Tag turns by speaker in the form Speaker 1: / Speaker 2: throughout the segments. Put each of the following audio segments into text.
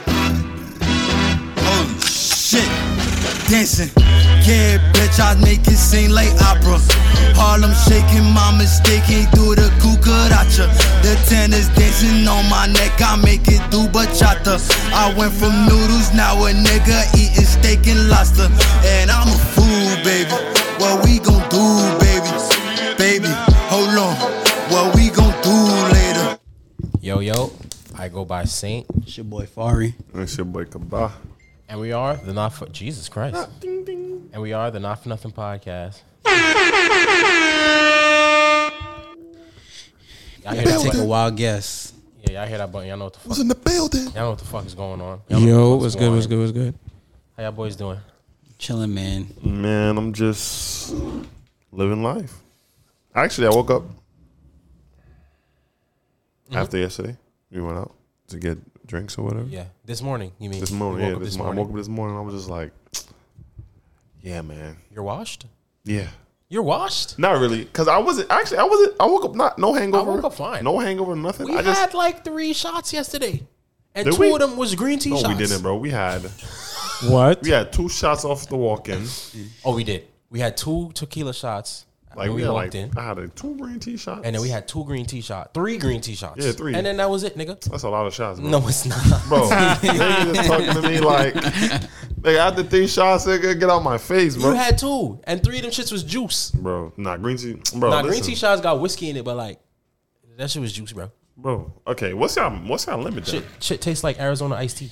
Speaker 1: Oh, shit. Dancing. Yeah, bitch, I make it seem like opera. Harlem shaking, my mistaken through the cucaracha. The tennis dancing on my neck, I make it do bachata. I went from noodles, now a nigga eating steak and lobster. And I'm a fool, baby. What we gon' do, baby? Baby, hold on. What we gon' do later?
Speaker 2: Yo, yo, I go by Saint,
Speaker 3: It's your boy Fari.
Speaker 4: It's your boy Kaba.
Speaker 2: Ah. and we are the Not For Jesus Christ, and we are the Not For Nothing podcast. Y'all hear
Speaker 3: I
Speaker 2: that?
Speaker 3: take a
Speaker 2: button?
Speaker 3: wild guess.
Speaker 2: Yeah, y'all hear that button? Y'all know what the fuck.
Speaker 4: Was in the building.
Speaker 2: Y'all know what the fuck is going on. Y'all know
Speaker 5: Yo,
Speaker 2: what the
Speaker 5: what's
Speaker 2: fuck's
Speaker 5: good?
Speaker 2: going
Speaker 5: What's
Speaker 2: on.
Speaker 5: good? What's good?
Speaker 2: How y'all boys doing?
Speaker 3: Chilling, man.
Speaker 4: Man, I'm just living life. Actually, I woke up
Speaker 2: Mm-hmm.
Speaker 4: after yesterday. We went out to get drinks or whatever.
Speaker 2: Yeah, this morning. You mean
Speaker 4: This
Speaker 2: You
Speaker 4: morning,
Speaker 2: woke
Speaker 4: yeah,
Speaker 2: up
Speaker 4: this, morning. I woke up this morning. I was just like, yeah, man,
Speaker 2: You're washed.
Speaker 4: yeah.
Speaker 2: You're washed.
Speaker 4: Not really, cause I wasn't actually. I wasn't. I woke up not no hangover.
Speaker 2: I woke up fine.
Speaker 4: No hangover, nothing.
Speaker 2: We
Speaker 4: I
Speaker 2: had
Speaker 4: just
Speaker 2: like three shots yesterday, and
Speaker 4: Did
Speaker 2: two
Speaker 4: we?
Speaker 2: of them was green tea
Speaker 4: no,
Speaker 2: shots.
Speaker 4: we didn't, bro. We had
Speaker 5: What?
Speaker 4: we had two shots off the walk-in.
Speaker 2: Oh, we did. We had two tequila shots. Like
Speaker 4: Like we,
Speaker 2: we
Speaker 4: had
Speaker 2: walked
Speaker 4: like
Speaker 2: in,
Speaker 4: I had like, two green tea shots,
Speaker 2: and then we had two green tea shots, three green tea shots.
Speaker 4: Yeah, three.
Speaker 2: And then that was it, nigga.
Speaker 4: That's a lot of shots, bro.
Speaker 2: No, it's not.
Speaker 4: bro. nigga just talking to me like, nigga, after three shots, nigga, get out my face,
Speaker 2: You
Speaker 4: bro.
Speaker 2: had two, and three of them shits was juice.
Speaker 4: bro, nah, green tea, bro.
Speaker 2: nah, green
Speaker 4: listen,
Speaker 2: tea shots got whiskey in it, but like that shit was juice, bro.
Speaker 4: bro. Okay, what's y'all, what's y'all limit? then?
Speaker 2: Shit, shit tastes like Arizona iced tea,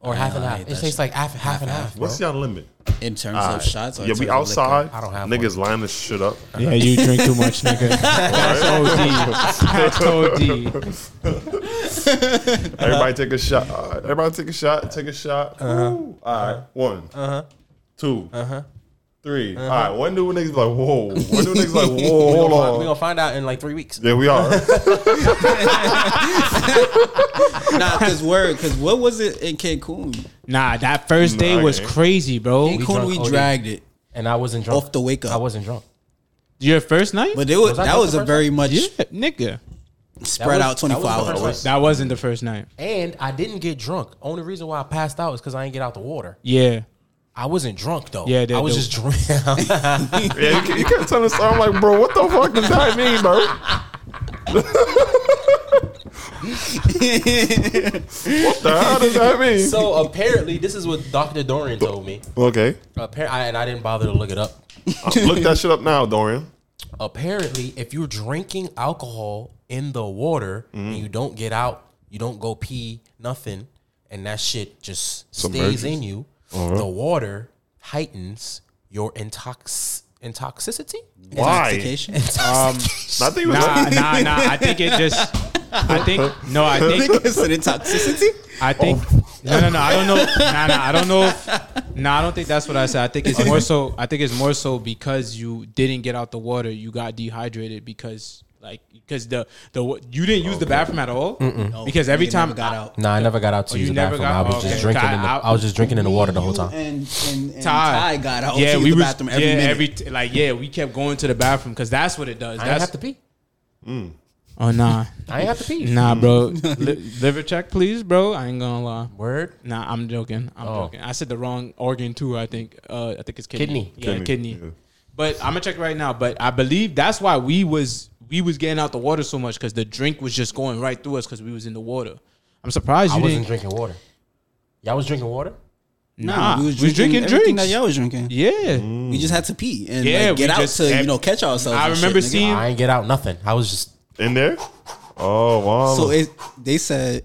Speaker 2: or half and
Speaker 3: I
Speaker 2: half.
Speaker 3: hate
Speaker 2: It
Speaker 3: that
Speaker 2: tastes
Speaker 3: shit.
Speaker 2: like half, half and half. Bro.
Speaker 4: What's y'all limit?
Speaker 3: In terms
Speaker 4: Alright.
Speaker 3: of shots, or in
Speaker 4: Yeah,
Speaker 3: terms
Speaker 4: we
Speaker 3: of liquor?
Speaker 4: outside.
Speaker 2: I don't have
Speaker 4: niggas line this shit up.
Speaker 5: Yeah, you drink too much, nigga. That's OD. That's OD.
Speaker 4: Everybody take a shot. All right, Everybody take a shot. Take a shot.
Speaker 2: Uh-huh.
Speaker 4: Ooh. All right, one, uh-huh. two, uh-huh. three. All right, when do niggas be like whoa? When do niggas like whoa?
Speaker 2: We're gonna, find, Uh-huh.
Speaker 4: Hold
Speaker 2: we
Speaker 4: on.
Speaker 2: gonna find out in like three weeks.
Speaker 4: Yeah, we are.
Speaker 3: Nah, cause word, cause what was it in Cancun?
Speaker 5: Nah, that first day
Speaker 4: Nah,
Speaker 5: was
Speaker 4: yeah.
Speaker 5: crazy, bro.
Speaker 3: Cancun,
Speaker 2: drunk
Speaker 3: we,
Speaker 2: OD.
Speaker 3: dragged it
Speaker 2: And I wasn't drunk.
Speaker 3: off the wake
Speaker 2: I
Speaker 3: up,
Speaker 2: wasn't drunk.
Speaker 5: Your first night?
Speaker 3: but it was,
Speaker 2: Was that
Speaker 3: that
Speaker 2: the
Speaker 3: was a
Speaker 2: first
Speaker 3: very much
Speaker 5: Yeah, nigga.
Speaker 3: spread
Speaker 2: was-
Speaker 3: out twenty four
Speaker 2: that was the
Speaker 3: hours.
Speaker 2: first night.
Speaker 5: That wasn't the first night.
Speaker 2: And I didn't get drunk. Only reason why I passed out is because I didn't get out the water.
Speaker 5: Yeah.
Speaker 2: I wasn't drunk though.
Speaker 5: Yeah, that-
Speaker 2: I was
Speaker 5: that-
Speaker 2: just drunk.
Speaker 4: Yeah, you, kept- you kept telling us. I'm like, bro, what the fuck does that mean, bro? what the hell does that mean?
Speaker 2: so apparently, this is what Doctor Dorian told me.
Speaker 4: okay,
Speaker 2: Appar- I, and I didn't bother to look it up.
Speaker 4: Uh, look that shit up now, Dorian.
Speaker 2: apparently if you're drinking alcohol in the water and you don't get out you don't go pee nothing and that shit just
Speaker 4: Submerges.
Speaker 2: stays in you the water heightens your intox intoxicity
Speaker 4: Why?
Speaker 3: Intoxication.
Speaker 4: I think it was
Speaker 5: Nah, nah, nah. I think it just. I think no. I think
Speaker 3: It's an intoxicity.
Speaker 5: I think no, no, no. I don't know. Nah, nah. I don't know. If, nah, I don't think that's what I said. I think it's more so. I think it's more so because you didn't get out the water. You got dehydrated because. Like, because the the wa- you didn't use the bathroom at all because every
Speaker 3: nigga
Speaker 5: time
Speaker 3: never got out.
Speaker 2: no i never got out to
Speaker 5: Oh, use you the never bathroom. got- I was just okay. drinking in the- I- I was
Speaker 2: just drinking in the water the whole
Speaker 3: You And, and, and Ty.
Speaker 5: Ty,
Speaker 3: got out.
Speaker 5: yeah,
Speaker 3: to
Speaker 5: we
Speaker 3: the
Speaker 5: was-
Speaker 3: bathroom every
Speaker 5: yeah,
Speaker 3: minute.
Speaker 5: every t- like yeah, we kept going to the bathroom because that's what it does.
Speaker 2: i
Speaker 5: That's
Speaker 2: didn't have to pee
Speaker 5: oh nah,
Speaker 2: i didn't have to pee
Speaker 5: nah, bro. Li- liver check, please, bro. I ain't gonna lie.
Speaker 2: word
Speaker 5: Nah, I'm joking. I'm
Speaker 2: Oh.
Speaker 5: joking. I said the wrong organ too. I think. Uh, I think it's kidney.
Speaker 2: Kidney.
Speaker 5: Yeah, kidney.
Speaker 4: Kidney, yeah.
Speaker 5: But I'm gonna check it right now. But I believe that's why we was we was getting out the water so much because the drink was just going right through us because we was in the water. I'm surprised
Speaker 2: i
Speaker 5: you
Speaker 2: wasn't
Speaker 5: didn't.
Speaker 2: drinking water y'all was drinking water
Speaker 5: Nah,
Speaker 3: we was drinking, everything
Speaker 5: drinks.
Speaker 3: that y'all was drinking.
Speaker 5: yeah.
Speaker 2: Mm.
Speaker 3: We just had to pee and
Speaker 5: Yeah,
Speaker 3: like, get
Speaker 5: we
Speaker 3: out
Speaker 5: just-
Speaker 3: to you
Speaker 5: ev-
Speaker 3: know catch ourselves.
Speaker 5: I
Speaker 3: and shit,
Speaker 5: remember
Speaker 3: nigga.
Speaker 5: seeing
Speaker 2: i ain't get out nothing i was just
Speaker 4: in there. Oh wow!
Speaker 3: So it, they said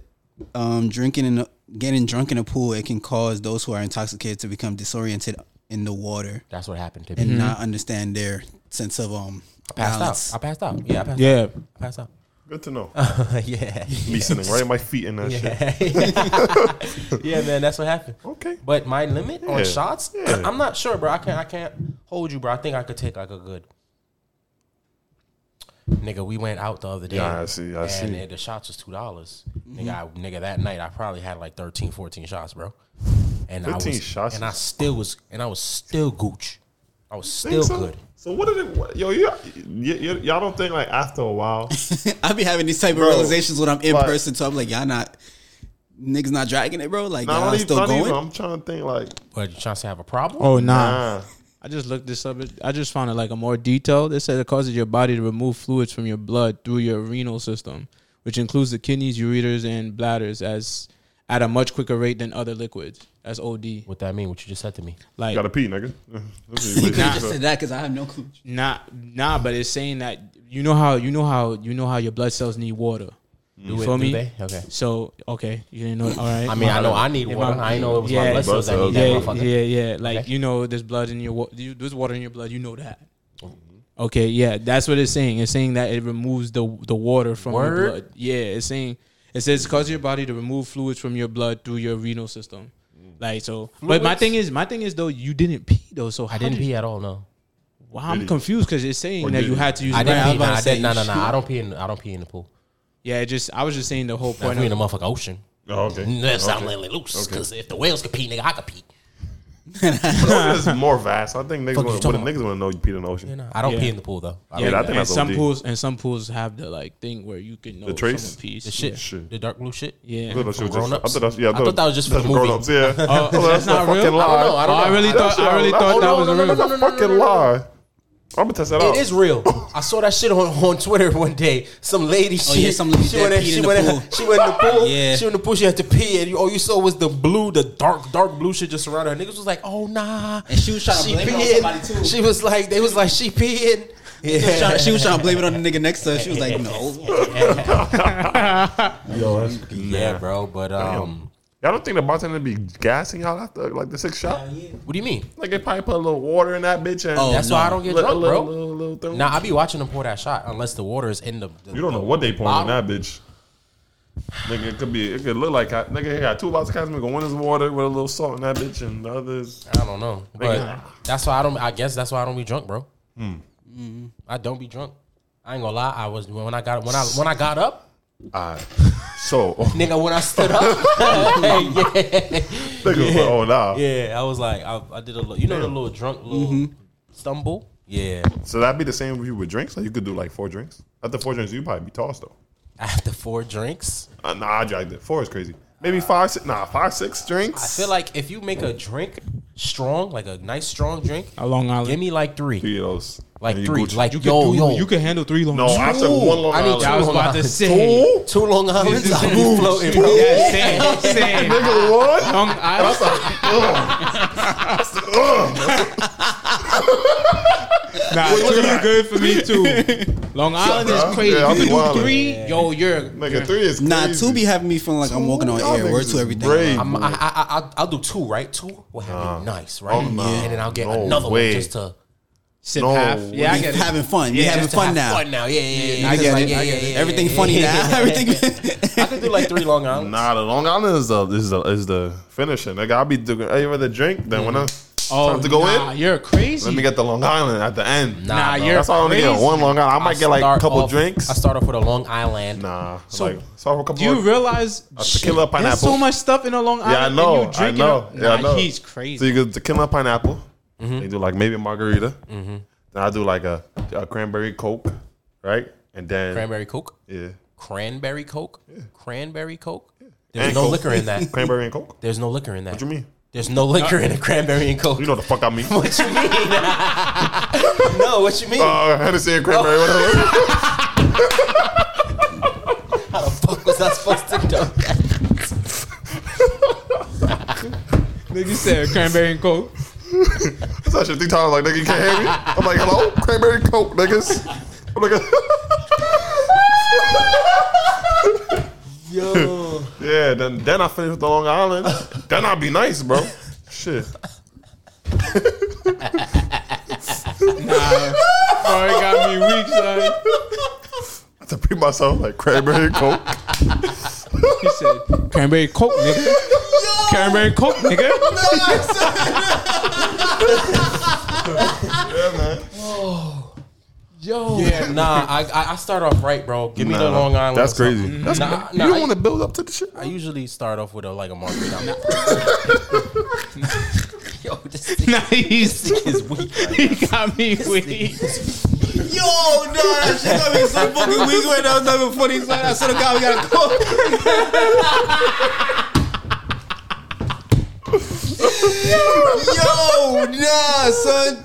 Speaker 3: um, drinking and getting drunk in a pool it can cause those who are intoxicated to become disoriented in the water
Speaker 2: that's what happened to me
Speaker 3: and not understand their sense of um
Speaker 2: passed
Speaker 3: balance.
Speaker 2: out i passed out yeah i passed
Speaker 5: yeah.
Speaker 2: out. I passed out
Speaker 4: Good to know.
Speaker 3: Oh,
Speaker 2: yeah
Speaker 4: Me sitting right at my feet in that shit.
Speaker 2: yeah, man, that's what happened.
Speaker 4: Okay.
Speaker 2: But my limit
Speaker 4: Yeah.
Speaker 2: on shots,
Speaker 4: Yeah.
Speaker 2: I'm not sure, bro. I can't I can't hold you, bro. I think I could take like a good Nigga, we went out the other day.
Speaker 4: Yeah, I see, I
Speaker 2: and
Speaker 4: see.
Speaker 2: uh, the shots was two dollars. Nigga, I,
Speaker 5: Mm-hmm.
Speaker 2: nigga, that night I probably had like 13, 14 shots, bro. And I
Speaker 4: 15
Speaker 2: was
Speaker 4: shots
Speaker 2: and I
Speaker 4: is-
Speaker 2: still was and I was still gooch. I was still
Speaker 4: Think so?
Speaker 2: good.
Speaker 4: So what did it? What, yo, you, you, you, y'all don't think like after a while?
Speaker 3: I be having these type of
Speaker 4: Bro,
Speaker 3: realizations when I'm in
Speaker 4: but-
Speaker 3: person, so I'm like, y'all not niggas not dragging it, bro? Like,
Speaker 4: Nah,
Speaker 3: y'all
Speaker 4: not even,
Speaker 3: still
Speaker 4: not even.
Speaker 3: going?
Speaker 4: I'm trying to think like
Speaker 2: What, you trying to have a problem?
Speaker 5: Oh nah.
Speaker 4: nah.
Speaker 5: I just looked this up. It- I just found it like a more detailed. It said it causes your body to remove fluids from your blood through your renal system, which includes the kidneys, ureters, and bladders, as at a much quicker rate than other liquids. That's OD.
Speaker 2: What that mean? What you just said to me?
Speaker 5: Like
Speaker 4: Gotta pee, nigga.
Speaker 3: I just said that because I have no clue.
Speaker 5: nah, nah, but it's saying that you know how you know how you know how your blood cells need water. You
Speaker 2: it-
Speaker 5: feel
Speaker 2: do
Speaker 5: me?
Speaker 2: they? Okay.
Speaker 5: So okay, you didn't know. All right.
Speaker 2: I mean, I know I need
Speaker 5: If
Speaker 2: water.
Speaker 5: I'm-
Speaker 2: I ain't know it was my
Speaker 5: yeah,
Speaker 2: blood cells that need that
Speaker 5: yeah,
Speaker 2: motherfucker.
Speaker 5: yeah, yeah. Like
Speaker 2: Okay.
Speaker 5: you know, there's blood in your wa- you- there's water in your blood. You know that.
Speaker 2: Mm-hmm.
Speaker 5: Okay, yeah, that's what it's saying. It's saying that it removes the the water from your
Speaker 2: Word?
Speaker 5: blood. Yeah, it's saying it says cause your body to remove fluids from your blood through your renal system. Like so, but my
Speaker 2: Mm. Fluids?
Speaker 5: thing is, my thing is though, you didn't pee though. So
Speaker 2: I didn't pee at all. No,
Speaker 5: Wow, I'm confused because it's saying
Speaker 4: Or
Speaker 5: that
Speaker 4: did
Speaker 5: you
Speaker 4: you?
Speaker 5: had to use.
Speaker 2: I
Speaker 5: your-
Speaker 3: I
Speaker 2: didn't
Speaker 3: was
Speaker 2: pee.
Speaker 3: about
Speaker 2: Nah,
Speaker 3: to
Speaker 2: I
Speaker 3: say,
Speaker 2: didn't. No, no,
Speaker 3: you
Speaker 2: no. I don't pee in. I don't pee in the pool.
Speaker 5: Yeah, it just I was just saying the whole
Speaker 2: I
Speaker 5: point.
Speaker 2: pee in
Speaker 5: Of,
Speaker 2: the motherfucking ocean.
Speaker 4: Oh, okay.
Speaker 2: Unless
Speaker 4: Okay.
Speaker 2: I'm letting it loose, because if the whales could pee, nigga, I could pee.
Speaker 4: But ocean is more vast. I think niggas
Speaker 2: Fuck you
Speaker 4: want to
Speaker 2: talking
Speaker 4: niggas want to know you peed in the ocean.
Speaker 2: I don't
Speaker 5: Yeah.
Speaker 2: pee in the pool though. I
Speaker 5: yeah,
Speaker 4: Yeah, I
Speaker 2: don't-
Speaker 4: think
Speaker 5: and
Speaker 4: that's
Speaker 5: some
Speaker 4: OD.
Speaker 5: pools and some pools have the like thing where you can know the
Speaker 4: trace?
Speaker 5: piece.
Speaker 2: the shit,
Speaker 4: Shit.
Speaker 2: the dark blue shit.
Speaker 5: Yeah.
Speaker 4: I thought that shit was just-
Speaker 2: Grown-ups?
Speaker 4: I thought that, yeah, I
Speaker 2: I thought that was just for the movie.
Speaker 4: grown ups. Yeah, oh,
Speaker 5: that's not real?
Speaker 4: Fucking
Speaker 5: I
Speaker 4: lie.
Speaker 2: don't know, I don't
Speaker 5: Oh, I
Speaker 2: know.
Speaker 5: really
Speaker 2: That
Speaker 5: thought I really
Speaker 4: shit-
Speaker 5: thought
Speaker 4: oh,
Speaker 5: that
Speaker 4: no,
Speaker 5: was
Speaker 4: no, no,
Speaker 5: real.
Speaker 4: no, no, fucking lie. I'm gonna test that out.
Speaker 2: It is real. I saw that shit on, on Twitter one day. Some lady,
Speaker 3: Oh,
Speaker 2: she,
Speaker 3: yeah, some lady
Speaker 2: she
Speaker 3: that
Speaker 2: went,
Speaker 3: peed
Speaker 2: she,
Speaker 3: in the
Speaker 2: went
Speaker 3: pool.
Speaker 2: she went in the pool.
Speaker 3: Yeah.
Speaker 2: She went in the pool. She had to pee, and all you saw was the blue, the dark, dark blue shit just around her. Niggas was like, "Oh nah,"
Speaker 3: And she was trying to blame it on somebody, too.
Speaker 2: She was like, "They was like she peeing."
Speaker 3: She was, trying,
Speaker 2: Yeah.
Speaker 3: she was trying to blame it on the nigga next to her. She was like, no.
Speaker 2: yeah, bro. But um,
Speaker 4: Y'all don't think the bartender be gassing y'all after like the sixth shot?
Speaker 2: what do you mean?
Speaker 4: Like they probably put a little water in that bitch and
Speaker 3: Oh,
Speaker 2: That's
Speaker 3: no.
Speaker 2: why I don't get
Speaker 4: little,
Speaker 2: drunk,
Speaker 4: little,
Speaker 2: bro.
Speaker 4: little, little thing.
Speaker 2: Nah, I be watching them pour that shot unless the water is in the. the
Speaker 4: you don't know what they pouring in that bitch. Nigga, it could be. It could look like I, nigga. He got two bottles of Casamigos. One is water with a little salt in that bitch, and the other is
Speaker 2: I don't know, but that's why I don't. I guess that's why I don't be drunk, bro.
Speaker 4: Hmm.
Speaker 2: Mm-hmm. I don't be drunk. I ain't gonna lie. I was when I got when I when I got up,
Speaker 4: I. So
Speaker 2: nigga. When I stood up, yeah,
Speaker 4: nigga, was like, oh nah.
Speaker 2: yeah. I was like, I, I did a little, you know, the little drunk little
Speaker 3: Mm-hmm.
Speaker 2: stumble. Yeah.
Speaker 4: So that'd be the same with you with drinks. Like you could do like four drinks. After four drinks, you probably be tossed though.
Speaker 2: After four drinks,
Speaker 4: Uh, nah, I dragged it. Four is crazy. Maybe five, six. Nah, five, six drinks.
Speaker 2: I feel like if you make a drink strong, like a nice strong drink,
Speaker 5: A Long Island.
Speaker 2: give me like three,
Speaker 4: three of those.
Speaker 2: like
Speaker 4: And you
Speaker 2: three,
Speaker 4: Gucci.
Speaker 2: like
Speaker 5: You can
Speaker 2: yo
Speaker 5: do-
Speaker 2: yo.
Speaker 5: you can handle three long.
Speaker 4: no, I took one long
Speaker 2: I need
Speaker 4: Island.
Speaker 2: two
Speaker 5: I was
Speaker 2: Long
Speaker 5: about to
Speaker 2: Islands.
Speaker 5: say.
Speaker 2: two, two Long Islands. I be floating, bro.
Speaker 5: Yeah, same, same.
Speaker 4: Nigga, what?
Speaker 5: Long Island. nah, two is good for me too. Long Island is
Speaker 4: up,
Speaker 5: crazy.
Speaker 4: yeah, I'll
Speaker 5: you
Speaker 4: be
Speaker 5: do
Speaker 4: wildin'.
Speaker 5: three, yo, you're
Speaker 4: Nigga, three is crazy.
Speaker 3: Nah, two be having me feeling like I'm walking on
Speaker 4: Y'all
Speaker 3: air. Word
Speaker 4: niggas
Speaker 3: to
Speaker 4: is
Speaker 3: everything.
Speaker 4: brave,
Speaker 2: I'm, I,
Speaker 4: man.
Speaker 2: I, I, I'll do two, right? Two will have me nice, right?
Speaker 4: no.
Speaker 2: And then I'll get
Speaker 4: Oh, No
Speaker 2: another
Speaker 4: way.
Speaker 2: one just to,
Speaker 5: sip
Speaker 4: No,
Speaker 5: half.
Speaker 4: what
Speaker 5: Yeah, I
Speaker 3: We
Speaker 5: get it.
Speaker 3: having fun. We
Speaker 2: just
Speaker 3: having
Speaker 2: to
Speaker 3: fun
Speaker 2: have
Speaker 3: now.
Speaker 2: Fun now, yeah, yeah, yeah.
Speaker 5: I
Speaker 2: It's
Speaker 5: get
Speaker 2: like,
Speaker 5: it,
Speaker 2: yeah,
Speaker 5: I
Speaker 2: yeah,
Speaker 5: get it.
Speaker 2: yeah,
Speaker 3: Everything
Speaker 2: yeah,
Speaker 3: funny
Speaker 2: yeah,
Speaker 3: now.
Speaker 2: yeah. I
Speaker 3: Everything.
Speaker 2: could do like three Long Islands.
Speaker 4: Nah, the Long Island is the is the is the finisher. Nigga, I'll be doing. I rather drink than when I
Speaker 5: Oh,
Speaker 2: Mm-hmm.
Speaker 4: time to go
Speaker 5: nah,
Speaker 4: in.
Speaker 5: you're crazy.
Speaker 4: Let me get the Long Island at the end.
Speaker 2: Nah,
Speaker 5: nah,
Speaker 2: bro.
Speaker 5: you're
Speaker 4: that's why I only get
Speaker 5: crazy.
Speaker 4: one Long Island. I might
Speaker 2: I
Speaker 4: get like a
Speaker 2: start
Speaker 4: couple
Speaker 2: off-
Speaker 4: drinks.
Speaker 2: I start off with a Long Island.
Speaker 4: nah,
Speaker 5: So,
Speaker 4: like start with a couple.
Speaker 5: Do you
Speaker 4: of-
Speaker 5: realize
Speaker 4: tequila
Speaker 5: There's
Speaker 4: pineapple.
Speaker 5: so much stuff in a Long Island.
Speaker 4: Yeah, I
Speaker 5: and
Speaker 4: know.
Speaker 5: you
Speaker 4: I
Speaker 5: drinking
Speaker 4: know.
Speaker 5: it-
Speaker 4: Yeah, I
Speaker 5: nah,
Speaker 4: know.
Speaker 5: he's
Speaker 4: So
Speaker 5: crazy.
Speaker 4: you get the tequila pineapple.
Speaker 2: Mm-hmm.
Speaker 4: They do like maybe a margarita. Then I do like a, a cranberry coke, right? And then
Speaker 2: Cranberry Coke.
Speaker 4: yeah,
Speaker 2: Cranberry Coke. Cranberry Coke. There's
Speaker 4: And
Speaker 2: no
Speaker 4: Coke.
Speaker 2: liquor in that.
Speaker 4: cranberry and coke.
Speaker 2: There's no liquor in that.
Speaker 4: What you mean?
Speaker 2: There's no liquor in a cranberry and Coke.
Speaker 4: You know the fuck I mean? uh,
Speaker 2: What you mean? no, what you mean?
Speaker 4: Hennessy and cranberry. Whatever.
Speaker 2: How the fuck was I supposed to know that?
Speaker 5: Nigga said cranberry and coke.
Speaker 4: That's that shit three times. Like nigga, you can't hear me. I'm like, hello, cranberry and coke, niggas. I'm like,
Speaker 2: Yo.
Speaker 4: yeah. Then then I finish with the Long Island. then I'll be nice, bro. Shit.
Speaker 5: Oh, it got me weak, son.
Speaker 4: I have to pee myself like cranberry and coke.
Speaker 5: He said cranberry coke, nigga. Cranberry coke, nigga.
Speaker 2: Yo, yeah, nah, I I I start off right, bro. Give me the
Speaker 4: Nah,
Speaker 2: Long Island.
Speaker 4: That's
Speaker 2: or something.
Speaker 4: crazy. That's
Speaker 2: Nah,
Speaker 4: you
Speaker 2: nah,
Speaker 4: don't
Speaker 2: I,
Speaker 4: want to build up to the shit.
Speaker 2: I usually start off with a like a margarita. Yo, this thing
Speaker 5: Nah, he's
Speaker 2: is weak.
Speaker 5: he got me weak.
Speaker 3: Yo, no, that shit got me so fucking weak right now. It's not even funny. son. I swear to God, we gotta call. Yo, nah, son.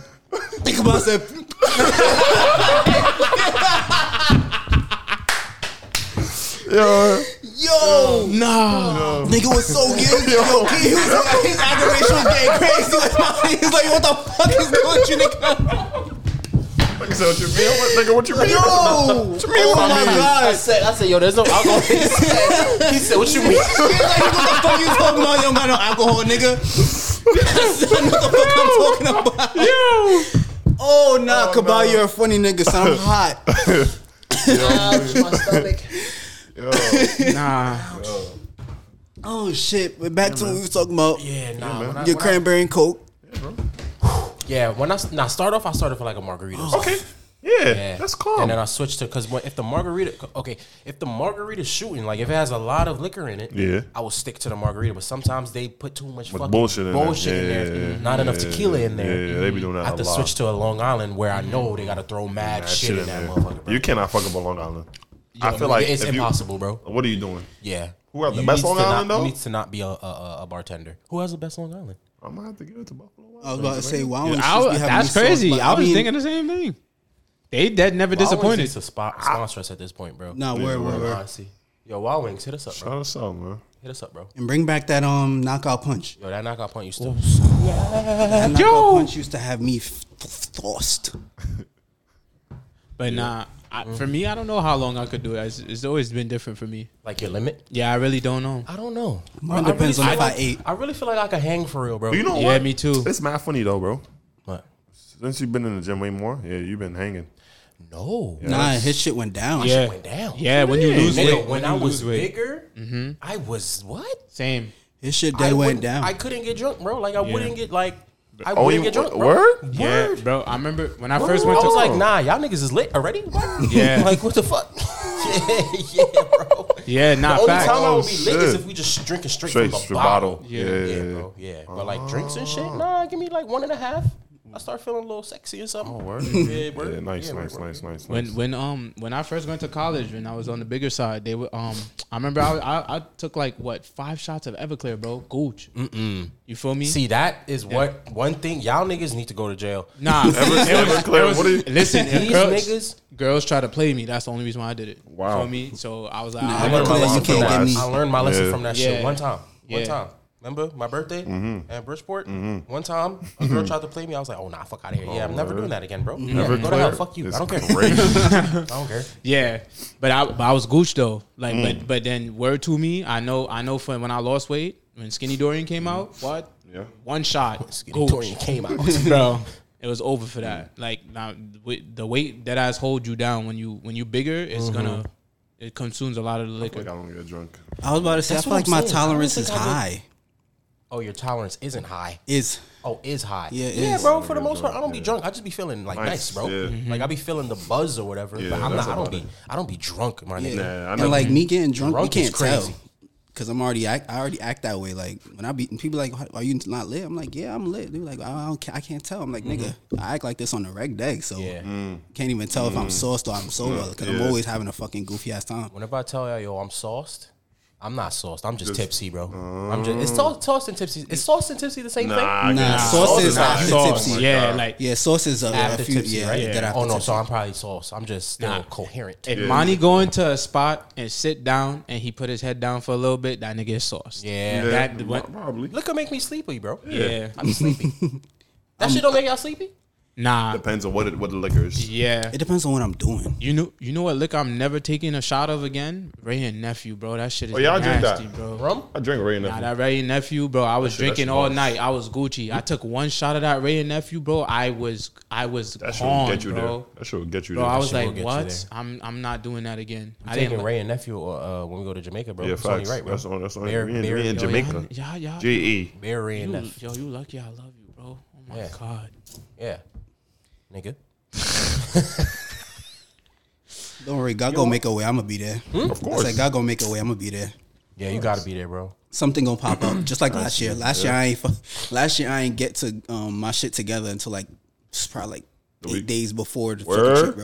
Speaker 3: Think about that.
Speaker 4: Yo,
Speaker 3: Yo, nah, nigga was so guilty. Yo, he was like, his adoration was getting crazy. He's like, what the fuck is going with you, nigga?
Speaker 4: nigga, said, what you mean? What, nigga, what you mean?
Speaker 3: Yo, oh my
Speaker 2: I
Speaker 3: god.
Speaker 2: said, I said, yo, there's no alcohol. he said, he said, what you mean?
Speaker 3: He's like, what the fuck you talking about? You don't got no alcohol, nigga. son, what the fuck I'm talking about?
Speaker 4: Yo,
Speaker 3: Oh, nah,
Speaker 4: Oh,
Speaker 3: Cabal,
Speaker 4: no.
Speaker 3: you're a funny nigga, son. I'm hot.
Speaker 2: my stomach.
Speaker 4: yo,
Speaker 5: Nah,
Speaker 3: Oh, shit. But back to what we was talking about.
Speaker 2: Yeah, nah. when I,
Speaker 3: Your
Speaker 2: when I-
Speaker 3: cranberry and coke.
Speaker 2: yeah, when I s- nah start off, I started for like a margarita. or something.
Speaker 4: okay, yeah,
Speaker 2: Yeah.
Speaker 4: Oh, that's calm.
Speaker 2: And then I switched to because if the margarita, okay, if the margarita's shooting, like if it has a lot of liquor in it,
Speaker 4: Yeah.
Speaker 2: I will stick to the margarita. But sometimes they put too much fucking
Speaker 4: bullshit in there.
Speaker 2: bullshit in there,
Speaker 4: Yeah, yeah,
Speaker 2: not
Speaker 4: yeah,
Speaker 2: enough tequila in there.
Speaker 4: yeah, they be doing that
Speaker 2: I have
Speaker 4: a
Speaker 2: to
Speaker 4: lot.
Speaker 2: switch to a Long Island where I know they got to throw mad
Speaker 4: That
Speaker 2: shit, in that
Speaker 4: there.
Speaker 2: motherfucker. Bro.
Speaker 4: You cannot fuck up a Long Island. I
Speaker 2: Yeah,
Speaker 4: feel like
Speaker 2: it's
Speaker 4: if you-
Speaker 2: impossible, bro.
Speaker 4: what are you doing?
Speaker 2: Yeah.
Speaker 4: Who have the
Speaker 2: You needs
Speaker 4: best Long
Speaker 2: to not-
Speaker 4: Island, though?
Speaker 2: Who needs to not be a, a, a, a bartender? Who has the best Long Island?
Speaker 4: I'm gonna have to give it to Buffalo. Wild
Speaker 3: I was
Speaker 4: Wings,
Speaker 3: about to
Speaker 4: man.
Speaker 3: say, why don't
Speaker 5: I,
Speaker 3: you
Speaker 5: that's crazy. I was thinking the same thing. They dead never disappointed.
Speaker 2: It's a spot sponsor us at this point, bro.
Speaker 3: Nah, where, where, where?
Speaker 2: honestly. Yo, Wild Wings, hit us up, bro.
Speaker 4: Shout us out, man.
Speaker 2: Hit us up, bro.
Speaker 3: And bring back that um knockout punch.
Speaker 2: Yo, that knockout point used to.
Speaker 3: Oh, That knockout punch used to have me f- f- tossed.
Speaker 5: But nah, I,
Speaker 2: Mm.
Speaker 5: for me, I don't know how long I could do it. It's, it's always been different for me.
Speaker 2: Like your limit?
Speaker 5: Yeah, I really don't know.
Speaker 2: I don't know.
Speaker 3: Mine
Speaker 2: I
Speaker 3: depends
Speaker 2: really-
Speaker 3: on if I
Speaker 2: don't-
Speaker 3: ate.
Speaker 2: I really feel like I could hang for real, bro.
Speaker 4: You know
Speaker 5: Yeah,
Speaker 4: what?
Speaker 5: me too.
Speaker 4: It's mad funny though, bro.
Speaker 2: what?
Speaker 4: Since you've been in the gym way more, yeah, you've been hanging.
Speaker 2: No.
Speaker 3: Nah, his shit went down.
Speaker 5: Yeah.
Speaker 2: It went down.
Speaker 5: Yeah, when you lose
Speaker 2: Nigga,
Speaker 5: weight,
Speaker 2: when I
Speaker 5: you
Speaker 2: was
Speaker 5: lose weight.
Speaker 2: bigger, I was what?
Speaker 5: Same.
Speaker 3: His shit
Speaker 2: I
Speaker 3: dead Mm-hmm. went
Speaker 2: wouldn't-
Speaker 3: down.
Speaker 2: I couldn't get drunk, bro. Like I wouldn't get like I
Speaker 4: Oh,
Speaker 2: wouldn't
Speaker 4: you-
Speaker 2: get drunk. Bro.
Speaker 4: word?
Speaker 2: Word.
Speaker 5: Yeah, bro. I remember when I first
Speaker 2: I
Speaker 5: went to
Speaker 2: was like, nah, y'all niggas is lit already. What?
Speaker 5: Yeah.
Speaker 2: like what the fuck? yeah, yeah, bro.
Speaker 5: Yeah, nah,
Speaker 2: The only
Speaker 5: facts.
Speaker 2: time I would
Speaker 4: Oh,
Speaker 2: be lit is
Speaker 4: shit.
Speaker 2: if we just drinking straight,
Speaker 4: Straight
Speaker 2: from the
Speaker 4: straight
Speaker 2: bottle.
Speaker 4: bottle.
Speaker 5: Yeah.
Speaker 4: Yeah, Oh.
Speaker 2: Yeah, bro. Yeah, but like drinks and shit. Nah, give me like one and a half. I start feeling a little sexy or something.
Speaker 4: Oh, word.
Speaker 2: Yeah, word.
Speaker 4: Yeah, nice,
Speaker 2: Yeah,
Speaker 4: nice,
Speaker 2: word,
Speaker 4: nice, nice,
Speaker 5: When
Speaker 4: nice.
Speaker 5: when um when I first went to college when I was on the bigger side they were um I remember I I, I took like what five shots of Everclear bro gooch Mm-mm. you feel me
Speaker 2: See, that is what one thing y'all niggas need to go to jail.
Speaker 5: nah
Speaker 4: Ever- Everclear, what are you-
Speaker 5: listen
Speaker 2: These
Speaker 5: girls,
Speaker 2: niggas-
Speaker 5: girls try to play me that's the only reason why I did it
Speaker 4: Wow.
Speaker 5: you feel me so I was like
Speaker 3: Nah,
Speaker 5: I
Speaker 2: I learned my
Speaker 3: Everclear, you
Speaker 2: lesson from
Speaker 3: can't
Speaker 2: that.
Speaker 3: get me.
Speaker 2: I learned my lesson
Speaker 4: Yeah.
Speaker 2: from that
Speaker 5: Yeah.
Speaker 2: shit one time. One
Speaker 5: Yeah.
Speaker 2: time. Remember my birthday at Bridgeport? One time, a girl tried to play me. I was like, "Oh nah, fuck out of here! Yeah, I'm never
Speaker 4: word.
Speaker 2: doing that again, bro. Yeah, go to hell, fuck you.
Speaker 4: It's
Speaker 2: I don't care.
Speaker 4: crazy.
Speaker 2: I don't care.
Speaker 5: Yeah, but I but I was gooch though. Like, but
Speaker 4: Mm.
Speaker 5: but then word to me, I know I know from when I lost weight when Skinny Dorian came out. What?
Speaker 4: Yeah.
Speaker 5: One shot. gooch.
Speaker 2: Torian came out.
Speaker 5: bro. It was over for that. Like now, wi- the weight that has hold you down when you when you bigger, it's gonna
Speaker 4: Mm-hmm.
Speaker 5: it consumes a lot of the
Speaker 4: like I
Speaker 5: liquor.
Speaker 4: don't get drunk.
Speaker 3: I was about to say, I
Speaker 2: That's
Speaker 3: feel
Speaker 2: what
Speaker 3: like
Speaker 2: I'm
Speaker 3: my
Speaker 2: saying. I don't
Speaker 3: tolerance
Speaker 2: think
Speaker 3: is
Speaker 2: I would-
Speaker 3: high.
Speaker 2: Oh, your tolerance isn't high.
Speaker 3: Is
Speaker 2: Oh, is high.
Speaker 3: Yeah, it
Speaker 2: yeah,
Speaker 3: is.
Speaker 2: bro. For the most
Speaker 4: drunk,
Speaker 2: part, I don't be
Speaker 4: yeah.
Speaker 2: drunk. I just be feeling like nice,
Speaker 4: Nice,
Speaker 2: bro.
Speaker 4: yeah. Mhm.
Speaker 2: Like I be feeling the buzz or whatever.
Speaker 4: Yeah,
Speaker 2: but I'm
Speaker 4: that's
Speaker 2: not. I don't
Speaker 4: about
Speaker 2: be. I don't be drunk, my nigga.
Speaker 4: Yeah, I
Speaker 3: and
Speaker 4: know.
Speaker 3: like me getting drunk,
Speaker 2: Drunk
Speaker 3: you
Speaker 2: is
Speaker 3: can't tell
Speaker 2: crazy.
Speaker 3: because I'm already act, I already act that way. Like when I be and people like, "Are you not lit?" I'm like, "Yeah, I'm lit." They're like, "I don't, ca- I can't tell." I'm like, "Nigga, I act like this on the reg day, so
Speaker 2: Yeah.
Speaker 3: can't even tell if I'm sauced or I'm sober because I'm
Speaker 4: Yeah.
Speaker 3: always having a fucking goofy ass time."
Speaker 2: Whenever I tell y'all, yo, I'm sauced. I'm not sauced. I'm just, tipsy, bro. I'm just. It's sauce, tossed and tipsy. Is sauced and tipsy the same
Speaker 4: Mm. Nah,
Speaker 2: thing?
Speaker 3: Nah, sauce
Speaker 4: sauce
Speaker 3: is
Speaker 4: is
Speaker 3: after
Speaker 4: hot.
Speaker 3: tipsy.
Speaker 5: yeah, like
Speaker 3: Yeah, sauce is a, a
Speaker 2: After
Speaker 3: few.
Speaker 2: tipsy,
Speaker 3: yeah,
Speaker 2: right?
Speaker 3: yeah. That after
Speaker 2: Oh no,
Speaker 3: tipsy.
Speaker 2: so I'm probably sauced. I'm just still
Speaker 5: Nah.
Speaker 2: coherent.
Speaker 5: if Monty go into a spot and sit down and he put his head down for a little bit, that nigga is sauced.
Speaker 2: yeah.
Speaker 4: Yeah,
Speaker 5: that what,
Speaker 4: probably
Speaker 2: Liquor make me sleepy, bro.
Speaker 5: yeah.
Speaker 2: I'm sleepy. that shit don't make y'all sleepy.
Speaker 5: Nah,
Speaker 4: depends on what it, what the liquor is.
Speaker 5: yeah.
Speaker 3: It depends on what I'm doing.
Speaker 5: You know, you know what liquor I'm never taking a shot of again? Ray and nephew, bro. That shit is
Speaker 4: Oh, y'all drink
Speaker 5: nasty,
Speaker 4: that?
Speaker 5: bro.
Speaker 2: Rum.
Speaker 4: I drink right
Speaker 5: Nah,
Speaker 4: now.
Speaker 5: that Ray and nephew, bro. I was
Speaker 4: shit- that
Speaker 5: drinking
Speaker 4: shit
Speaker 5: all
Speaker 4: bars.
Speaker 5: night. I was Gucci. I took one shot of that Ray and nephew, bro. I was, I was
Speaker 4: That should
Speaker 5: gone,
Speaker 4: get you
Speaker 5: bro.
Speaker 4: there. That should get you
Speaker 5: Bro,
Speaker 4: there.
Speaker 5: I was
Speaker 2: shit will
Speaker 5: like,
Speaker 2: get you
Speaker 5: what?
Speaker 2: there.
Speaker 5: I'm, I'm not doing that again. I
Speaker 2: Taking
Speaker 5: didn't.
Speaker 2: Ray and nephew uh, uh, when we go to Jamaica, bro.
Speaker 4: yeah,
Speaker 2: It's only
Speaker 4: facts.
Speaker 2: right, bro.
Speaker 4: That's on. That's on.
Speaker 2: Bear-
Speaker 4: we in,
Speaker 2: bear-
Speaker 4: we in
Speaker 5: yo,
Speaker 4: Jamaica.
Speaker 5: Y'all, y'all,
Speaker 4: G E.
Speaker 2: Bear Ray and
Speaker 5: you,
Speaker 2: nephew.
Speaker 5: yo, you lucky. I love you, bro. Oh my
Speaker 2: Yeah.
Speaker 5: god.
Speaker 2: Yeah, nigga.
Speaker 3: Don't worry, God gonna make a way. I'm gonna be there.
Speaker 4: Hmm? Of
Speaker 3: I
Speaker 4: course.
Speaker 3: said, God gonna make a way. I'm gonna be there.
Speaker 2: Yeah, you gotta be there, bro.
Speaker 3: Something gonna pop up, just like last year. Last year I ain't. fu- Last year I ain't get to um, my shit together until like it's probably like eight
Speaker 4: week.
Speaker 3: days before the
Speaker 4: Word? Mm-hmm.
Speaker 3: fucking trip,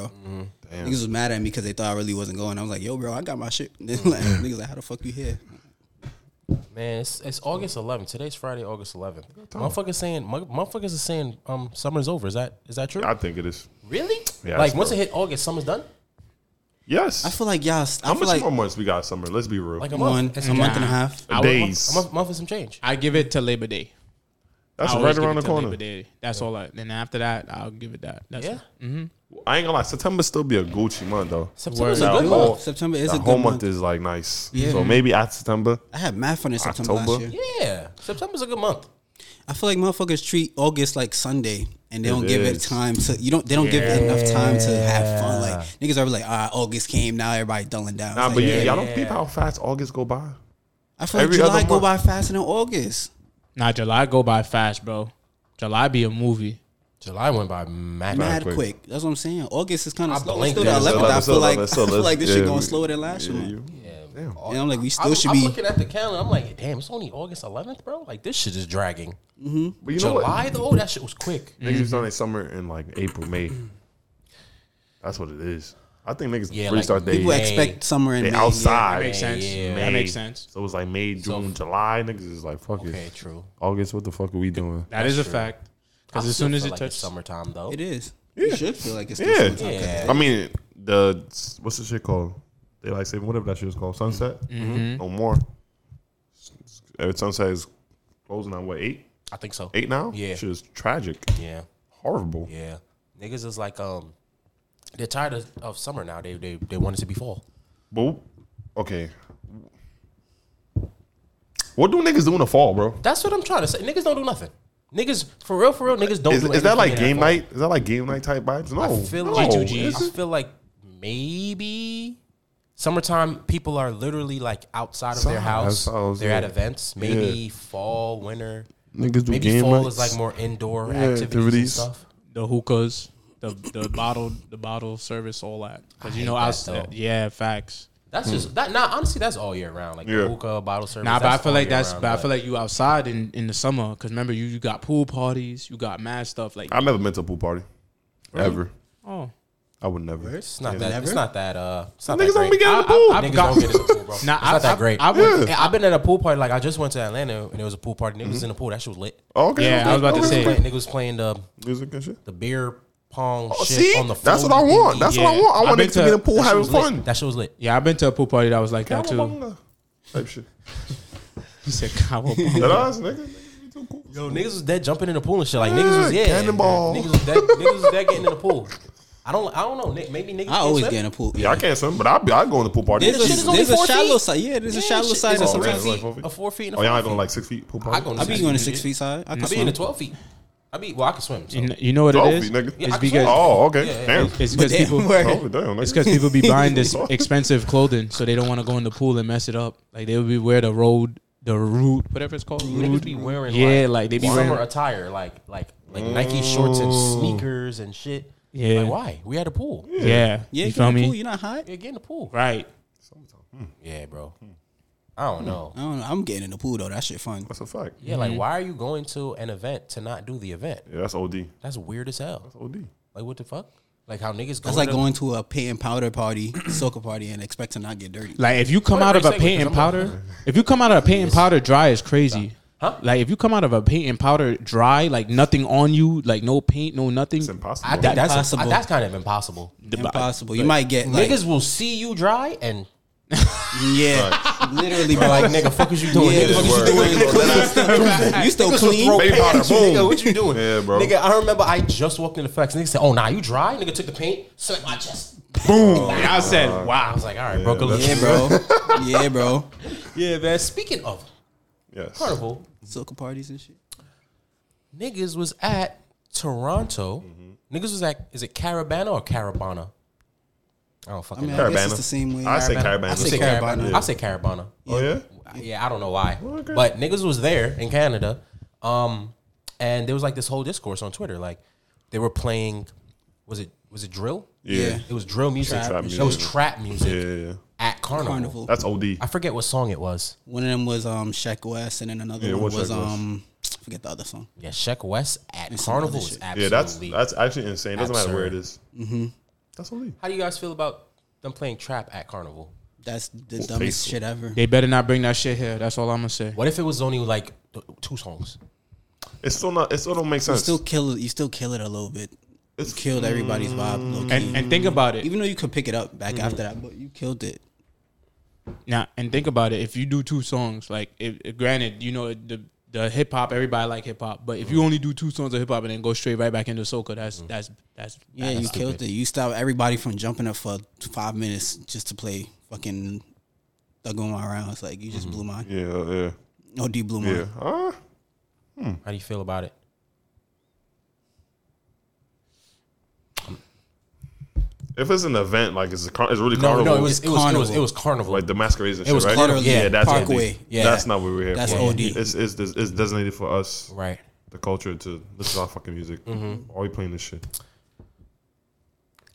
Speaker 3: bro. Niggas was mad
Speaker 4: Mm.
Speaker 3: at me because they thought I really wasn't going. I was like, Yo, bro, I got my shit. And then, like, niggas like, How the fuck you here?
Speaker 2: Man, it's, it's August 11th. Today's Friday, August 11th. Motherfuckers saying, mu- motherfuckers are saying, um, summer's over. Is that is that true?
Speaker 4: I think it is.
Speaker 2: really?
Speaker 4: Yeah,
Speaker 2: like
Speaker 4: it's
Speaker 2: once it
Speaker 4: true.
Speaker 2: hit August, summer's done.
Speaker 4: Yes.
Speaker 3: I feel like y'all. I
Speaker 4: How
Speaker 3: feel
Speaker 4: much
Speaker 3: like
Speaker 4: more months we got summer? Let's be real.
Speaker 2: Like a
Speaker 4: a
Speaker 3: one,
Speaker 2: month.
Speaker 3: a month and a half.
Speaker 2: I would- a month-
Speaker 4: Days.
Speaker 2: A month, month and some change.
Speaker 5: I give it to Labor Day.
Speaker 4: That's
Speaker 5: I always
Speaker 4: right
Speaker 5: give
Speaker 4: around
Speaker 5: it
Speaker 4: the
Speaker 5: to
Speaker 4: corner.
Speaker 5: Labor Day. That's all. I, then after that, I'll give it that. That's
Speaker 2: Yeah.
Speaker 4: I ain't gonna lie. September still be a Gucci month though.
Speaker 2: September's a
Speaker 4: Word.
Speaker 2: good
Speaker 4: Nah,
Speaker 2: month.
Speaker 4: whole-
Speaker 3: September is
Speaker 4: the
Speaker 3: a
Speaker 4: whole
Speaker 3: good
Speaker 4: month
Speaker 3: month.
Speaker 4: is like nice.
Speaker 3: Yeah.
Speaker 4: So maybe at September.
Speaker 3: I had mad fun in September last
Speaker 4: October.
Speaker 3: year.
Speaker 2: Yeah. September's a good month.
Speaker 3: I feel like motherfuckers treat August like Sunday, and they don't give it
Speaker 4: is.
Speaker 3: time to. You don't. They don't give it enough time to have fun. Like niggas are like, ah, August came now, everybody dulling down.
Speaker 4: Nah,
Speaker 3: It's
Speaker 4: but
Speaker 3: like,
Speaker 4: yeah, y'all don't peep how fast August go by.
Speaker 3: I feel like
Speaker 4: every
Speaker 3: July
Speaker 4: other
Speaker 3: go
Speaker 4: month.
Speaker 3: by faster than August.
Speaker 5: Nah, July go by fast, bro. July be a movie.
Speaker 2: July went by mad.
Speaker 3: Mad
Speaker 4: quick.
Speaker 3: quick. That's what I'm saying. August is kind
Speaker 2: I
Speaker 3: of slow. We
Speaker 2: blinked
Speaker 3: Still
Speaker 2: at
Speaker 3: got
Speaker 2: it.
Speaker 3: eleventh. I
Speaker 4: Let's
Speaker 3: feel
Speaker 4: go,
Speaker 3: like I
Speaker 4: let's go,
Speaker 3: feel
Speaker 4: let's-
Speaker 3: like this shit
Speaker 4: yeah,
Speaker 3: going
Speaker 4: we-
Speaker 3: slower than last
Speaker 4: Yeah,
Speaker 3: month.
Speaker 4: you-
Speaker 3: And I'm like, we still
Speaker 2: I'm,
Speaker 3: should
Speaker 2: I'm
Speaker 3: be.
Speaker 2: looking at the calendar. I'm like, damn, it's only August 11th, bro. Like this shit is dragging.
Speaker 4: But you know
Speaker 2: July
Speaker 4: what?
Speaker 2: though, that shit was quick.
Speaker 4: Niggas be starting their summer in like April, May. That's what it is. I think niggas
Speaker 2: Yeah,
Speaker 4: really
Speaker 2: like,
Speaker 4: start
Speaker 3: People
Speaker 2: May.
Speaker 4: they,
Speaker 3: expect summer in
Speaker 4: they
Speaker 3: May.
Speaker 4: outside.
Speaker 5: Makes sense.
Speaker 2: yeah.
Speaker 5: That
Speaker 4: May.
Speaker 5: makes sense.
Speaker 4: So it was like May, June, July. Niggas is like, fuck
Speaker 2: Okay,
Speaker 4: it.
Speaker 2: true.
Speaker 4: August, what the fuck are we doing?
Speaker 5: That is a fact. Because
Speaker 2: I
Speaker 5: as
Speaker 2: still
Speaker 5: soon as
Speaker 2: feel
Speaker 5: it
Speaker 2: like it's
Speaker 5: touches
Speaker 2: summertime though.
Speaker 3: Yeah. It is. You should feel like it's still
Speaker 4: Yeah.
Speaker 3: summertime.
Speaker 2: Yeah.
Speaker 4: I mean, the what's the shit called? They like say whatever that shit is called. Sunset. No more. Uh, Sunset is closing on what eight?
Speaker 2: I think so.
Speaker 4: Eight now.
Speaker 2: Yeah.
Speaker 4: shit is tragic,
Speaker 2: Yeah.
Speaker 4: horrible.
Speaker 2: Yeah. Niggas is like um they're tired of, of summer now. They they they want it to be fall.
Speaker 4: But okay, what do niggas do in the fall, bro?
Speaker 2: That's what I'm trying to say. Niggas don't do nothing. Niggas for real, for real, niggas don't
Speaker 4: Is,
Speaker 2: do
Speaker 4: is
Speaker 2: anything
Speaker 4: that like
Speaker 2: in
Speaker 4: game
Speaker 2: fall.
Speaker 4: night? Is that like game night type vibes? No,
Speaker 2: I feel
Speaker 4: no.
Speaker 2: like
Speaker 5: G2Gs.
Speaker 2: I feel like maybe summertime people are literally like outside of their
Speaker 4: Outside,
Speaker 2: house.
Speaker 4: outside,
Speaker 2: They're
Speaker 4: yeah.
Speaker 2: at events. Maybe fall, winter.
Speaker 4: Niggas do
Speaker 2: Maybe
Speaker 4: game
Speaker 2: fall
Speaker 4: nights.
Speaker 2: is like more indoor
Speaker 4: Yeah,
Speaker 2: activities, and
Speaker 4: activities.
Speaker 2: stuff.
Speaker 5: the hookahs, the the bottle the bottle service, all that. Because you know,
Speaker 2: hate that,
Speaker 5: outside,
Speaker 2: though.
Speaker 5: yeah, facts.
Speaker 2: That's just that. Nah, honestly, that's all year round. Like
Speaker 4: Hmm. Yeah.
Speaker 2: the hookah, bottle service.
Speaker 5: Nah, but I feel
Speaker 2: all
Speaker 5: like
Speaker 2: year
Speaker 5: that's.
Speaker 2: round,
Speaker 5: but I feel like you outside in, in the summer because remember you you got pool parties, you got mad stuff like
Speaker 4: I've never been to a pool party, ever.
Speaker 5: oh.
Speaker 4: I would never.
Speaker 2: it's not that. It's not that. Uh, it's not that
Speaker 4: Niggas
Speaker 2: great.
Speaker 4: don't be getting in the
Speaker 5: I-
Speaker 4: pool.
Speaker 5: I- I-
Speaker 2: Niggas
Speaker 5: Got-
Speaker 2: don't get into the pool, bro.
Speaker 5: Nah,
Speaker 2: it's
Speaker 5: I-
Speaker 2: not that
Speaker 5: I-
Speaker 2: great.
Speaker 5: I would-
Speaker 2: I've been at a pool party. Like I just went to Atlanta and it was a pool party. Niggas was in the pool. That shit was lit.
Speaker 4: Oh, okay,
Speaker 5: Yeah, I was about to
Speaker 4: okay,
Speaker 5: say.
Speaker 4: okay.
Speaker 2: Niggas was playing the
Speaker 4: music and shit.
Speaker 2: the beer pong
Speaker 4: Oh,
Speaker 2: shit
Speaker 4: see,
Speaker 2: on the floor.
Speaker 4: that's what I want. That's what I
Speaker 5: Yeah.
Speaker 4: want. I
Speaker 5: I've
Speaker 4: want
Speaker 5: been
Speaker 4: niggas to be
Speaker 5: to-
Speaker 4: in the pool
Speaker 2: That shit
Speaker 4: having
Speaker 2: was lit.
Speaker 4: fun.
Speaker 2: That shit was lit.
Speaker 5: Yeah, I've been to a pool party that was like that too.
Speaker 4: Cowabunga. Type shit.
Speaker 5: He said cowabunga.
Speaker 4: That ass nigga. Niggas be too cool.
Speaker 2: Yo, niggas was dead jumping in the pool and shit. Like niggas was
Speaker 4: Yeah,
Speaker 2: yeah,
Speaker 4: cannonball.
Speaker 2: Niggas was dead. niggas was dead getting in the pool. I don't. I don't know. Nick, Maybe niggas.
Speaker 3: I always
Speaker 2: can't
Speaker 3: get in
Speaker 2: swim.
Speaker 3: a pool.
Speaker 4: Yeah, I can't swim, but I be I go in the pool party.
Speaker 3: There's
Speaker 2: This shit is
Speaker 3: a,
Speaker 2: only
Speaker 3: there's a
Speaker 2: four
Speaker 3: shallow
Speaker 2: feet.
Speaker 3: side. Yeah, there's a
Speaker 2: Yeah,
Speaker 3: shallow
Speaker 2: shit, it's
Speaker 3: side. in
Speaker 2: a
Speaker 4: Oh,
Speaker 3: September.
Speaker 2: three
Speaker 4: right,
Speaker 2: feet,
Speaker 4: like four feet.
Speaker 2: a four feet. And a
Speaker 4: Oh, y'all
Speaker 2: four
Speaker 4: ain't going
Speaker 2: feet.
Speaker 4: like six feet pool
Speaker 2: I
Speaker 4: party.
Speaker 2: go in
Speaker 3: I
Speaker 2: the
Speaker 3: be
Speaker 2: six
Speaker 3: going to
Speaker 2: feet.
Speaker 3: six feet side. I
Speaker 2: I
Speaker 3: can
Speaker 2: be in
Speaker 3: swim.
Speaker 2: the twelve feet. I be well. I can swim. So.
Speaker 5: You kn- you know what it
Speaker 4: Twelve
Speaker 5: is?
Speaker 4: feet, nigga.
Speaker 2: Yeah,
Speaker 5: It's
Speaker 2: I can
Speaker 5: because
Speaker 2: swim.
Speaker 4: Oh, okay.
Speaker 2: Yeah,
Speaker 4: Damn.
Speaker 5: it's because people
Speaker 4: Oh, damn.
Speaker 5: It's
Speaker 4: nigga.
Speaker 5: because people be buying this expensive clothing, so they don't want to go in the pool and mess it up. Like they would be wear the road, the root, whatever it's called.
Speaker 2: Niggas
Speaker 5: Rude.
Speaker 2: be wearing
Speaker 5: yeah,
Speaker 2: like,
Speaker 5: like they be
Speaker 2: summer
Speaker 5: wearing.
Speaker 2: attire, like like like Nike shorts and sneakers and shit.
Speaker 5: Yeah.
Speaker 2: Like why? We had a pool. Yeah,
Speaker 5: Yeah,
Speaker 3: Yeah,
Speaker 5: you
Speaker 3: get in
Speaker 5: feel
Speaker 3: the pool.
Speaker 5: me?
Speaker 3: You're not hot.
Speaker 2: get in the pool.
Speaker 5: Right.
Speaker 2: Yeah, bro. I don't know.
Speaker 3: I don't know. I'm getting in the pool though. That shit fun.
Speaker 4: That's a fact.
Speaker 2: Yeah, like why are you going to an event to not do the event?
Speaker 4: Yeah, that's OD.
Speaker 2: That's weird as hell.
Speaker 4: That's OD.
Speaker 2: Like what the fuck? Like how niggas go
Speaker 3: That's like
Speaker 2: to-
Speaker 3: going to a paint and powder party, soca party, and expect to not get dirty.
Speaker 5: Like if you come out
Speaker 2: are
Speaker 5: of
Speaker 2: you
Speaker 5: a
Speaker 2: saying?
Speaker 5: paint and powder, if you come out of a paint and powder dry is crazy.
Speaker 2: Huh?
Speaker 5: Like if you come out of a paint and powder dry, like nothing on you, like no paint, no nothing.
Speaker 4: It's impossible.
Speaker 2: I think that's
Speaker 3: Impossible.
Speaker 2: that's kind of impossible.
Speaker 3: Impossible. You might get like
Speaker 2: niggas will see you dry and
Speaker 3: yeah, literally. But
Speaker 2: like
Speaker 3: like
Speaker 2: nigga, fuck is you doing?
Speaker 3: Yeah,
Speaker 2: nigga?
Speaker 3: fuck is
Speaker 2: Word.
Speaker 3: you doing? you
Speaker 2: Niggas
Speaker 3: still
Speaker 2: will throw
Speaker 3: clean?
Speaker 4: Baby powder,
Speaker 2: pants at you,
Speaker 4: boom.
Speaker 2: Nigga, what you doing?
Speaker 4: Yeah, bro.
Speaker 2: Nigga, I remember I just walked into Flex. Nigga said, "Oh, nah, you dry." Nigga took the paint, slapped my chest.
Speaker 5: And I
Speaker 4: Uh-huh.
Speaker 5: said,
Speaker 2: I
Speaker 5: wow.
Speaker 2: was like, "All right, bro, good luck."
Speaker 3: Yeah, bro. Yeah, bro.
Speaker 2: Yeah, man. Speaking of
Speaker 4: Yes.
Speaker 2: carnival,
Speaker 3: Soca parties and shit.
Speaker 2: niggas was at Toronto.
Speaker 4: Mm-hmm.
Speaker 2: Niggas was at is it Carabana or Carabana? I don't
Speaker 3: I
Speaker 2: fucking
Speaker 3: mean,
Speaker 2: know.
Speaker 3: I guess
Speaker 4: Carabana.
Speaker 3: it's the same way.
Speaker 4: I say
Speaker 2: Carabana.
Speaker 4: Carabana.
Speaker 2: I say
Speaker 3: I say Carabana.
Speaker 2: Carabana. I say Carabana.
Speaker 4: Oh yeah.
Speaker 2: Uh, Yeah, I don't know why, but niggas was there in Canada, um, and there was like this whole discourse on Twitter. Like they were playing, was it was it drill?
Speaker 4: Yeah.
Speaker 2: It was drill music.
Speaker 4: Trap
Speaker 2: It was
Speaker 4: music.
Speaker 2: trap music
Speaker 4: Yeah, yeah, yeah.
Speaker 2: at Carnival.
Speaker 3: Carnival.
Speaker 4: That's OD.
Speaker 2: I forget what song it was.
Speaker 3: One of them was um Shaq West, and then another
Speaker 4: Yeah,
Speaker 3: one
Speaker 4: what's
Speaker 3: was
Speaker 4: Shaq West?
Speaker 3: um I forget the other song.
Speaker 2: Yeah, Sheck West at
Speaker 3: some
Speaker 2: Carnival
Speaker 3: other
Speaker 2: is
Speaker 3: shit.
Speaker 2: absolutely.
Speaker 4: Yeah, that's that's actually insane. Doesn't matter where it
Speaker 2: absurd.
Speaker 4: is. That's OD.
Speaker 2: How do you guys feel about them playing trap at Carnival?
Speaker 3: That's the dumbest
Speaker 4: Facebook.
Speaker 3: shit ever.
Speaker 5: They better not bring that shit here. That's all I'm gonna say.
Speaker 2: What if it was only like th- two songs?
Speaker 4: It's still not. It still don't make
Speaker 3: You
Speaker 4: sense.
Speaker 3: still kill it. You still kill it a little bit. You
Speaker 4: It's-
Speaker 3: killed everybody's vibe. low-key.
Speaker 5: And and think about it.
Speaker 3: even though you could pick it up back
Speaker 2: Mm-hmm.
Speaker 3: after that, but you killed it.
Speaker 5: Now and think about it. If you do two songs, like if, if- granted, you know the the hip hop, everybody like hip hop, but if
Speaker 2: Mm-hmm.
Speaker 5: you only do two songs of hip hop and then go straight right back into soca, that's that's that's
Speaker 3: Yeah, you killed it. You stopped everybody from jumping up for five minutes just to play fucking Thug on my rounds. Like you
Speaker 2: Mm-hmm.
Speaker 3: just blew mine.
Speaker 4: yeah, yeah,
Speaker 3: No, D blew mine.
Speaker 4: yeah. Huh?
Speaker 2: How do you feel about it?
Speaker 4: If it's an event, like it's a car- it's really
Speaker 2: No,
Speaker 4: carnival.
Speaker 2: no, it was it was, it was it
Speaker 3: Carnival.
Speaker 2: was carnival.
Speaker 4: like the masquerades and
Speaker 2: It
Speaker 4: shit,
Speaker 2: was
Speaker 4: right?
Speaker 2: carnival,
Speaker 4: yeah,
Speaker 2: yeah,
Speaker 4: that's
Speaker 3: Parkway.
Speaker 4: OD.
Speaker 2: Yeah.
Speaker 4: That's not what we're here
Speaker 3: That's
Speaker 4: for.
Speaker 3: OD.
Speaker 4: It's, it's it's designated for us,
Speaker 2: right.
Speaker 4: the culture, to listen to our fucking music.
Speaker 3: Mm-hmm.
Speaker 4: Why are we playing this shit?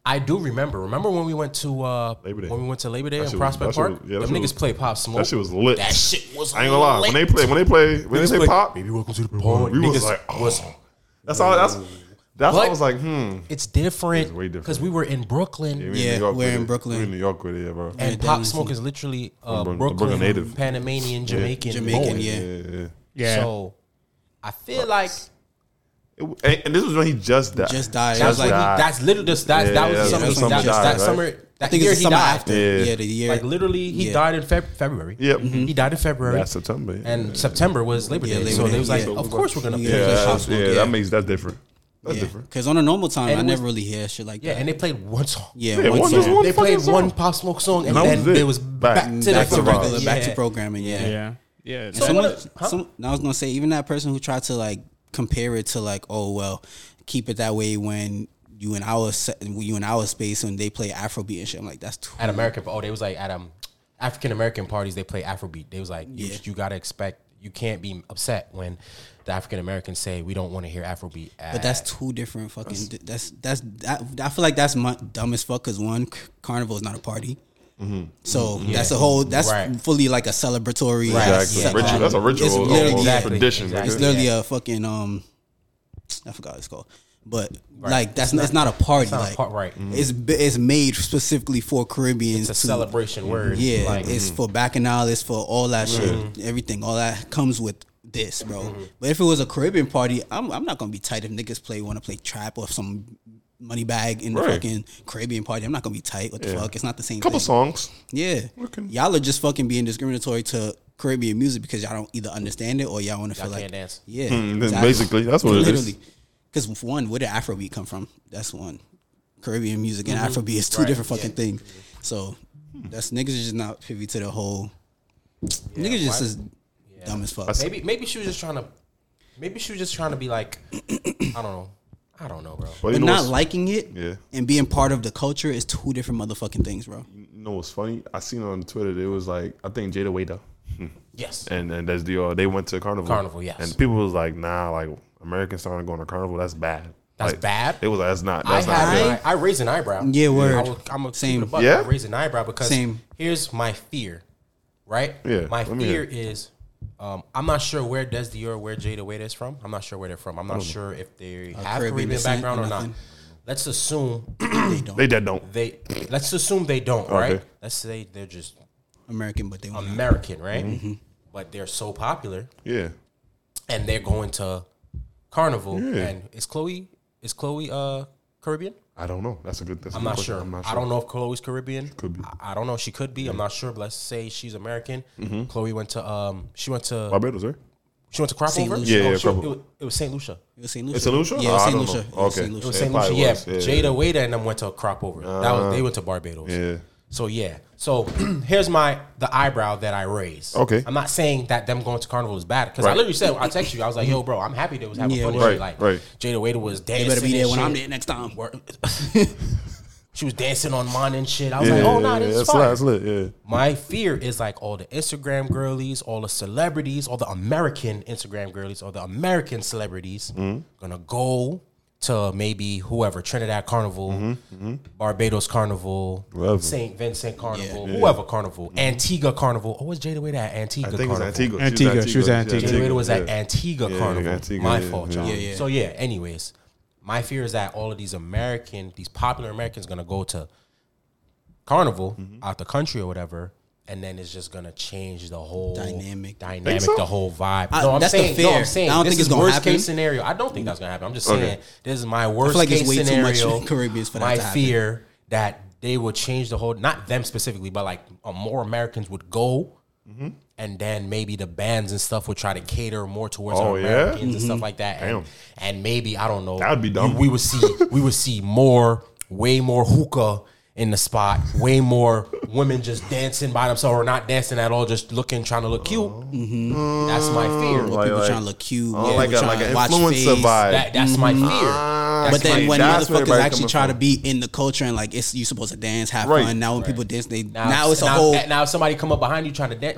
Speaker 2: I do remember. Remember when we went to uh,
Speaker 4: Labor Day.
Speaker 2: when we went to Labor Day in
Speaker 4: shit was-
Speaker 2: Prospect
Speaker 4: that shit
Speaker 2: Park?
Speaker 4: was- yeah, that
Speaker 2: Them
Speaker 4: shit
Speaker 2: niggas
Speaker 4: was-
Speaker 2: played Pop Smoke.
Speaker 4: That shit was lit.
Speaker 2: That shit was
Speaker 4: I ain't gonna lie. When they play, when they play, when they
Speaker 2: Niggas
Speaker 4: say
Speaker 2: play-
Speaker 4: pop,
Speaker 2: baby, welcome to the party.
Speaker 4: we
Speaker 2: Niggas
Speaker 4: was like, oh.
Speaker 2: was-
Speaker 4: that's all. That's that's why I
Speaker 2: But-
Speaker 4: was like, hmm.
Speaker 2: it's different
Speaker 4: It's way different.
Speaker 2: because we were in Brooklyn
Speaker 4: we
Speaker 3: Yeah,
Speaker 4: York
Speaker 3: we're
Speaker 4: with
Speaker 3: in
Speaker 4: it.
Speaker 3: Brooklyn.
Speaker 4: We in New York with it, yeah, bro.
Speaker 2: and
Speaker 3: Yeah,
Speaker 2: Pop
Speaker 3: definitely.
Speaker 2: Smoke is literally uh,
Speaker 4: I'm Bro- I'm
Speaker 2: Brooklyn,
Speaker 4: Brooklyn native.
Speaker 2: Panamanian, Jamaican,
Speaker 3: Jamaican,
Speaker 2: Jamaican,
Speaker 3: yeah.
Speaker 4: yeah, yeah.
Speaker 5: Yeah.
Speaker 2: So I feel like
Speaker 4: It- and, and this was when he just died.
Speaker 3: Just died. It
Speaker 2: that's
Speaker 3: was
Speaker 2: like
Speaker 3: like
Speaker 4: died.
Speaker 2: that's literally just that
Speaker 4: Yeah,
Speaker 2: that was
Speaker 4: yeah,
Speaker 2: the summer
Speaker 3: that's
Speaker 2: he
Speaker 3: when
Speaker 2: died.
Speaker 3: he
Speaker 2: Just
Speaker 4: died,
Speaker 2: that
Speaker 4: right?
Speaker 2: summer
Speaker 3: I
Speaker 2: that
Speaker 3: think
Speaker 2: year
Speaker 3: it's the
Speaker 2: he
Speaker 3: summer
Speaker 2: died.
Speaker 3: after.
Speaker 4: Yeah.
Speaker 3: Yeah. the year.
Speaker 2: Like literally, he
Speaker 3: Yeah.
Speaker 2: died in Feb- February.
Speaker 4: Yep.
Speaker 3: Mm-hmm.
Speaker 2: he died in February.
Speaker 4: That's September. Yeah.
Speaker 2: and September was Labor Day,
Speaker 3: Yeah, Labor
Speaker 2: so
Speaker 3: Day,
Speaker 2: they was like,
Speaker 3: yeah.
Speaker 2: "Of course we're gonna
Speaker 3: Yeah.
Speaker 2: play."
Speaker 4: yeah,
Speaker 2: this shit."
Speaker 4: that's-
Speaker 3: Pop Smoke,
Speaker 4: yeah,
Speaker 3: yeah.
Speaker 4: that makes that's different. That's
Speaker 3: yeah.
Speaker 4: different.
Speaker 3: Because on a normal time,
Speaker 2: And
Speaker 3: I
Speaker 2: it
Speaker 3: never
Speaker 2: was-
Speaker 3: really hear shit like
Speaker 2: Yeah,
Speaker 3: that.
Speaker 2: and they played one song.
Speaker 3: yeah,
Speaker 4: Yeah,
Speaker 3: one song.
Speaker 4: one- just one-
Speaker 2: they played
Speaker 4: fucking song.
Speaker 2: one Pop Smoke song, and
Speaker 4: That was
Speaker 2: then
Speaker 4: it.
Speaker 2: they was
Speaker 4: Back-
Speaker 2: back, to
Speaker 3: Mm, back
Speaker 2: the
Speaker 3: to
Speaker 2: fucking-
Speaker 3: regular, back to
Speaker 2: yeah.
Speaker 3: programming. Yeah.
Speaker 5: Yeah. Yeah.
Speaker 3: And someone,
Speaker 2: what- huh?
Speaker 3: some, and I was gonna say, even that person who tried to like compare it to like, oh well, keep it that way when you in our se- you in our space when they play Afrobeat and shit. I'm like, that's too.
Speaker 2: at American. Oh, they was like at um African American parties. They play Afrobeat. They was like, you,
Speaker 3: Yeah.
Speaker 2: you gotta expect. You can't be upset when the African Americans say we don't want to hear Afrobeat.
Speaker 3: But that's two different fucking. That's that's, that. I feel like that's my dumb as fuck because one c- carnival is not a party, so that's a whole. That's
Speaker 2: Right.
Speaker 3: fully like a celebratory.
Speaker 2: Right.
Speaker 3: like,
Speaker 4: Exactly.
Speaker 2: Yeah.
Speaker 3: set-
Speaker 4: Ritual-
Speaker 3: um,
Speaker 4: That's a ritual.
Speaker 3: It's
Speaker 4: almost,
Speaker 3: literally,
Speaker 2: Exactly.
Speaker 4: Tradition.
Speaker 2: Exactly.
Speaker 3: it's
Speaker 4: nigga.
Speaker 3: literally a fucking um, I forgot what it's called, but like that's not, it's not a party.
Speaker 2: not a
Speaker 3: like mm.
Speaker 2: par- right.
Speaker 3: It's b- it's made specifically for Caribbeans.
Speaker 2: it's a
Speaker 3: to-
Speaker 2: celebration word.
Speaker 3: Yeah,
Speaker 2: like,
Speaker 4: mm-hmm.
Speaker 3: it's for bacchanal, it's for all that shit, everything, all that comes with this, bro.
Speaker 4: Mm-hmm.
Speaker 3: But if it was a Caribbean party, I'm, I'm not gonna be tight if niggas play want to play trap or some money bag in
Speaker 4: Right.
Speaker 3: the fucking Caribbean party. I'm not gonna be tight. What the
Speaker 4: Yeah.
Speaker 3: fuck? It's not the same.
Speaker 4: couple
Speaker 3: thing.
Speaker 4: songs.
Speaker 3: Yeah,
Speaker 4: can-
Speaker 3: y'all are just fucking being discriminatory to Caribbean music because y'all don't either understand it or y'all want to feel
Speaker 2: Y'all
Speaker 3: like
Speaker 2: can't dance.
Speaker 3: Yeah,
Speaker 4: Hmm, then basically, that's what it is.
Speaker 3: Because one, where did Afrobeat come from? That's one. Caribbean music
Speaker 2: Mm-hmm.
Speaker 3: and Afrobeat is two different fucking things. So that's niggas are just not privy to the whole. niggas just is dumb as fuck.
Speaker 2: maybe maybe she was just trying to. Maybe she was just trying to be like, I don't know, I don't know, bro.
Speaker 4: But you
Speaker 3: But
Speaker 4: know
Speaker 3: not
Speaker 4: what's-
Speaker 3: liking it
Speaker 4: Yeah.
Speaker 3: and being part of the culture is two different motherfucking things, bro.
Speaker 4: You know what's funny? I seen on Twitter. It was like I think Jada Waiter
Speaker 2: Yes,
Speaker 4: and and that's the uh, they went to carnival.
Speaker 2: Carnival, yes.
Speaker 4: And people was like, nah, like Americans starting going to carnival. That's bad.
Speaker 2: That's
Speaker 4: Like,
Speaker 2: bad?
Speaker 4: It was like that's not.
Speaker 2: I
Speaker 4: That's not. good.
Speaker 2: have. I, I raise an eyebrow.
Speaker 3: Yeah, word.
Speaker 2: I will- I'm a
Speaker 3: Same.
Speaker 2: same. Buck,
Speaker 4: Yeah?
Speaker 2: I raise an eyebrow because
Speaker 3: Same.
Speaker 2: here's my fear, right?
Speaker 4: Yeah,
Speaker 2: My
Speaker 4: let me hear
Speaker 2: fear
Speaker 4: it.
Speaker 2: is, um, I'm not sure where Des Dior, where Jada Wade is from. I'm not sure where they're from. I'm not sure if they have
Speaker 3: Caribbean
Speaker 2: Caribbean
Speaker 3: descent
Speaker 2: background
Speaker 3: or
Speaker 2: or not.
Speaker 3: nothing.
Speaker 2: Let's assume
Speaker 3: they don't.
Speaker 4: They dead don't.
Speaker 2: they. Let's assume they don't. Right.
Speaker 4: Okay.
Speaker 2: Let's say they're just
Speaker 3: American,
Speaker 2: Oh,
Speaker 3: but they want to.
Speaker 2: American. Right.
Speaker 4: Mm-hmm.
Speaker 2: But they're so popular
Speaker 4: Yeah.
Speaker 2: and they're going to carnival.
Speaker 4: Yeah.
Speaker 2: And is Chloe is Chloe uh Caribbean?
Speaker 4: I don't know. That's a good. That's a
Speaker 2: I'm
Speaker 4: good
Speaker 2: not,
Speaker 4: question.
Speaker 2: sure.
Speaker 4: I'm not
Speaker 2: I
Speaker 4: sure.
Speaker 2: don't know if Chloe's Caribbean.
Speaker 4: Could be.
Speaker 2: I, I don't know. She could be. I'm not sure. But let's say she's American.
Speaker 4: Mm-hmm.
Speaker 2: Chloe went to um. She went to
Speaker 4: Barbados, right?
Speaker 2: she went to Crapover.
Speaker 3: Saint Lucia.
Speaker 4: Yeah, yeah,
Speaker 2: she-
Speaker 4: Crapover.
Speaker 2: it, was, it was Saint Lucia.
Speaker 3: It was Saint Lucia.
Speaker 4: It's a Lucia? Ah,
Speaker 3: Yeah, it was
Speaker 4: I
Speaker 3: Saint
Speaker 4: don't know.
Speaker 3: Lucia. It was
Speaker 4: Okay.
Speaker 3: Saint
Speaker 2: It was
Speaker 3: Lucia.
Speaker 4: It
Speaker 2: Saint Lucia.
Speaker 4: probably
Speaker 2: Yeah,
Speaker 4: was, yeah. Uh-huh.
Speaker 2: Jada Waiter and them went to Crapover. that was they went to Barbados.
Speaker 4: Yeah.
Speaker 2: So yeah. So here's my the eyebrow that I raised.
Speaker 4: Okay.
Speaker 2: I'm not saying that them going to carnival is bad because I
Speaker 4: Right.
Speaker 2: literally said I text you. I was like, yo, bro, I'm happy they was having
Speaker 3: Yeah,
Speaker 2: fun. and
Speaker 4: right,
Speaker 2: shit. Like
Speaker 4: right.
Speaker 2: Jada Waiter was dancing.
Speaker 3: They better be there
Speaker 2: and
Speaker 3: when I'm
Speaker 2: shit.
Speaker 3: there next time.
Speaker 2: She was dancing on mine and shit. I was
Speaker 4: Yeah.
Speaker 2: like, oh no,
Speaker 4: yeah,
Speaker 2: this is
Speaker 4: that's
Speaker 2: fire.
Speaker 4: lit, that's lit. Yeah.
Speaker 2: My fear is like all the Instagram girlies, all the celebrities, all the American Instagram girlies, all the American celebrities
Speaker 4: Mm-hmm.
Speaker 2: gonna go to maybe whoever Trinidad Carnival,
Speaker 4: Mm-hmm.
Speaker 2: Barbados Carnival,
Speaker 4: Wherever.
Speaker 2: Saint Vincent Carnival, whoever Carnival, Antigua Carnival. Oh, was Jada Wade at Antigua?
Speaker 4: I think it's
Speaker 2: Carnival?
Speaker 4: Antigua. She was
Speaker 5: Antigua, she was at
Speaker 4: yeah,
Speaker 5: Antigua.
Speaker 2: Jada Wade was at
Speaker 4: yeah.
Speaker 2: Antigua
Speaker 4: Yeah,
Speaker 2: Carnival.
Speaker 4: Antigua,
Speaker 2: my
Speaker 4: yeah,
Speaker 2: fault,
Speaker 4: yeah.
Speaker 2: y'all.
Speaker 3: Yeah, yeah.
Speaker 2: So yeah. Anyways, my fear is that all of these
Speaker 4: Mm-hmm.
Speaker 2: American, these popular Americans, gonna go to Carnival out the country or whatever, and then it's just gonna change the whole
Speaker 3: Dynamic.
Speaker 2: dynamic,
Speaker 4: so?
Speaker 2: the whole vibe.
Speaker 3: I-
Speaker 2: no, I'm
Speaker 3: that's the
Speaker 2: saying, no,
Speaker 3: fear.
Speaker 2: I'm saying,
Speaker 3: I don't
Speaker 2: this
Speaker 3: think
Speaker 2: is
Speaker 3: it's gonna
Speaker 2: worst
Speaker 3: happen.
Speaker 2: case scenario. I don't think that's gonna happen. I'm just
Speaker 4: Okay.
Speaker 2: saying this is my worst
Speaker 3: like it's
Speaker 2: case
Speaker 3: way too much
Speaker 2: scenario.
Speaker 3: Caribbeans for that
Speaker 2: my
Speaker 3: to happen.
Speaker 2: fear that they would change the whole, not them specifically, but like uh, more Americans would go. And then maybe the bands and stuff would try to cater more towards
Speaker 4: Oh,
Speaker 2: our
Speaker 4: yeah?
Speaker 2: Americans and
Speaker 3: Mm-hmm.
Speaker 2: stuff like that. And,
Speaker 4: Damn.
Speaker 2: and maybe I don't know.
Speaker 4: That'd be dumb.
Speaker 2: We, we would see we would see more, way more hookah in the spot, way more women just dancing by themselves or not dancing at all, just looking, trying to look cute.
Speaker 3: Mm-hmm.
Speaker 2: That's my fear.
Speaker 4: Mm-hmm. Like-
Speaker 3: people trying to look cute.
Speaker 4: Oh, like a
Speaker 3: people
Speaker 4: like
Speaker 3: trying
Speaker 4: an
Speaker 3: to watch
Speaker 4: influencer
Speaker 3: face.
Speaker 4: vibe.
Speaker 2: that, that's my
Speaker 3: Mm-hmm.
Speaker 2: fear. That's
Speaker 3: But then
Speaker 2: my-
Speaker 3: when
Speaker 4: That's where
Speaker 3: motherfuckers
Speaker 4: everybody
Speaker 3: actually
Speaker 4: coming
Speaker 3: try to
Speaker 4: from.
Speaker 3: be in the culture and like it's you supposed to dance, have
Speaker 4: Right.
Speaker 3: fun. Now when people dance, they now, it's a
Speaker 2: now-
Speaker 3: whole
Speaker 2: now if somebody come up behind you trying to dance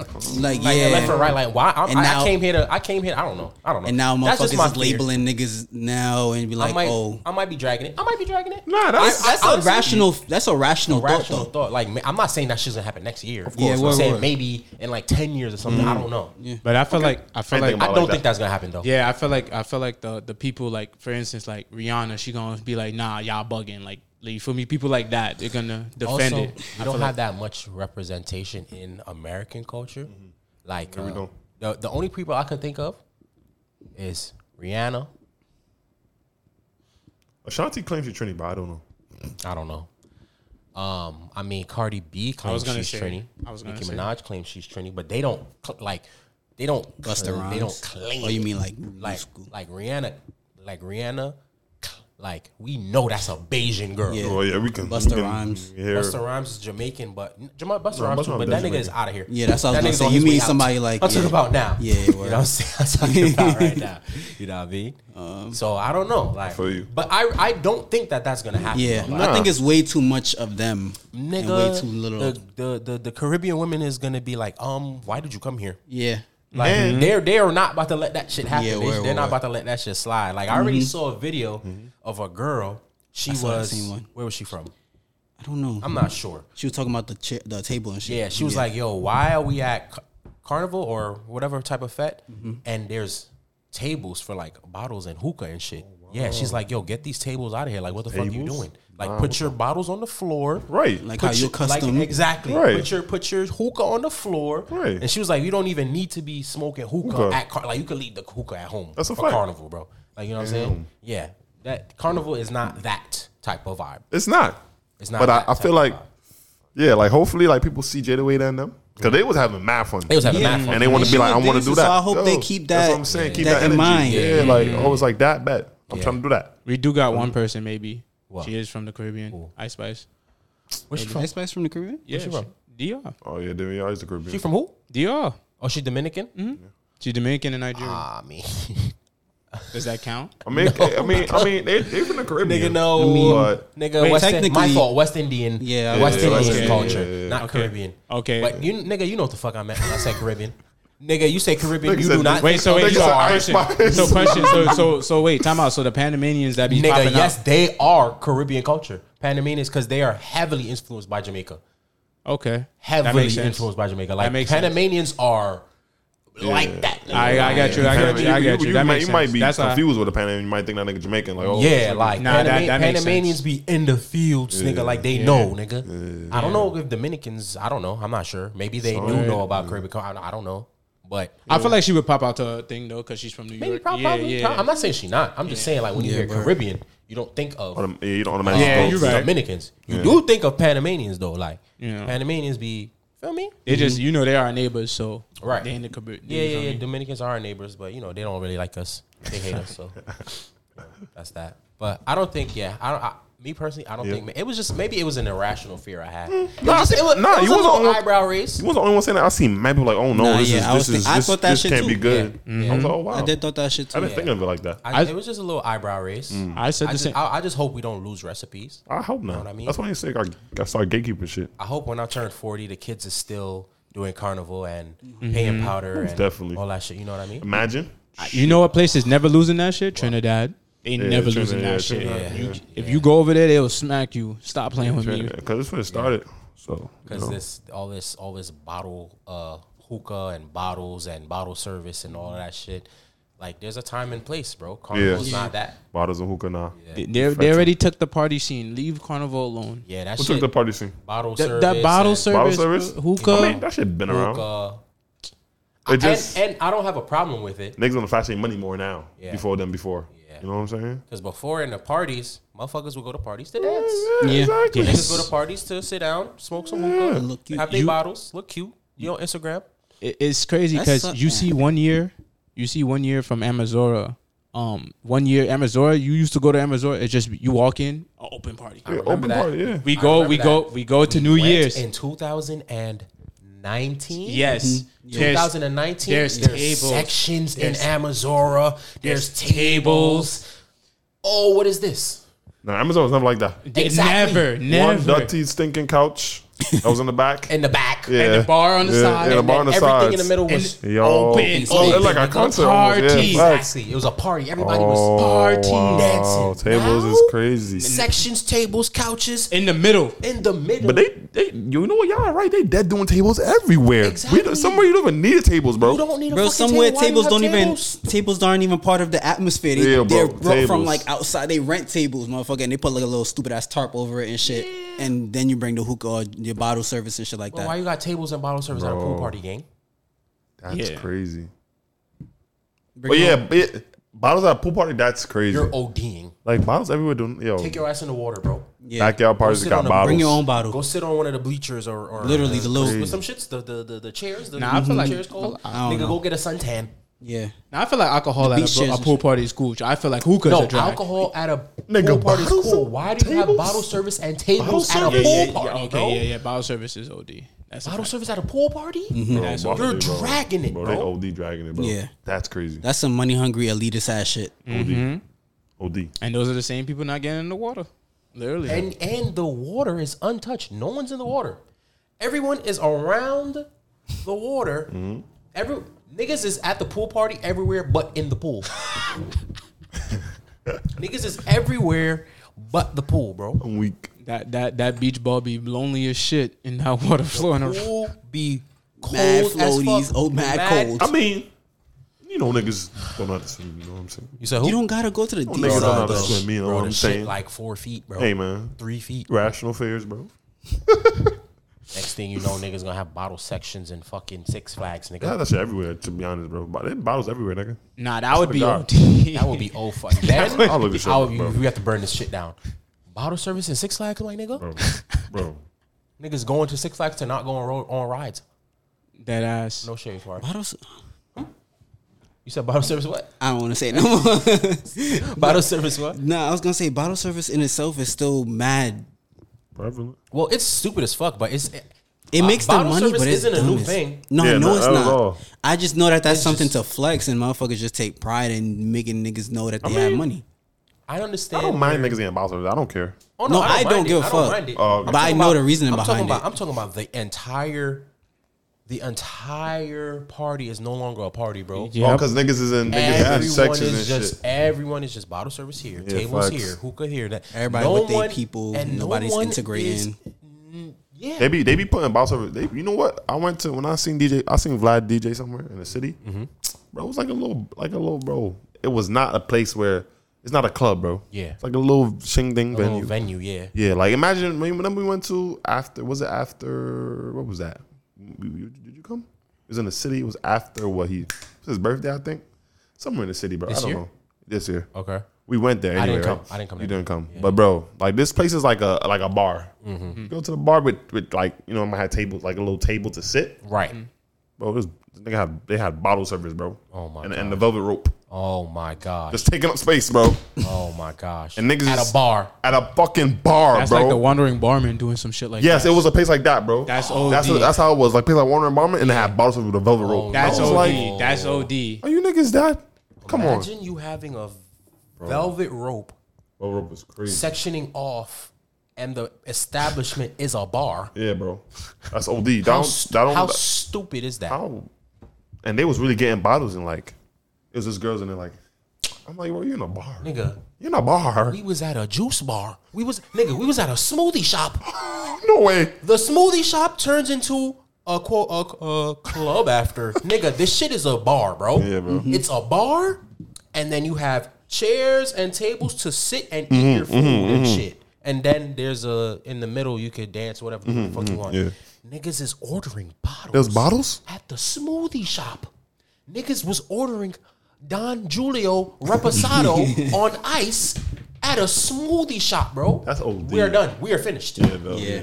Speaker 2: like,
Speaker 3: Like,
Speaker 2: yeah.
Speaker 3: yeah.
Speaker 2: left and right like why I'm,
Speaker 3: And
Speaker 2: I,
Speaker 3: now-
Speaker 2: I came here to I came here I don't know I don't know
Speaker 3: and now
Speaker 2: That's just
Speaker 3: motherfuckers
Speaker 2: my
Speaker 3: is
Speaker 2: fear.
Speaker 3: labeling niggas now and be
Speaker 2: I
Speaker 3: like,
Speaker 2: might
Speaker 3: oh,
Speaker 2: I might be dragging it I might be dragging it
Speaker 4: Nah,
Speaker 3: that's,
Speaker 4: that's-
Speaker 3: that's a
Speaker 2: honestly-
Speaker 3: rational. That's a rational,
Speaker 2: rational
Speaker 3: thought
Speaker 2: thought, like ma- I'm not saying that shit's gonna happen next year of
Speaker 5: course Yeah, not.
Speaker 2: I'm
Speaker 5: word,
Speaker 2: saying
Speaker 5: word.
Speaker 2: maybe in like 10 years or something I don't know
Speaker 5: But I feel like I feel
Speaker 4: I
Speaker 5: like
Speaker 4: think
Speaker 2: I
Speaker 4: like
Speaker 2: don't
Speaker 4: that.
Speaker 2: think that's gonna happen though
Speaker 5: Yeah, I feel like I feel like the the people like for instance like Rihanna, she gonna be like, nah, y'all bugging. Like, like, you feel me? People like that, they're gonna defend
Speaker 2: also
Speaker 5: it.
Speaker 2: we don't have that much representation in American culture like uh,
Speaker 4: don't.
Speaker 2: the, the only people I can think of is Rihanna
Speaker 4: Ashanti claims she's Trini, but I don't know.
Speaker 2: I don't know. Um, I mean, Cardi B claims
Speaker 5: was gonna
Speaker 2: she's
Speaker 5: say-
Speaker 2: Trini.
Speaker 5: I was gonna
Speaker 2: Nicki
Speaker 5: say.
Speaker 2: Minaj claims she's Trini, but they don't cl- like. They don't.
Speaker 3: Busta
Speaker 2: cl- They don't
Speaker 3: Rhymes?
Speaker 2: claim.
Speaker 3: Or Oh, you mean like
Speaker 2: like
Speaker 3: school?
Speaker 2: like Rihanna? Like Rihanna? cl- Like we know that's a Bayesian girl.
Speaker 3: Yeah.
Speaker 4: Oh yeah, we can.
Speaker 3: Busta
Speaker 4: we can
Speaker 3: Rhymes.
Speaker 4: hear-
Speaker 2: Busta Rhymes is Jamaican, but Jama- Busta
Speaker 4: No,
Speaker 2: Rhymes
Speaker 4: Busta
Speaker 2: too,
Speaker 4: Rhymes
Speaker 2: but
Speaker 4: is
Speaker 2: that nigga
Speaker 4: Jamaican.
Speaker 2: is out of here.
Speaker 3: Yeah, that's what I
Speaker 2: That
Speaker 3: was gonna
Speaker 2: nigga's
Speaker 3: say.
Speaker 2: on
Speaker 3: You
Speaker 2: his
Speaker 3: mean
Speaker 2: way out.
Speaker 3: somebody like-
Speaker 2: I'm talking
Speaker 3: yeah.
Speaker 2: about now.
Speaker 3: Yeah,
Speaker 2: you know
Speaker 3: word.
Speaker 2: what I'm saying? I'm talking about right now. You know what I mean?
Speaker 3: Um,
Speaker 2: so I don't know, like,
Speaker 4: feel you.
Speaker 2: but I I don't think that that's gonna happen.
Speaker 3: Yeah,
Speaker 2: though. Like,
Speaker 3: I think it's way too much of them and
Speaker 2: nigga,
Speaker 3: way too little.
Speaker 2: The, the the the Caribbean women is gonna be like, um, why did you come here?
Speaker 3: yeah,
Speaker 2: Like
Speaker 4: Man.
Speaker 2: they're they are not about to let that shit happen.
Speaker 3: Yeah,
Speaker 2: they,
Speaker 3: word,
Speaker 2: are
Speaker 3: word,
Speaker 2: not
Speaker 3: word.
Speaker 2: about to let that shit slide. Like I already saw a video of a girl. She
Speaker 3: Mm-hmm. saw that
Speaker 2: was
Speaker 3: same one.
Speaker 2: where was she from?
Speaker 3: I don't know.
Speaker 2: I'm not sure.
Speaker 3: she was talking about the chair, the table and shit.
Speaker 2: Yeah, she was like, yo, why are we at Ca- carnival or whatever type of fete?
Speaker 3: Mm-hmm.
Speaker 2: And there's tables for like bottles and hookah and shit.
Speaker 3: Oh,
Speaker 2: Yeah, she's like, yo, get these tables out of here. Like, what the fuck are you
Speaker 4: Tables?
Speaker 2: doing? Like, put your bottles on the floor.
Speaker 4: Right.
Speaker 3: like
Speaker 4: Like
Speaker 3: how
Speaker 2: Put
Speaker 3: you
Speaker 2: your- like,
Speaker 3: custom.
Speaker 2: exactly.
Speaker 4: Right.
Speaker 2: Put your put your hookah on the floor.
Speaker 4: Right.
Speaker 2: And she was like, you don't even need to be smoking hookah,
Speaker 4: Hookah.
Speaker 2: at car- like you could leave the hookah at home.
Speaker 4: That's a
Speaker 2: for
Speaker 4: fact.
Speaker 2: carnival, bro. Like you know what I'm saying? Yeah. That carnival is not that type of vibe.
Speaker 4: it's not.
Speaker 2: It's not
Speaker 4: But I,
Speaker 2: that
Speaker 4: I
Speaker 2: type
Speaker 4: feel
Speaker 2: of
Speaker 4: like,
Speaker 2: vibe.
Speaker 4: yeah, like hopefully, like people see Jada Wade and them because they was having mad fun.
Speaker 2: They was having mad fun.
Speaker 4: and they want to
Speaker 3: She
Speaker 4: be like, I
Speaker 3: was
Speaker 4: want to
Speaker 3: dancing,
Speaker 4: do that.
Speaker 3: so I hope they keep
Speaker 4: That's
Speaker 3: that-
Speaker 4: what I'm saying. Keep
Speaker 3: that
Speaker 4: that,
Speaker 3: in
Speaker 4: energy.
Speaker 3: mind.
Speaker 4: Yeah,
Speaker 3: Yeah.
Speaker 4: like I was like that. Bet I'm
Speaker 2: Yeah.
Speaker 4: trying to do that.
Speaker 5: We do got one person maybe.
Speaker 2: What?
Speaker 5: She is from the Caribbean. Ice Spice.
Speaker 2: Where's she from?
Speaker 3: Ice Spice from the Caribbean.
Speaker 5: Yeah,
Speaker 2: she from?
Speaker 5: she- DR.
Speaker 4: Oh yeah, then yeah, I used to Caribbean.
Speaker 2: She from who?
Speaker 5: DR.
Speaker 2: Oh, she Dominican?
Speaker 4: Mm-hmm.
Speaker 5: She Dominican and Nigerian.
Speaker 2: Ah, me.
Speaker 5: Does that count?
Speaker 4: I mean, I mean, I mean, they they from the
Speaker 2: Nigga,
Speaker 4: Caribbean.
Speaker 2: no.
Speaker 4: But-
Speaker 2: nigga,
Speaker 3: Wait,
Speaker 2: West In- my
Speaker 3: technically-
Speaker 2: fault. West Indian.
Speaker 3: Yeah,
Speaker 2: West
Speaker 4: yeah,
Speaker 2: Indian
Speaker 4: West Indian,
Speaker 2: culture,
Speaker 4: yeah, yeah, yeah.
Speaker 2: not Caribbean.
Speaker 5: Okay.
Speaker 2: But you, nigga, you know what the fuck I meant when I said Caribbean. nigga, you say Caribbean,
Speaker 4: Nigga
Speaker 2: you
Speaker 4: said-
Speaker 2: do not.
Speaker 5: Wait, so
Speaker 2: think
Speaker 5: wait,
Speaker 4: Niggas
Speaker 5: so
Speaker 4: are Ice
Speaker 5: question.
Speaker 4: Spice.
Speaker 5: So question. So so so wait, time out. So the Panamanians that be
Speaker 2: Nigga,
Speaker 5: popping
Speaker 2: yes,
Speaker 5: up.
Speaker 2: they are Caribbean culture. Panamanians, because they are heavily influenced by Jamaica.
Speaker 5: Okay. That
Speaker 2: Heavily
Speaker 5: makes sense.
Speaker 2: influenced by Jamaica. Like
Speaker 5: makes sense.
Speaker 2: Panamanians are like that.
Speaker 5: I, I got you. I got you. I got you. That
Speaker 4: might,
Speaker 5: makes
Speaker 4: you might
Speaker 5: sense.
Speaker 4: be
Speaker 5: That's why-
Speaker 4: confused with a Panamanian. You might think that nigga Jamaican. Like, oh,
Speaker 2: yeah, like
Speaker 5: Nah, that-
Speaker 2: Panama-
Speaker 5: that makes
Speaker 2: Panamanians
Speaker 5: sense.
Speaker 2: be in the fields, nigga. Like they know, nigga. I don't know if Dominicans. I don't know. I'm not sure. Maybe they do know about Caribbean. cul- I, I don't know, but
Speaker 5: I feel like she would pop out to a thing though, because she's from New York.
Speaker 2: maybe probably.
Speaker 5: yeah,
Speaker 2: probably.
Speaker 5: yeah.
Speaker 2: I'm not saying she not. I'm just saying like when you hear Caribbean, you don't think of
Speaker 4: autom- yeah, you don't automatically.
Speaker 5: Yeah,
Speaker 4: go
Speaker 5: you
Speaker 4: to-
Speaker 5: right.
Speaker 2: Dominicans. You do think of Panamanians though. Like
Speaker 5: Yeah.
Speaker 2: Panamanians be feel me.
Speaker 5: They just, you know, they are our neighbors, so
Speaker 2: Right.
Speaker 5: They in the Caribbean.
Speaker 2: Yeah, yeah, yeah. Dominicans are our neighbors, but you know they don't really like us. They hate us, so that's that. But I don't think. Yeah, I don't. I, me personally, I don't think it was just maybe it was an irrational fear I had. It was
Speaker 4: Nah,
Speaker 2: just- it was,
Speaker 4: nah,
Speaker 2: it was
Speaker 4: you
Speaker 2: a
Speaker 4: was
Speaker 2: little
Speaker 4: on-
Speaker 2: eyebrow raise.
Speaker 4: You was the only one saying that. I seen mad people like, oh no,
Speaker 3: Nah,
Speaker 4: this
Speaker 3: yeah, I was
Speaker 4: is this is
Speaker 3: think- I
Speaker 4: this,
Speaker 3: thought that
Speaker 4: this
Speaker 3: shit
Speaker 4: can't
Speaker 3: too.
Speaker 4: be good. I was like, oh wow,
Speaker 3: I
Speaker 4: I,
Speaker 3: did thought that shit too.
Speaker 4: didn't think of it like that. I,
Speaker 2: I, it was just a little eyebrow raise.
Speaker 5: Mm. I said the
Speaker 2: I just,
Speaker 5: same.
Speaker 2: I, I just hope we don't lose recipes.
Speaker 4: hope not.
Speaker 2: what I mean?
Speaker 4: That's why you say I got start gatekeeping shit.
Speaker 2: I hope when I turn forty, the kids is still doing carnival and paying powder and
Speaker 4: definitely.
Speaker 2: all that shit. You know what I mean?
Speaker 4: Imagine.
Speaker 5: you know what place is never losing that shit? Trinidad. They never
Speaker 4: Trinidad,
Speaker 5: losing
Speaker 4: yeah,
Speaker 5: that shit.
Speaker 4: Trinidad,
Speaker 5: You-
Speaker 4: yeah.
Speaker 5: If you go over there, they'll smack you. Stop playing with me.
Speaker 4: Because that's when it started. So you
Speaker 2: because
Speaker 4: know.
Speaker 2: this all this all this bottle uh hookah and bottles and bottle service and all that shit Like, there's a time and place, bro. Carnival's
Speaker 4: Yeah.
Speaker 2: not that.
Speaker 4: Bottles and hookah, nah.
Speaker 5: They, they, they already took the party scene. Leave Carnival alone.
Speaker 2: Yeah, that
Speaker 4: Who
Speaker 2: shit.
Speaker 4: took the party scene?
Speaker 2: bottle
Speaker 5: That,
Speaker 2: service.
Speaker 5: that bottle
Speaker 2: and
Speaker 5: service,
Speaker 4: service?
Speaker 5: uh, hookah.
Speaker 4: I mean, that shit been around.
Speaker 2: hookah.
Speaker 4: It just
Speaker 2: and, and I don't have a problem with it.
Speaker 4: niggas on the fashion money more now.
Speaker 2: Yeah.
Speaker 4: Before than before. You know what I'm saying?
Speaker 2: Because before in the parties, motherfuckers would go to parties to dance.
Speaker 5: Yeah.
Speaker 4: Exactly.
Speaker 2: Niggas go to parties to sit down, smoke some hookah,
Speaker 3: Look cute.
Speaker 2: have their
Speaker 5: You-
Speaker 2: bottles, look cute. You on Instagram?
Speaker 5: It- it's crazy
Speaker 3: That's
Speaker 5: because
Speaker 3: so-
Speaker 5: you see one year, you see one year from Amazora. Um, one year Amazora, you used to go to Amazora. It's just you walk in, a open party.
Speaker 4: Yeah, open
Speaker 2: that.
Speaker 4: party, yeah.
Speaker 5: We go,
Speaker 2: remember
Speaker 5: we
Speaker 2: that.
Speaker 5: go, we go to New
Speaker 2: Went
Speaker 5: Year's.
Speaker 2: in 2019.
Speaker 5: yes,
Speaker 2: Mm-hmm.
Speaker 5: There's-
Speaker 2: 2019.
Speaker 5: there's tables.
Speaker 2: sections
Speaker 5: There's-
Speaker 2: in Amazora. There's,
Speaker 5: there's
Speaker 2: tables. Oh, what is this?
Speaker 4: Nah, Amazon was never like that.
Speaker 5: They-
Speaker 2: Exactly.
Speaker 5: Never,
Speaker 4: One
Speaker 5: never.
Speaker 4: dirty stinking couch that was in the back.
Speaker 2: In the back.
Speaker 4: yeah.
Speaker 5: the bar on the
Speaker 4: yeah,
Speaker 5: side
Speaker 4: Yeah, the
Speaker 5: and
Speaker 4: bar on the
Speaker 2: Everything
Speaker 4: side.
Speaker 2: in the middle was
Speaker 5: And-
Speaker 4: Yo,
Speaker 5: Open,
Speaker 4: it's
Speaker 5: open,
Speaker 4: like a
Speaker 5: like a
Speaker 4: concert almost.
Speaker 5: party.
Speaker 4: Yeah, facts.
Speaker 2: Exactly. It was a party. Everybody
Speaker 4: Oh,
Speaker 2: was
Speaker 4: wow.
Speaker 2: dancing.
Speaker 4: Tables
Speaker 2: Now-
Speaker 4: is crazy.
Speaker 2: sections, tables, couches
Speaker 5: in the middle.
Speaker 2: in the middle.
Speaker 4: But they, they, you know what, y'all are right. They dead doing tables everywhere. We
Speaker 2: Exactly.
Speaker 4: don't, somewhere you don't even need tables, bro.
Speaker 2: you don't need a
Speaker 3: Bro,
Speaker 2: fucking
Speaker 3: somewhere
Speaker 2: table. Why do you
Speaker 3: tables
Speaker 2: have
Speaker 3: don't
Speaker 2: tables?
Speaker 3: even tables aren't even part of the atmosphere. They,
Speaker 4: Yeah,
Speaker 3: they're
Speaker 4: bro,
Speaker 3: brought from
Speaker 4: tables.
Speaker 3: like outside. They rent tables, motherfucker, and they put like a little stupid ass tarp over it and shit. And then you bring the hookah, or your bottle service and shit like
Speaker 2: Well,
Speaker 3: that.
Speaker 2: why you got tables and bottle service at a pool party, gang?
Speaker 4: That's crazy.
Speaker 3: Bring
Speaker 4: But yeah,
Speaker 3: it on.
Speaker 4: but it, bottles at a pool party. That's crazy.
Speaker 2: You're ODing.
Speaker 4: like bottles everywhere. Doing yo
Speaker 2: Take your ass in the water, bro.
Speaker 3: yeah.
Speaker 4: backyard parties
Speaker 2: sit
Speaker 4: got
Speaker 2: on a-
Speaker 4: bottles.
Speaker 3: Bring your own
Speaker 2: Go
Speaker 3: bottle.
Speaker 2: sit on one of the bleachers or, or
Speaker 3: Literally,
Speaker 2: uh,
Speaker 3: the little-
Speaker 2: with some shits, the the the, the chairs. The,
Speaker 5: Nah, I feel like-
Speaker 2: chairs cold.
Speaker 3: I don't
Speaker 2: Nigga,
Speaker 3: know.
Speaker 2: go get a suntan.
Speaker 3: Yeah,
Speaker 5: Now I feel like alcohol
Speaker 3: beach
Speaker 5: at a,
Speaker 3: chairs
Speaker 5: a
Speaker 3: and
Speaker 5: pool
Speaker 3: shit.
Speaker 5: party is cool. I feel like hookah's
Speaker 2: No,
Speaker 5: a drag.
Speaker 2: alcohol at a
Speaker 4: Nigga,
Speaker 2: pool party is
Speaker 4: bottles
Speaker 2: cool.
Speaker 4: and
Speaker 2: Why do you have
Speaker 4: tables?
Speaker 2: bottle service and tables
Speaker 4: Bottle
Speaker 2: at a
Speaker 4: service?
Speaker 2: pool
Speaker 4: Yeah,
Speaker 5: Yeah,
Speaker 2: party,
Speaker 5: okay,
Speaker 2: bro?
Speaker 5: yeah, yeah. Bottle service is OD. That's
Speaker 2: Bottle
Speaker 5: bottle
Speaker 2: service at a pool party?
Speaker 4: Bro, bottles,
Speaker 2: You're
Speaker 4: Mm-hmm. bro.
Speaker 2: dragging it,
Speaker 4: They
Speaker 2: bro.
Speaker 4: OD dragging it, bro.
Speaker 3: Yeah.
Speaker 4: that's crazy.
Speaker 3: that's some money hungry elitist ass shit.
Speaker 2: Mm.
Speaker 4: OD. OD.
Speaker 5: and those are the same people not getting in the water. Literally,
Speaker 2: And and the water is untouched. No one's in the water. Everyone is around the water.
Speaker 4: Mm-hmm.
Speaker 2: Every niggas is at the pool party everywhere but in the pool. niggas is everywhere but the pool, bro.
Speaker 4: I'm weak.
Speaker 5: that that that beach ball be lonely as shit in that water flowing around.
Speaker 2: Pool be cold
Speaker 3: Mad
Speaker 2: as
Speaker 3: floaties,
Speaker 2: fuck.
Speaker 3: oh mad, cold.
Speaker 4: I mean, you know, niggas don't know how to swim. You know what I'm saying?
Speaker 2: You said who?
Speaker 3: You don't gotta go to the deep
Speaker 4: niggas don't know how
Speaker 3: side
Speaker 4: to
Speaker 3: though.
Speaker 4: swim. You know
Speaker 2: bro,
Speaker 4: what
Speaker 2: the
Speaker 4: I'm
Speaker 2: shit
Speaker 4: saying?
Speaker 2: like four feet, bro.
Speaker 4: hey man,
Speaker 2: Three feet.
Speaker 4: rational fears, bro.
Speaker 2: Next thing you know, niggas gonna have bottle sections and fucking Six Flags, nigga.
Speaker 4: They have that shit everywhere. To be honest, bro, but they bottles everywhere, nigga.
Speaker 5: Nah, that would be
Speaker 4: God.
Speaker 5: OD.
Speaker 2: That would be oh fuck. Then
Speaker 4: I'll look this shit
Speaker 2: I would
Speaker 4: up,
Speaker 2: be-
Speaker 4: bro.
Speaker 2: we have to burn this shit down. Bottle service in Six Flags, like nigga.
Speaker 4: Bro, bro.
Speaker 2: Niggas going to Six Flags to not go on, road, on rides.
Speaker 5: That ass.
Speaker 2: No shade, Mark.
Speaker 3: Bottles-
Speaker 2: You said bottle service what?
Speaker 3: I don't want to say it no more.
Speaker 2: Bottle service what?
Speaker 3: nah, I was gonna say bottle service in itself is still mad.
Speaker 4: Prevalent.
Speaker 2: Well, it's stupid as fuck, but it's
Speaker 3: It
Speaker 2: Bo-
Speaker 3: makes the
Speaker 2: bottle
Speaker 3: money,
Speaker 2: service
Speaker 3: but it's
Speaker 2: isn't a
Speaker 3: dumb
Speaker 2: new
Speaker 3: as-
Speaker 2: thing.
Speaker 3: No,
Speaker 4: Yeah,
Speaker 3: I know
Speaker 4: no,
Speaker 3: it's
Speaker 4: not at
Speaker 3: not.
Speaker 4: all.
Speaker 3: I just know that that's something to flex, and motherfuckers just take pride in making niggas know that they have
Speaker 4: mean,
Speaker 3: money.
Speaker 2: I
Speaker 4: I
Speaker 2: understand.
Speaker 4: don't mind niggas getting bottles. I don't care.
Speaker 2: Oh,
Speaker 3: No, I don't
Speaker 2: mind it.
Speaker 3: give a
Speaker 2: I don't
Speaker 3: fuck.
Speaker 2: mind it.
Speaker 4: Oh, okay.
Speaker 3: But I
Speaker 2: talking
Speaker 3: know
Speaker 2: about-
Speaker 3: the reasoning
Speaker 2: I'm
Speaker 3: behind
Speaker 2: talking about,
Speaker 3: it.
Speaker 2: I'm talking about the entire, the entire party is no longer a party, bro.
Speaker 4: Oh,
Speaker 5: Yep.
Speaker 4: because niggas is in niggas
Speaker 2: Everyone
Speaker 4: in sections and
Speaker 2: is just
Speaker 4: shit.
Speaker 2: everyone is just bottle service here,
Speaker 4: Yeah,
Speaker 2: tables
Speaker 4: facts.
Speaker 2: here, hookah here. That
Speaker 3: Everybody with they people, nobody's
Speaker 2: one
Speaker 3: integrating.
Speaker 2: is- mm, yeah,
Speaker 4: They be they be putting bottles over. They, you know what? I went to when I seen DJ. I seen Vlad DJ somewhere in the city.
Speaker 2: Mm-hmm.
Speaker 4: Bro, it was like a little like a little bro. It was not a place where it's not a club, bro.
Speaker 2: Yeah.
Speaker 4: it's like a little shing ding
Speaker 2: venue.
Speaker 4: venue.
Speaker 2: Oh, venue, yeah.
Speaker 4: Yeah, like imagine when when we went to after was it after what was that? We- we- Did you come? It was in the city. It was after what he it was his birthday, I think. Somewhere in the city, bro. I
Speaker 2: This
Speaker 4: don't
Speaker 2: year?
Speaker 4: know. This year.
Speaker 2: Okay,
Speaker 4: We went there.
Speaker 2: I
Speaker 4: Anyway,
Speaker 2: didn't come.
Speaker 4: right?
Speaker 2: I didn't come
Speaker 4: You
Speaker 2: that
Speaker 4: didn't come. But bro, like this place is like a like a bar.
Speaker 2: Mm-hmm.
Speaker 4: You go to the bar with with like you know I had tables like a little table to sit.
Speaker 2: right.
Speaker 3: Mm-hmm.
Speaker 4: Bro, this nigga had they had bottle service, bro.
Speaker 2: Oh, my
Speaker 4: And, and the velvet rope
Speaker 2: Oh my gosh.
Speaker 4: just taking up space, bro.
Speaker 2: Oh my gosh.
Speaker 4: And niggas
Speaker 2: at
Speaker 4: is-
Speaker 2: a bar.
Speaker 4: At a fucking bar,
Speaker 5: That's
Speaker 4: bro.
Speaker 5: like the wandering barman doing some shit like
Speaker 4: Yes,
Speaker 5: that.
Speaker 4: it was a place like that, bro.
Speaker 5: That's OD.
Speaker 4: That's, that's how it was. Like place like Warner and Bomber and they had bottles with the
Speaker 2: Oh,
Speaker 4: Velvet Rope.
Speaker 5: That's
Speaker 4: I was
Speaker 5: OD.
Speaker 4: Like,
Speaker 5: That's OD.
Speaker 4: are you niggas that? Come on.
Speaker 2: Imagine you having a velvet rope
Speaker 4: Velvet Rope is crazy.
Speaker 2: sectioning off, and the establishment is a bar.
Speaker 4: Yeah, bro. That's OD. That
Speaker 2: How,
Speaker 4: don't,
Speaker 2: st-
Speaker 4: that don't,
Speaker 2: how stupid is that?
Speaker 4: how- Oh, and they was really getting bottles and like it was just girls and they're like, I'm like, bro, you in a bar.
Speaker 2: Nigga,
Speaker 4: You in a bar.
Speaker 2: we was at a juice bar. We was nigga, we was at a smoothie shop.
Speaker 4: No way.
Speaker 2: The smoothie shop turns into a quote a, a club after nigga. This shit is a bar, bro. Mm-hmm.
Speaker 4: Yeah, bro. Mhm.
Speaker 2: It's a bar, and then you have chairs and tables to sit and
Speaker 4: Mm-hmm,
Speaker 2: eat your food and shit. And then there's a in the middle you could dance whatever the fuck you want.
Speaker 4: Mm-hmm, yeah.
Speaker 2: Niggas is ordering bottles.
Speaker 4: There's bottles?
Speaker 2: at the smoothie shop. Niggas was ordering Don Julio Reposado on ice at a smoothie shop, bro.
Speaker 4: That's OD.
Speaker 2: We are done. We are finished.
Speaker 4: Yeah, bro.
Speaker 3: Yeah,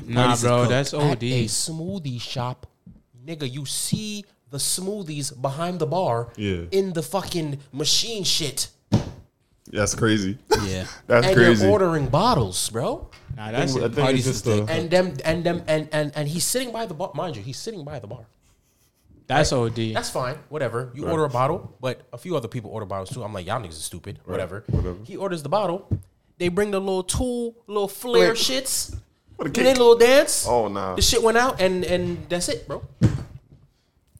Speaker 3: yeah.
Speaker 5: Nah,
Speaker 3: Parties is
Speaker 5: bro,
Speaker 3: cooked.
Speaker 5: that's
Speaker 2: at
Speaker 5: OD.
Speaker 2: a smoothie shop, nigga, you see the smoothies behind the bar
Speaker 4: Yeah.
Speaker 2: in the fucking machine shit.
Speaker 4: That's crazy.
Speaker 3: yeah.
Speaker 4: That's
Speaker 2: And
Speaker 4: crazy.
Speaker 2: you're ordering bottles, bro.
Speaker 5: Nah,
Speaker 4: I
Speaker 5: that's
Speaker 4: think- I think
Speaker 3: Parties
Speaker 4: it's just
Speaker 3: is
Speaker 4: a-
Speaker 2: And them and them and and and he's sitting by the bar. Mind you, he's sitting by the bar.
Speaker 5: that's OD.
Speaker 2: That's fine, whatever. You order a bottle, but a few other people order bottles too. I'm like, y'all niggas are stupid, whatever. He orders the bottle. They bring the little tool, little flare shits.
Speaker 4: What a
Speaker 2: Do
Speaker 4: kick.
Speaker 2: their little dance.
Speaker 4: Oh, nah.
Speaker 2: The shit went out, and and that's it, bro.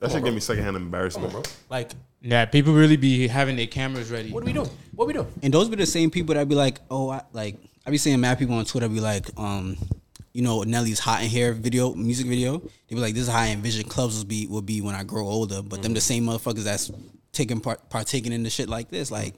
Speaker 4: That should give me secondhand embarrassment.
Speaker 2: Bro, like,
Speaker 5: Yeah, people really be having their cameras ready.
Speaker 2: what are we doing? What are we doing?
Speaker 3: And those be the same people that be like, oh, I, like I be seeing mad people on Twitter be like, um, you know, Nelly's hot in hair video, music video. They be like, this is how I envision clubs will be will be when I grow older. But them the same motherfuckers that's taking part partaking in the shit like this, like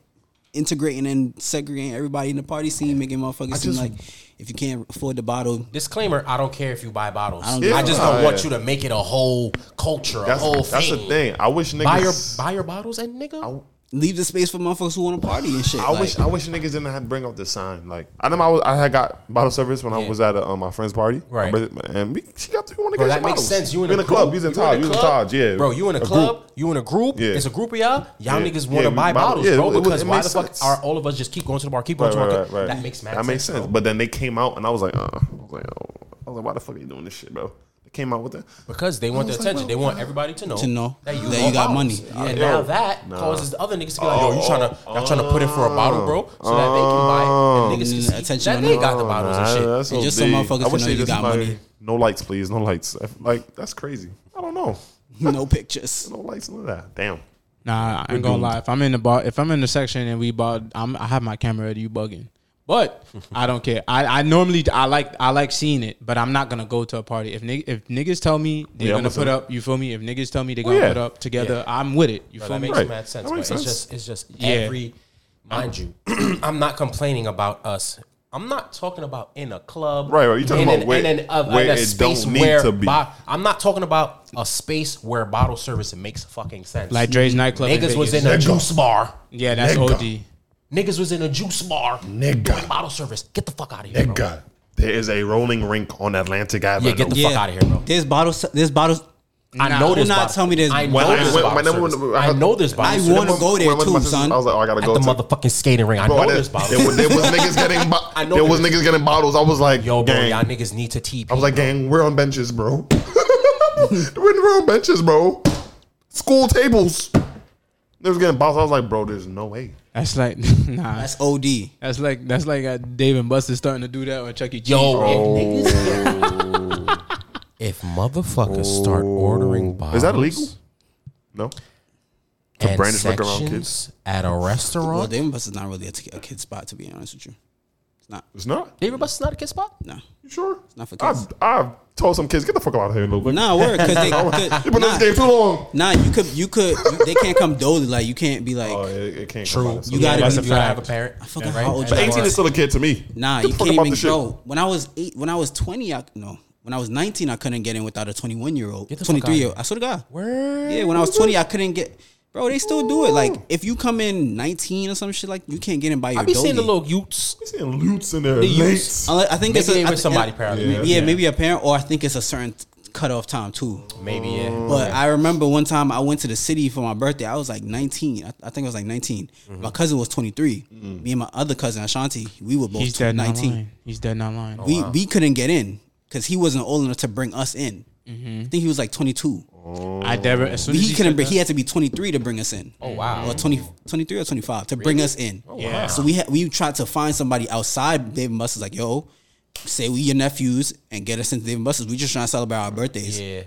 Speaker 3: integrating and segregating everybody in the party scene, making motherfuckers seem
Speaker 4: just-
Speaker 3: like if you can't afford the bottle,
Speaker 2: Disclaimer: I don't care if you buy bottles. I,
Speaker 3: don't give a
Speaker 2: just
Speaker 4: fuck.
Speaker 2: don't want
Speaker 4: Yeah.
Speaker 2: you to make it a whole culture, a
Speaker 4: That's
Speaker 2: whole
Speaker 4: that's
Speaker 2: thing.
Speaker 4: the thing. I wish niggas.
Speaker 2: Buy your buy your bottles and nigga.
Speaker 3: leave the space for motherfuckers who want to party and shit.
Speaker 4: I
Speaker 3: like-
Speaker 4: wish I wish niggas didn't have to bring up the sign. Like I know I, was, I had got bottle service when I was at a, um, my friend's party, My
Speaker 2: Right.
Speaker 4: brother- and we, she got three one
Speaker 2: Bro,
Speaker 4: bottles.
Speaker 2: that makes sense. You in,
Speaker 4: We
Speaker 2: a,
Speaker 4: a club? He's
Speaker 2: Group.
Speaker 4: in
Speaker 2: You
Speaker 4: Taj. You in Taj? Yeah,
Speaker 2: bro. You in a
Speaker 4: group.
Speaker 2: club? You in a group?
Speaker 4: Yeah.
Speaker 2: It's a group of y'all. Y'all
Speaker 4: Yeah.
Speaker 2: niggas
Speaker 4: Yeah,
Speaker 2: want to
Speaker 4: we
Speaker 2: buy
Speaker 4: bought-
Speaker 2: bottles,
Speaker 4: yeah,
Speaker 2: bro.
Speaker 4: it was-
Speaker 2: because
Speaker 4: it
Speaker 2: why
Speaker 4: makes
Speaker 2: the fuck
Speaker 4: sense.
Speaker 2: are all of us just keep going to the bar, keep going
Speaker 4: Right,
Speaker 2: to the bar?
Speaker 4: right,
Speaker 2: keep-
Speaker 4: right, right.
Speaker 2: That makes mad
Speaker 4: That makes sense.
Speaker 2: bro.
Speaker 4: But then they came out, and I was like, uh, I was like, oh, I was like, why the fuck are you doing this shit, bro? They came out with that.
Speaker 2: because they want the attention. they want everybody to know,
Speaker 3: To know that
Speaker 2: bought
Speaker 3: you got
Speaker 2: bottles.
Speaker 3: money. Yeah.
Speaker 2: and
Speaker 4: Yo,
Speaker 2: now that
Speaker 4: nah.
Speaker 2: causes the other niggas to be like, yo, you trying to y'all trying to put in for a bottle, bro, so that they can buy it. and niggas can
Speaker 3: Mm,
Speaker 2: see
Speaker 3: attention
Speaker 2: that
Speaker 3: on
Speaker 2: they
Speaker 3: the-
Speaker 2: got the bottles and shit.
Speaker 4: that's
Speaker 3: And just
Speaker 4: OD.
Speaker 3: some motherfuckers
Speaker 4: I
Speaker 3: to
Speaker 4: wish
Speaker 3: know
Speaker 4: they
Speaker 3: you
Speaker 4: just
Speaker 3: got
Speaker 4: like,
Speaker 3: money.
Speaker 4: No lights, please. No lights. Like that's crazy. I don't know.
Speaker 3: no pictures.
Speaker 4: No lights. None of that. Damn.
Speaker 5: Nah, I ain't gonna lie. If I'm in the bar, if I'm in the section and we bought, I'm, I have my camera ready. You bugging? But I don't care. I, I normally I like I like seeing it, but I'm not gonna go to a party if nig- if niggas tell me they're
Speaker 4: Yeah, I'm
Speaker 5: gonna
Speaker 4: with
Speaker 5: put
Speaker 4: you.
Speaker 5: up. You feel me? If niggas tell me they're gonna
Speaker 4: yeah.
Speaker 5: put up together, I'm with it. You
Speaker 2: Bro,
Speaker 5: feel
Speaker 2: that
Speaker 5: me?
Speaker 2: makes
Speaker 4: Right.
Speaker 2: mad sense.
Speaker 4: That makes
Speaker 2: but it's
Speaker 4: sense.
Speaker 2: just it's just
Speaker 5: Yeah.
Speaker 2: every mind you. I'm not complaining about us. I'm not talking about in a club,
Speaker 4: Right, right. You're talking
Speaker 2: in
Speaker 4: about
Speaker 2: an-
Speaker 4: where-
Speaker 2: in an- of-
Speaker 4: where
Speaker 2: in a
Speaker 4: it
Speaker 2: space
Speaker 4: don't need
Speaker 2: where
Speaker 4: to be.
Speaker 2: bo- I'm not talking about a space where bottle service makes fucking sense.
Speaker 5: Like Dre's nightclub.
Speaker 2: niggas was in
Speaker 5: a
Speaker 2: a
Speaker 4: Nigga.
Speaker 2: juice bar.
Speaker 5: yeah, that's
Speaker 4: Nigga.
Speaker 5: OD.
Speaker 2: Niggas was in a juice bar.
Speaker 4: Nigga.
Speaker 2: doing bottle service. Get the fuck out of here, bro.
Speaker 4: There is a rolling rink on Atlantic Avenue.
Speaker 2: Yeah, get the fuck out of here, bro.
Speaker 3: There's bottles. There's bottles.
Speaker 2: I know
Speaker 3: do
Speaker 2: this.
Speaker 3: not
Speaker 2: bottle
Speaker 3: tell me
Speaker 2: service.
Speaker 3: there's-
Speaker 2: I
Speaker 3: When
Speaker 2: know
Speaker 4: I-
Speaker 2: this.
Speaker 4: when-
Speaker 2: bottle
Speaker 4: when I went-
Speaker 2: service.
Speaker 4: I
Speaker 2: I
Speaker 4: had-
Speaker 2: know this. bottle
Speaker 3: I
Speaker 2: service.
Speaker 3: wanna go there
Speaker 4: When I went
Speaker 3: too,
Speaker 4: my sister's-
Speaker 3: son.
Speaker 4: I was like, oh, I gotta
Speaker 2: at
Speaker 4: go.
Speaker 2: the
Speaker 4: to-
Speaker 2: motherfucking skating ring. I
Speaker 4: Bro,
Speaker 2: know
Speaker 4: there,
Speaker 2: this. bottle
Speaker 4: there was, there was niggas getting. Bo-
Speaker 2: I know
Speaker 4: there was
Speaker 2: this.
Speaker 4: niggas getting bottles. I was like,
Speaker 2: Yo, bro,
Speaker 4: gang.
Speaker 2: y'all niggas need to TP.
Speaker 4: I was like, gang, we're on benches, bro. we're, we're on benches, bro. School tables. They was getting bottles. I was like, bro, there's no way.
Speaker 5: That's like nah. That's,
Speaker 3: That's OD.
Speaker 5: like that's like uh, Dave and Buster starting to do that with Chuck E. Cheese.
Speaker 2: yo,
Speaker 4: Oh.
Speaker 2: if niggas if motherfuckers start ordering bottles,
Speaker 4: Is that illegal? No.
Speaker 2: and
Speaker 4: brandish liquor around
Speaker 2: sections
Speaker 4: kids?
Speaker 2: at a
Speaker 3: Well,
Speaker 2: restaurant.
Speaker 3: David Bus is not really a, t- a kid spot, to be honest with you. It's not.
Speaker 4: It's not.
Speaker 2: David Bus is not a kid spot.
Speaker 3: No.
Speaker 4: You sure? It's
Speaker 3: not for kids.
Speaker 4: I, I told some kids, get the fuck out of here, little
Speaker 3: Nah, word. Cause they,
Speaker 4: You've
Speaker 3: could,
Speaker 4: been in this
Speaker 3: nah,
Speaker 4: game too long.
Speaker 3: nah, you could, you could, you, they can't come dolly. Like you can't be like,
Speaker 4: Oh, it, it can't
Speaker 2: True.
Speaker 4: come out. So-
Speaker 3: You gotta
Speaker 2: that's
Speaker 3: be-
Speaker 2: a fact. have a parent.
Speaker 3: I forgot how old
Speaker 2: And
Speaker 3: you
Speaker 4: But
Speaker 3: are.
Speaker 2: you
Speaker 4: 18
Speaker 2: are.
Speaker 4: is still a kid to me.
Speaker 3: nah,
Speaker 4: Get the
Speaker 3: you
Speaker 4: fuck
Speaker 3: can't
Speaker 4: about
Speaker 3: even
Speaker 4: this shit.
Speaker 3: go. When I was eight, when I was twenty, I no. When I was nineteen, I couldn't get in without a twenty-one year old,
Speaker 2: the fuck
Speaker 3: twenty-three year.
Speaker 2: outta
Speaker 3: old I swear to God.
Speaker 2: Word.
Speaker 3: Yeah, when I was twenty, I couldn't get. Bro, they still do it. Like if you come in nineteen or some shit, like you can't get in by your.
Speaker 2: I be
Speaker 3: dolly.
Speaker 2: seeing the little youths.
Speaker 4: We seeing lutes in there.
Speaker 2: youths.
Speaker 4: Lutes.
Speaker 3: Unless- I think
Speaker 2: Maybe
Speaker 3: it's a,
Speaker 2: they
Speaker 3: I
Speaker 2: with
Speaker 3: thi-
Speaker 2: somebody,
Speaker 3: yeah,
Speaker 2: apparently.
Speaker 3: Yeah,
Speaker 2: Yeah.
Speaker 3: maybe a parent, or I think it's a certain cutoff time too.
Speaker 2: Maybe yeah.
Speaker 5: Oh.
Speaker 3: But I remember one time I went to the city for my birthday. I was like 19. I, I think I was like 19.
Speaker 2: Mm-hmm.
Speaker 3: My cousin was 23. Me and my other cousin Ashanti, we were both
Speaker 5: Mm. he's
Speaker 3: tw-
Speaker 5: dead 19.
Speaker 3: 19.
Speaker 5: online. He's dead online.
Speaker 4: Oh.
Speaker 3: We we couldn't get in because he wasn't old enough to bring us in.
Speaker 5: Mm-hmm.
Speaker 3: I think he was like 22.
Speaker 5: I never. As soon
Speaker 3: But
Speaker 5: as
Speaker 3: he couldn't.
Speaker 5: said
Speaker 3: Bring,
Speaker 5: that-
Speaker 3: he had to be 23 to bring us in.
Speaker 2: Oh wow.
Speaker 3: Or 20, 23 or 25 to bring us in.
Speaker 5: Yeah. wow.
Speaker 3: So we had, we tried to find somebody outside Dave and Buster's like, yo, say we your nephews and get us into Dave and Buster's. We just trying to celebrate our birthdays.
Speaker 2: Yeah.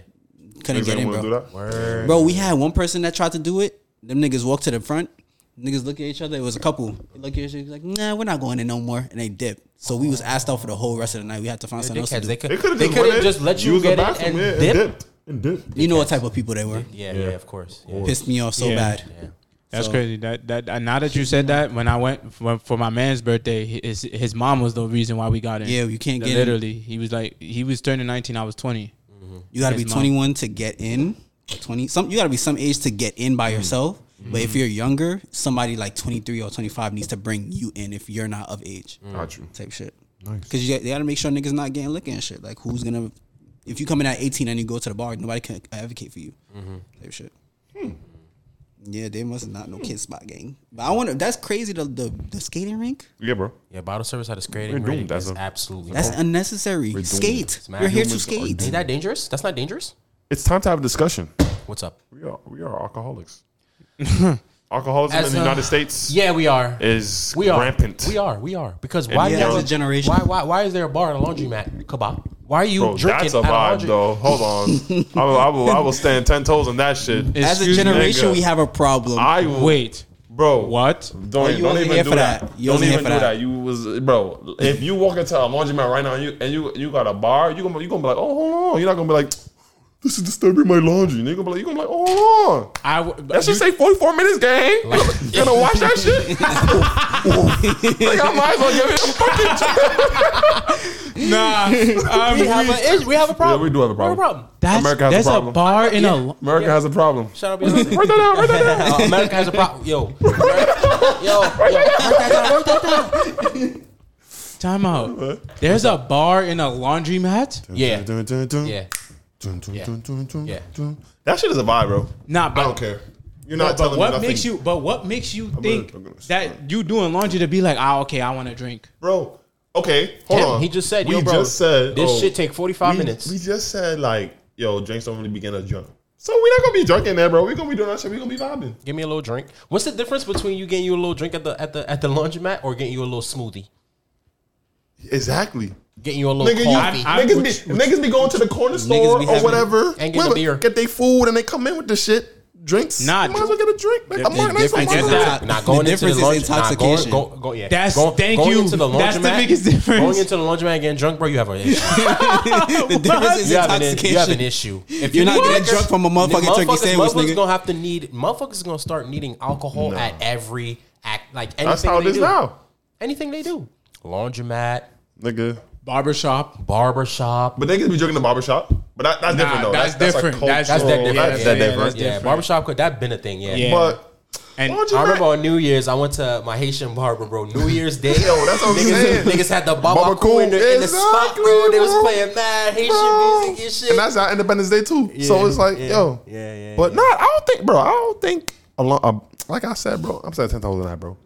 Speaker 3: Couldn't
Speaker 4: Niggas
Speaker 3: get
Speaker 4: ain't
Speaker 3: in,
Speaker 4: wanna
Speaker 3: bro.
Speaker 4: do that.
Speaker 2: Word.
Speaker 3: Bro, we had one person that tried to do it. Them niggas walked to the front. Niggas look at each other. It was a couple. They Look at each other. Like, nah, we're not going in no more. And they dip. So we was asked out for the whole rest of the night. We had to find something else. To
Speaker 2: Dickheads,
Speaker 3: do.
Speaker 2: they could
Speaker 4: They could have
Speaker 2: they
Speaker 4: just, went
Speaker 2: couldn't
Speaker 4: in,
Speaker 2: just let you
Speaker 4: used the
Speaker 2: get in
Speaker 4: bathroom,
Speaker 2: and
Speaker 4: yeah,
Speaker 2: dip.
Speaker 4: dipped. And dipped.
Speaker 3: you know what type of people they were.
Speaker 2: Yeah, yeah, of course. Yeah.
Speaker 3: Pissed me off so
Speaker 5: Yeah.
Speaker 3: bad.
Speaker 5: That's
Speaker 3: So-
Speaker 5: crazy. That that uh, now that you said that, when I went for, for my man's birthday, his his mom was the reason why we got in.
Speaker 3: Yeah, you can't get in.
Speaker 5: literally. He was like he was turning nineteen. I was twenty.
Speaker 3: You got to be
Speaker 5: His mom.
Speaker 3: 21 to get in. 20 some you got to be some age to get in by yourself. But if you're younger, somebody like 23 or 25 needs to bring you in if you're not of age.
Speaker 4: Got you.
Speaker 3: Type shit. Cuz you got- they got to make sure niggas not getting liquor and shit. Like who's going to if you come in at 18 and you go to the bar, nobody can advocate for you. Type shit. Yeah, they must not know kid spot gang. But I wonder that's crazy the the, the skating rink.
Speaker 4: Yeah, bro.
Speaker 2: Yeah, bottle service had a skating
Speaker 4: We're
Speaker 2: ring.
Speaker 4: doomed, that's
Speaker 2: That's
Speaker 4: a-
Speaker 2: absolutely.
Speaker 3: That's unnecessary.
Speaker 4: We're doomed.
Speaker 3: Skate.
Speaker 2: mad.
Speaker 3: You're here to
Speaker 4: Humans are
Speaker 3: skate.
Speaker 2: Ain't that dangerous? That's not dangerous.
Speaker 4: It's time to have a discussion.
Speaker 2: What's up?
Speaker 4: We are we are alcoholics. Alcoholism
Speaker 2: As
Speaker 4: in the
Speaker 2: a-
Speaker 4: United States
Speaker 2: Yeah, we are.
Speaker 4: is
Speaker 2: we are.
Speaker 4: rampant.
Speaker 2: We are. We are. Because why?
Speaker 4: yeah,
Speaker 2: does
Speaker 4: it's
Speaker 2: it-
Speaker 3: a generation.
Speaker 2: Why? Why? Why is there a bar and a laundromat? Kebab. Why are you
Speaker 4: Bro,
Speaker 2: drinking
Speaker 4: that's a
Speaker 2: at a
Speaker 4: vibe
Speaker 2: laundry-
Speaker 4: though. Hold on, I will, I will I will stand ten toes on that shit.
Speaker 3: As
Speaker 5: It's-
Speaker 3: a
Speaker 5: Excuse me,
Speaker 3: generation,
Speaker 4: nigga.
Speaker 3: we have a problem.
Speaker 4: I will,
Speaker 5: Wait,
Speaker 4: bro.
Speaker 5: what?
Speaker 4: Don't,
Speaker 3: you
Speaker 4: e- don't
Speaker 3: wasn't
Speaker 4: even
Speaker 3: here
Speaker 4: do
Speaker 3: for
Speaker 4: that.
Speaker 3: that. You
Speaker 4: Don't
Speaker 3: wasn't
Speaker 4: even
Speaker 3: here
Speaker 4: do
Speaker 3: for
Speaker 4: that.
Speaker 3: that.
Speaker 4: You was bro. If you walk into a laundromat right now and you and you, you got a bar, you gonna you gonna be like, oh hold on. You're not gonna be like, this is disturbing my laundry. You're gonna be like, you gonna be like, oh hold on.
Speaker 5: I w-
Speaker 4: That should
Speaker 5: you-
Speaker 4: say 44 minutes, gang. You gonna watch that shit? like I might as well give it a fucking
Speaker 5: nah. I'm
Speaker 2: We have, a, is- we have a problem.
Speaker 4: Yeah, we do have a problem.
Speaker 2: We have a problem.
Speaker 5: that's
Speaker 4: America has a
Speaker 5: that's a,
Speaker 4: problem.
Speaker 5: bar in a. lo-
Speaker 4: America has a problem.
Speaker 2: Shout out Beyonce.
Speaker 4: Write that down. Write that down.
Speaker 2: Uh, America has a problem. Yo. Yo. yo.
Speaker 5: Time out. There's a bar in a laundromat.
Speaker 2: Yeah.
Speaker 4: Dun, dun, dun,
Speaker 2: Yeah.
Speaker 4: dun, dun,
Speaker 2: Yeah.
Speaker 4: dun, dun, dun,
Speaker 2: Yeah.
Speaker 4: dun. That shit is a vibe, bro.
Speaker 5: Nah, but
Speaker 4: I don't care. You're
Speaker 5: No,
Speaker 4: not telling
Speaker 5: but what
Speaker 4: me nothing.
Speaker 5: makes you? But what makes you think
Speaker 4: I'm gonna-
Speaker 5: that you doing laundry to be like, ah, okay, I want to drink.
Speaker 4: bro? Okay, hold
Speaker 2: Damn,
Speaker 4: on.
Speaker 2: he just said,
Speaker 4: we
Speaker 2: yo, bro,
Speaker 4: just said
Speaker 2: this
Speaker 4: oh,
Speaker 2: shit take 45
Speaker 4: we-
Speaker 2: minutes.
Speaker 4: We just said like, yo, drinks don't really begin as drunk. So we're not gonna be drunk in there, bro. We're gonna be doing our shit. We're gonna be vibing.
Speaker 2: Give me a little drink. What's the difference between you getting you a little drink at the at the at the laundromat or getting you a little smoothie?
Speaker 4: Exactly.
Speaker 2: Getting you a little
Speaker 4: Nigga, you,
Speaker 2: coffee.
Speaker 5: I-
Speaker 4: niggas, be, niggas be going to the corner store
Speaker 3: be
Speaker 4: or
Speaker 3: having-
Speaker 4: whatever,
Speaker 2: and getting
Speaker 4: with-
Speaker 2: a beer.
Speaker 4: get their food, and they come in with the shit, drinks.
Speaker 5: Nah,
Speaker 4: you might as well get a drink. Like, I'm like, that's
Speaker 3: difference
Speaker 4: what I'm
Speaker 3: is
Speaker 4: doing.
Speaker 3: that-
Speaker 2: Nah,
Speaker 3: The
Speaker 2: going into the
Speaker 3: difference is
Speaker 2: laundry, nah, going,
Speaker 3: intoxication.
Speaker 2: go, go, yeah.
Speaker 5: That's-
Speaker 2: Go-
Speaker 5: thank you. That's the biggest difference.
Speaker 2: Going into the laundromat and getting drunk, bro, you have an issue.
Speaker 3: the difference is
Speaker 2: you, have an, you have
Speaker 3: intoxication.
Speaker 2: an issue. If
Speaker 3: You're not getting
Speaker 2: niggas-
Speaker 3: drunk from a motherfucking turkey sandwich,
Speaker 2: motherfuckers
Speaker 3: nigga.
Speaker 2: gonna have to need. Motherfuckers gonna start needing alcohol at every act, like anything
Speaker 4: That's how it
Speaker 2: they
Speaker 4: is
Speaker 2: do.
Speaker 4: now,
Speaker 2: Anything they do, laundromat,
Speaker 4: nigga.
Speaker 5: Barbershop.
Speaker 2: barber shop.
Speaker 4: But niggas be drinking the barbershop. But that, that's
Speaker 5: Nah,
Speaker 4: different though.
Speaker 5: that's
Speaker 4: a
Speaker 5: different. That's-
Speaker 2: That's
Speaker 4: cultural-
Speaker 2: that different.
Speaker 4: that's
Speaker 2: yeah,
Speaker 4: that
Speaker 2: yeah,
Speaker 4: different.
Speaker 2: Yeah,
Speaker 5: different.
Speaker 2: barbershop could that been a thing. Yeah.
Speaker 5: Yeah.
Speaker 4: But
Speaker 5: And
Speaker 4: laundromat-
Speaker 2: I remember on New Year's, I went to my Haitian barber, bro. New Year's Day,
Speaker 4: Yo, that's what I'm
Speaker 2: niggas,
Speaker 4: saying.
Speaker 2: niggas had the
Speaker 4: Baba
Speaker 2: barbecue in the, in the spot,
Speaker 4: Exactly,
Speaker 2: bro. They was
Speaker 4: bro.
Speaker 2: playing mad Haitian
Speaker 4: Bro.
Speaker 2: music and shit.
Speaker 4: And that's our Independence Day too. so it's like,
Speaker 2: yeah,
Speaker 4: yo,
Speaker 2: yeah, yeah,
Speaker 4: But not, I don't think, bro. I don't think. A lo- uh, like I said, bro. I'm saying ten thousand that, bro.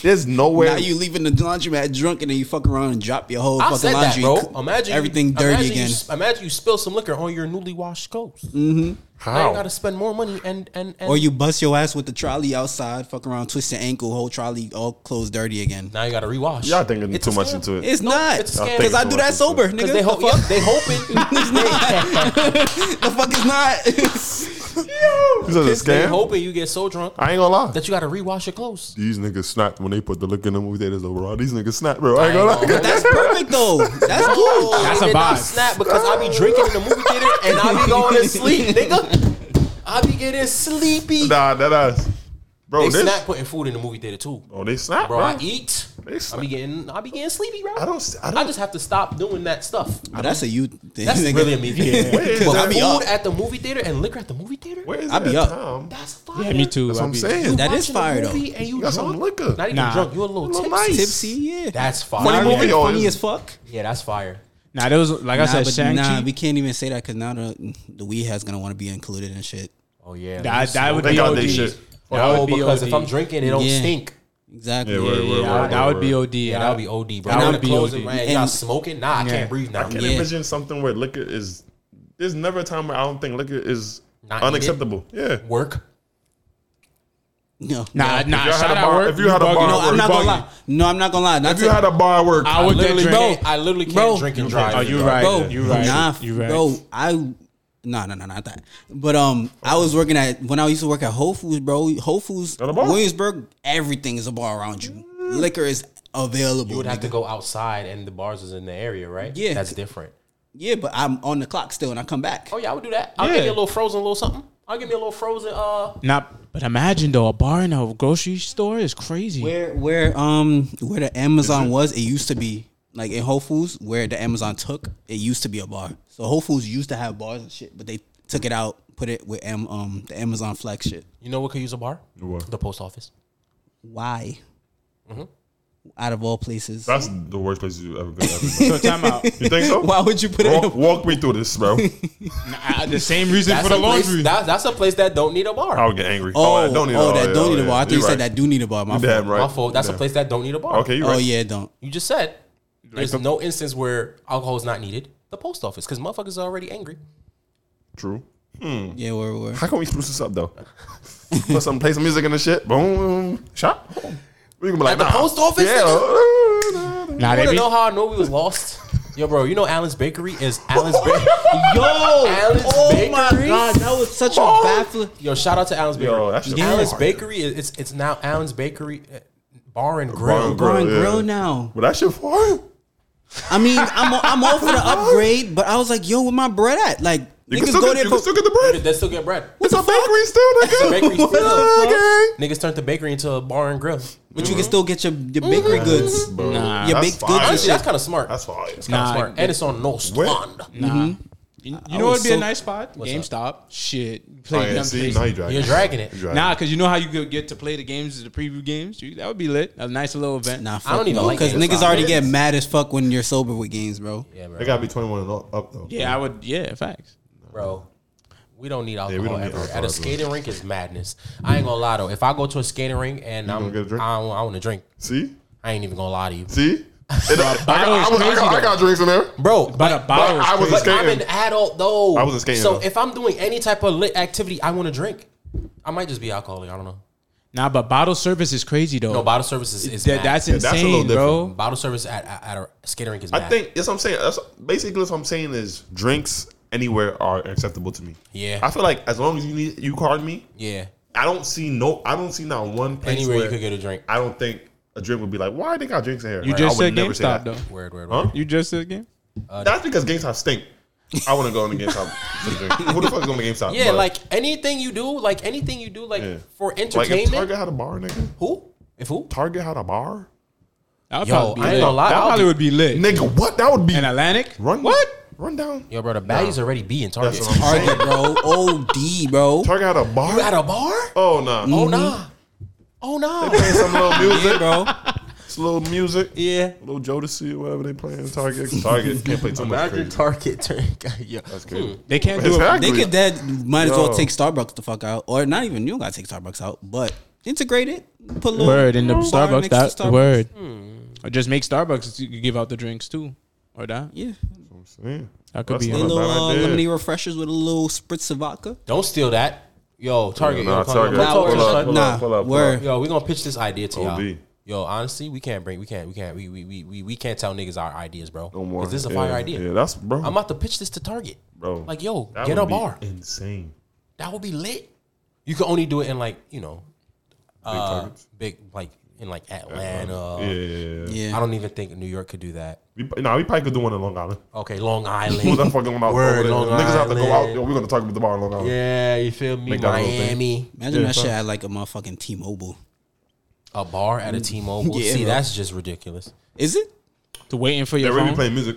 Speaker 4: There's nowhere.
Speaker 3: Now you leaving the laundromat drunk and then you fuck around and drop your whole
Speaker 2: I
Speaker 3: fucking
Speaker 2: said that,
Speaker 3: laundry.
Speaker 2: bro.
Speaker 3: Cook-
Speaker 2: Imagine you-
Speaker 3: everything dirty
Speaker 2: imagine
Speaker 3: again.
Speaker 2: You, imagine you spill some liquor on your newly washed clothes. Now
Speaker 4: how?
Speaker 2: you gotta spend more money and and, and
Speaker 3: or you bust your ass with the trolley outside, fuck around, twist your ankle, whole trolley all clothes dirty again.
Speaker 2: now you gotta rewash.
Speaker 4: Y'all thinking
Speaker 2: It's
Speaker 4: too
Speaker 2: a
Speaker 4: much
Speaker 2: scam.
Speaker 4: into it.
Speaker 3: It's not
Speaker 2: it's a scam.
Speaker 3: because I
Speaker 4: Thinking
Speaker 3: do that
Speaker 4: so much
Speaker 3: sober,
Speaker 2: Cause
Speaker 3: nigga.
Speaker 2: they hope,
Speaker 3: the, fuck?
Speaker 2: yep, they hoping,
Speaker 3: the fuck is not.
Speaker 4: This is a
Speaker 2: they
Speaker 4: scam.
Speaker 2: hoping you get so drunk
Speaker 4: I ain't gonna lie.
Speaker 2: that you gotta rewash your clothes.
Speaker 4: These niggas snapped when they put the look in the movie theaters over. All these niggas snapped, bro. I ain't
Speaker 2: I
Speaker 4: gonna
Speaker 2: ain't
Speaker 4: lie.
Speaker 2: gonna-
Speaker 3: That's perfect though. That's cool.
Speaker 5: That's a
Speaker 2: And I
Speaker 5: vibe.
Speaker 2: snap because I be drinking in the movie theater and I be going to sleep, nigga. I be getting sleepy.
Speaker 4: Nah, that ass. Bro,
Speaker 2: They
Speaker 4: this.
Speaker 2: snap putting food in the movie theater too.
Speaker 4: Oh, they snapped,
Speaker 2: Bro,
Speaker 4: bro.
Speaker 2: I eat.
Speaker 4: They
Speaker 2: I
Speaker 4: snap.
Speaker 2: be getting, I be getting sleepy, bro.
Speaker 4: I don't. I
Speaker 2: I
Speaker 4: don't.
Speaker 2: just have to stop doing that stuff.
Speaker 3: But oh, that's a you thing.
Speaker 2: That's
Speaker 3: nigga.
Speaker 2: really a me thing.
Speaker 4: Where is
Speaker 2: But
Speaker 4: that?
Speaker 2: food
Speaker 3: up.
Speaker 2: at the movie theater and liquor at the movie theater.
Speaker 4: Where is
Speaker 3: I be
Speaker 4: that
Speaker 3: up.
Speaker 4: time?
Speaker 2: That's fire.
Speaker 5: Yeah, me too.
Speaker 4: That's what
Speaker 5: I
Speaker 4: I'm
Speaker 5: be-
Speaker 4: saying.
Speaker 3: That is
Speaker 2: Watching a
Speaker 3: fire, though.
Speaker 2: movie And you,
Speaker 4: You got
Speaker 2: drunk.
Speaker 4: some liquor.
Speaker 2: Not even
Speaker 5: Nah.
Speaker 2: drunk. You a little
Speaker 4: Little
Speaker 2: tipsy.
Speaker 4: nice.
Speaker 3: tipsy. Yeah,
Speaker 2: That's fire.
Speaker 4: Funny movie, yo,
Speaker 3: funny
Speaker 4: it's-
Speaker 3: as fuck.
Speaker 2: Yeah, that's fire.
Speaker 5: Nah, there was like I
Speaker 3: Nah,
Speaker 5: said,
Speaker 3: but
Speaker 5: Shang
Speaker 3: nah, we
Speaker 5: Chi.
Speaker 3: can't even say that because now the the weed has gonna want to be included and shit.
Speaker 2: Oh yeah.
Speaker 5: That, that would
Speaker 4: They
Speaker 5: be
Speaker 4: got
Speaker 5: OD.
Speaker 4: they shit.
Speaker 5: That
Speaker 2: oh,
Speaker 5: would be
Speaker 2: because
Speaker 5: OD.
Speaker 2: if I'm drinking, it don't
Speaker 3: Yeah.
Speaker 2: stink.
Speaker 3: Exactly.
Speaker 4: Yeah, word,
Speaker 5: yeah,
Speaker 4: word,
Speaker 5: yeah,
Speaker 4: word,
Speaker 5: that would be
Speaker 4: word.
Speaker 5: OD.
Speaker 2: Yeah, that would be OD, bro.
Speaker 5: That
Speaker 2: Now
Speaker 5: would
Speaker 2: the
Speaker 5: be
Speaker 2: clothes
Speaker 5: OD.
Speaker 2: are red. Y'all
Speaker 3: And-
Speaker 2: smoking? Nah, I
Speaker 5: Yeah.
Speaker 2: can't breathe now.
Speaker 4: I can't
Speaker 3: Yeah.
Speaker 4: envision something where liquor is. There's never a time where I don't think liquor is
Speaker 2: Not
Speaker 4: unacceptable. Yeah.
Speaker 2: Work.
Speaker 3: No,
Speaker 5: Nah,
Speaker 3: no.
Speaker 4: y'all
Speaker 5: nah.
Speaker 4: had
Speaker 5: Shout
Speaker 4: a
Speaker 5: out
Speaker 4: bar-
Speaker 5: work.
Speaker 4: if you had a
Speaker 5: bugging.
Speaker 3: No,
Speaker 4: bar Bro,
Speaker 3: I'm not gonna
Speaker 5: bugging.
Speaker 3: lie. No, I'm not gonna lie. Not
Speaker 4: If
Speaker 3: to-
Speaker 4: you had a bar at work,
Speaker 5: I would get
Speaker 2: Literally,
Speaker 5: drink.
Speaker 2: can't- I literally can't
Speaker 3: Bro.
Speaker 2: drink and
Speaker 4: Bro.
Speaker 2: drive.
Speaker 5: Oh, you
Speaker 2: bro.
Speaker 5: right.
Speaker 3: bro.
Speaker 5: You right.
Speaker 3: Nah,
Speaker 5: You right.
Speaker 3: bro. I No, no, no, not that. But um, I was working at when I used to work at Whole Foods, bro. Whole Foods,
Speaker 4: At a bar?
Speaker 3: Williamsburg, everything is a bar around you. Liquor is available.
Speaker 2: You would have to
Speaker 3: nigga.
Speaker 2: go outside, and the bars is in the area, right?
Speaker 3: Yeah.
Speaker 2: that's different.
Speaker 3: Yeah, but I'm on the clock still, and I come back.
Speaker 2: Oh yeah, I would do that. I'll
Speaker 5: Yeah.
Speaker 2: give you a little frozen, little something. I'll give you a little frozen. Uh,
Speaker 5: Not, but imagine though, a bar in a grocery store is crazy.
Speaker 3: Where where um where the Amazon was, it used to be like in Whole Foods where the Amazon took it used to be a bar. So Whole Foods used to have bars and shit, but they took it out, put it with Am, um the Amazon flex shit.
Speaker 2: you know what could use a bar?
Speaker 4: What?
Speaker 2: The post office.
Speaker 3: Why?
Speaker 4: Mm-hmm.
Speaker 3: Out of all places,
Speaker 4: That's the worst place you ever could ever.
Speaker 5: So time out.
Speaker 4: You think so?
Speaker 3: why would you put it? in
Speaker 4: Walk,
Speaker 3: a-
Speaker 4: walk me through this, bro.
Speaker 5: I- the same reason for
Speaker 2: That's
Speaker 5: the
Speaker 2: a place-
Speaker 5: laundry.
Speaker 2: that- that's a place that don't need a bar.
Speaker 4: I'll get angry.
Speaker 3: Oh,
Speaker 4: I
Speaker 3: oh, that don't need a bar. I thought you
Speaker 4: You're
Speaker 3: said
Speaker 4: right.
Speaker 3: that do need a bar. My
Speaker 4: You're damn
Speaker 3: fault.
Speaker 4: right.
Speaker 2: My fault. That's
Speaker 4: Yeah.
Speaker 2: a place that don't need a bar.
Speaker 4: Okay, you
Speaker 3: Oh
Speaker 4: right.
Speaker 3: yeah, don't.
Speaker 2: You just said there's
Speaker 4: the-
Speaker 2: no instance where alcohol is not needed. The post office, because motherfuckers are already angry.
Speaker 4: True.
Speaker 3: Yeah, we're, we're.
Speaker 4: How can we spruce this up though? Put some, play some music and the shit. Boom, shop. We can be like
Speaker 2: At the post office,
Speaker 4: Yeah.
Speaker 5: Nah,
Speaker 2: You
Speaker 5: they
Speaker 2: wanna
Speaker 5: be,
Speaker 2: know how I know we was lost? Yo, bro, you know Allen's Bakery is Allen's Bakery. Yo, Oh Allen's Bakery. Oh!
Speaker 3: God, that was such a baffling.
Speaker 2: Yo, shout out to Allen's Bakery.
Speaker 4: Yo, that shit
Speaker 2: Allen's
Speaker 4: hard.
Speaker 2: Bakery is it's it's now Allen's Bakery uh, Bar and Grill.
Speaker 4: Bar and
Speaker 3: Bar and
Speaker 4: Grill, yeah.
Speaker 3: grill now.
Speaker 4: But that shit far.
Speaker 3: I mean, I'm I'm all for the upgrade, but I was like, yo, where my bread at? Like
Speaker 4: You can
Speaker 3: niggas
Speaker 4: still
Speaker 3: go
Speaker 4: get,
Speaker 3: there
Speaker 4: you can
Speaker 3: for
Speaker 4: still get the bread.
Speaker 2: They still get bread.
Speaker 4: It's a bakery still, nigga.
Speaker 2: bakery still.
Speaker 4: Okay.
Speaker 2: Niggas turned the bakery into a bar and grill.
Speaker 3: But you can still get your, your bakery goods.
Speaker 4: Bro,
Speaker 5: Nah.
Speaker 4: Mm-hmm. that's
Speaker 3: Your baked
Speaker 4: fire.
Speaker 3: goods and
Speaker 2: Honestly,
Speaker 3: shit.
Speaker 2: that's kind of smart.
Speaker 4: That's
Speaker 2: That's
Speaker 4: fire.
Speaker 2: kind of
Speaker 5: Nah,
Speaker 2: smart. And it's on no stand.
Speaker 5: nah. You, you know
Speaker 3: was
Speaker 5: what'd be
Speaker 3: so-
Speaker 5: a nice spot? GameStop. Shit,
Speaker 4: Oh,
Speaker 5: play
Speaker 4: yeah,
Speaker 5: them
Speaker 4: see,
Speaker 5: places.
Speaker 4: now you're dragging.
Speaker 2: You're dragging it.
Speaker 4: You're dragging.
Speaker 5: Nah, because you know how you could get to play the games, the preview games. You, that would be lit. A nice little event.
Speaker 3: Nah, fuck
Speaker 2: I don't even
Speaker 3: no,
Speaker 2: like
Speaker 3: because
Speaker 2: it.
Speaker 3: niggas
Speaker 2: It's
Speaker 3: already
Speaker 2: not
Speaker 3: get
Speaker 2: it.
Speaker 3: mad as fuck when you're sober with games, bro.
Speaker 2: Yeah, bro.
Speaker 4: They gotta be 21 and up, up though.
Speaker 5: Yeah, I would. Yeah, facts.
Speaker 2: bro. We don't need alcohol
Speaker 4: we don't need
Speaker 2: ever.
Speaker 4: alcohol
Speaker 2: At
Speaker 4: ever.
Speaker 2: a skating rink is madness. I ain't gonna lie though. If I go to a skating rink and I'm, I,
Speaker 4: gonna get a drink?
Speaker 2: want to drink.
Speaker 4: See,
Speaker 2: I ain't even gonna lie to you,
Speaker 4: see. And I, I, got-
Speaker 5: bottle is
Speaker 4: I, was- I, got,
Speaker 5: crazy,
Speaker 4: I got drinks in there.
Speaker 2: bro. But,
Speaker 5: But a bottle.
Speaker 4: I
Speaker 5: I
Speaker 4: was
Speaker 5: was.
Speaker 4: a
Speaker 2: but I'm
Speaker 4: skating.
Speaker 2: an adult though.
Speaker 4: I wasn't skating,
Speaker 2: So
Speaker 4: though.
Speaker 2: if I'm doing any type of lit activity, I want to drink. I might just be alcoholic. I don't know.
Speaker 5: Nah, but bottle service is crazy though.
Speaker 2: No bottle services is
Speaker 5: That-
Speaker 2: mad.
Speaker 5: that's
Speaker 4: that's a
Speaker 5: insane,
Speaker 4: little
Speaker 5: bro.
Speaker 2: bottle service at, at, at a skating rink is
Speaker 4: I
Speaker 2: mad.
Speaker 4: think that's what I'm saying. That's basically what I'm saying is drinks anywhere are acceptable to me.
Speaker 2: Yeah.
Speaker 4: I feel like as long as you need you card me,
Speaker 2: yeah.
Speaker 4: I don't see no. I don't see not one place
Speaker 2: Anywhere
Speaker 4: where
Speaker 2: you could get a drink.
Speaker 4: I don't think a drink would be like, why they got drinks in here?
Speaker 5: You
Speaker 4: Like,
Speaker 5: just
Speaker 4: I would
Speaker 5: said
Speaker 4: never say that.
Speaker 5: GameStop though.
Speaker 2: Word word word.
Speaker 4: Huh?
Speaker 5: You just said game.
Speaker 4: That's because GameStop stink. I want to go in the GameStop. for the drink. Who the fuck is going to GameStop?
Speaker 2: Yeah,
Speaker 4: But,
Speaker 2: like anything you do, like anything you do, like
Speaker 4: Yeah.
Speaker 2: for
Speaker 4: like if
Speaker 2: entertainment.
Speaker 4: Target had a bar, nigga.
Speaker 2: who? If who?
Speaker 4: Target had a bar,
Speaker 5: That would
Speaker 2: Yo,
Speaker 5: probably be
Speaker 2: I ain't
Speaker 5: lit.
Speaker 2: gonna lie,
Speaker 5: That
Speaker 2: I'll
Speaker 5: probably
Speaker 2: be-
Speaker 5: would be lit.
Speaker 4: nigga. What? That would be
Speaker 5: In Atlantic.
Speaker 4: run. What? Run down.
Speaker 2: Yo, bro, the baddies already be in Target.
Speaker 4: That's what I'm saying.
Speaker 3: Target, bro. OD, bro.
Speaker 4: Target had a bar.
Speaker 2: You at a bar?
Speaker 4: oh no.
Speaker 2: Oh nah. Oh nah.
Speaker 4: playing some little music,
Speaker 3: bro.
Speaker 4: It's a little music.
Speaker 2: yeah.
Speaker 4: Little Jodeci, whatever they playing. Target. Target can't play too much.
Speaker 2: Imagine
Speaker 4: Crazy.
Speaker 2: Target turn. yeah.
Speaker 4: That's crazy.
Speaker 5: They can't do it.
Speaker 4: Exactly.
Speaker 3: They could dead might as well
Speaker 4: Yo.
Speaker 3: take Starbucks the fuck out. Or not even you don't gotta take Starbucks out, but integrate it. Put a little
Speaker 5: Word in the
Speaker 3: bar
Speaker 5: Starbucks. That
Speaker 3: next to Starbucks.
Speaker 5: word. Or just make Starbucks. You could give out the drinks too, or that.
Speaker 3: Yeah.
Speaker 4: Yeah.
Speaker 5: That could
Speaker 4: That's
Speaker 5: be
Speaker 4: not
Speaker 3: A
Speaker 5: it.
Speaker 4: a
Speaker 3: little
Speaker 4: bad
Speaker 3: uh,
Speaker 4: idea.
Speaker 3: lemonade refreshers with a little spritz of vodka.
Speaker 2: Don't steal that. Yo, Target.
Speaker 4: Nah,
Speaker 2: yo, come on,
Speaker 4: Target.
Speaker 2: come talk to
Speaker 4: Pull
Speaker 2: us,
Speaker 4: up,
Speaker 2: son.
Speaker 4: pull up,
Speaker 3: Nah,
Speaker 4: pull up, pull
Speaker 3: word.
Speaker 4: up.
Speaker 2: Yo, we gonna pitch this idea to y'all.
Speaker 4: OD.
Speaker 2: Yo, honestly, we can't bring, we can't, we can't, we we we we, we can't tell niggas our ideas, bro.
Speaker 4: No more.
Speaker 2: 'Cause this is a
Speaker 4: Yeah,
Speaker 2: fire idea.
Speaker 4: Yeah, that's bro.
Speaker 2: I'm about to pitch this to Target,
Speaker 4: bro.
Speaker 2: Like, yo,
Speaker 4: That
Speaker 2: get
Speaker 4: would
Speaker 2: a
Speaker 4: be
Speaker 2: bar.
Speaker 4: Insane.
Speaker 2: That would be lit. You can only do it in like you know, uh,
Speaker 4: targets?
Speaker 2: big like in like Atlanta.
Speaker 4: Yeah, yeah, yeah.
Speaker 3: Yeah.
Speaker 2: I don't even think New York could do that.
Speaker 4: We, nah, we probably could do one in Long Island.
Speaker 2: Okay, Long
Speaker 4: What
Speaker 2: Island.
Speaker 4: the fuck going on over
Speaker 2: Word,
Speaker 4: there?
Speaker 2: Long
Speaker 4: Niggas have to go out.
Speaker 2: Island.
Speaker 4: Yo, we're gonna talk about the bar in Long Island.
Speaker 2: Yeah, you feel me?
Speaker 4: Make that a little thing.
Speaker 2: Miami,
Speaker 3: Imagine
Speaker 4: Yeah,
Speaker 3: that shit
Speaker 4: fuck.
Speaker 3: at like a motherfucking T Mobile.
Speaker 2: a bar at a T-Mobile.
Speaker 3: Yeah,
Speaker 2: See,
Speaker 3: bro.
Speaker 2: that's just ridiculous.
Speaker 3: Is it?
Speaker 5: To waiting for
Speaker 4: They
Speaker 5: your
Speaker 4: really
Speaker 5: phone.
Speaker 4: playing music.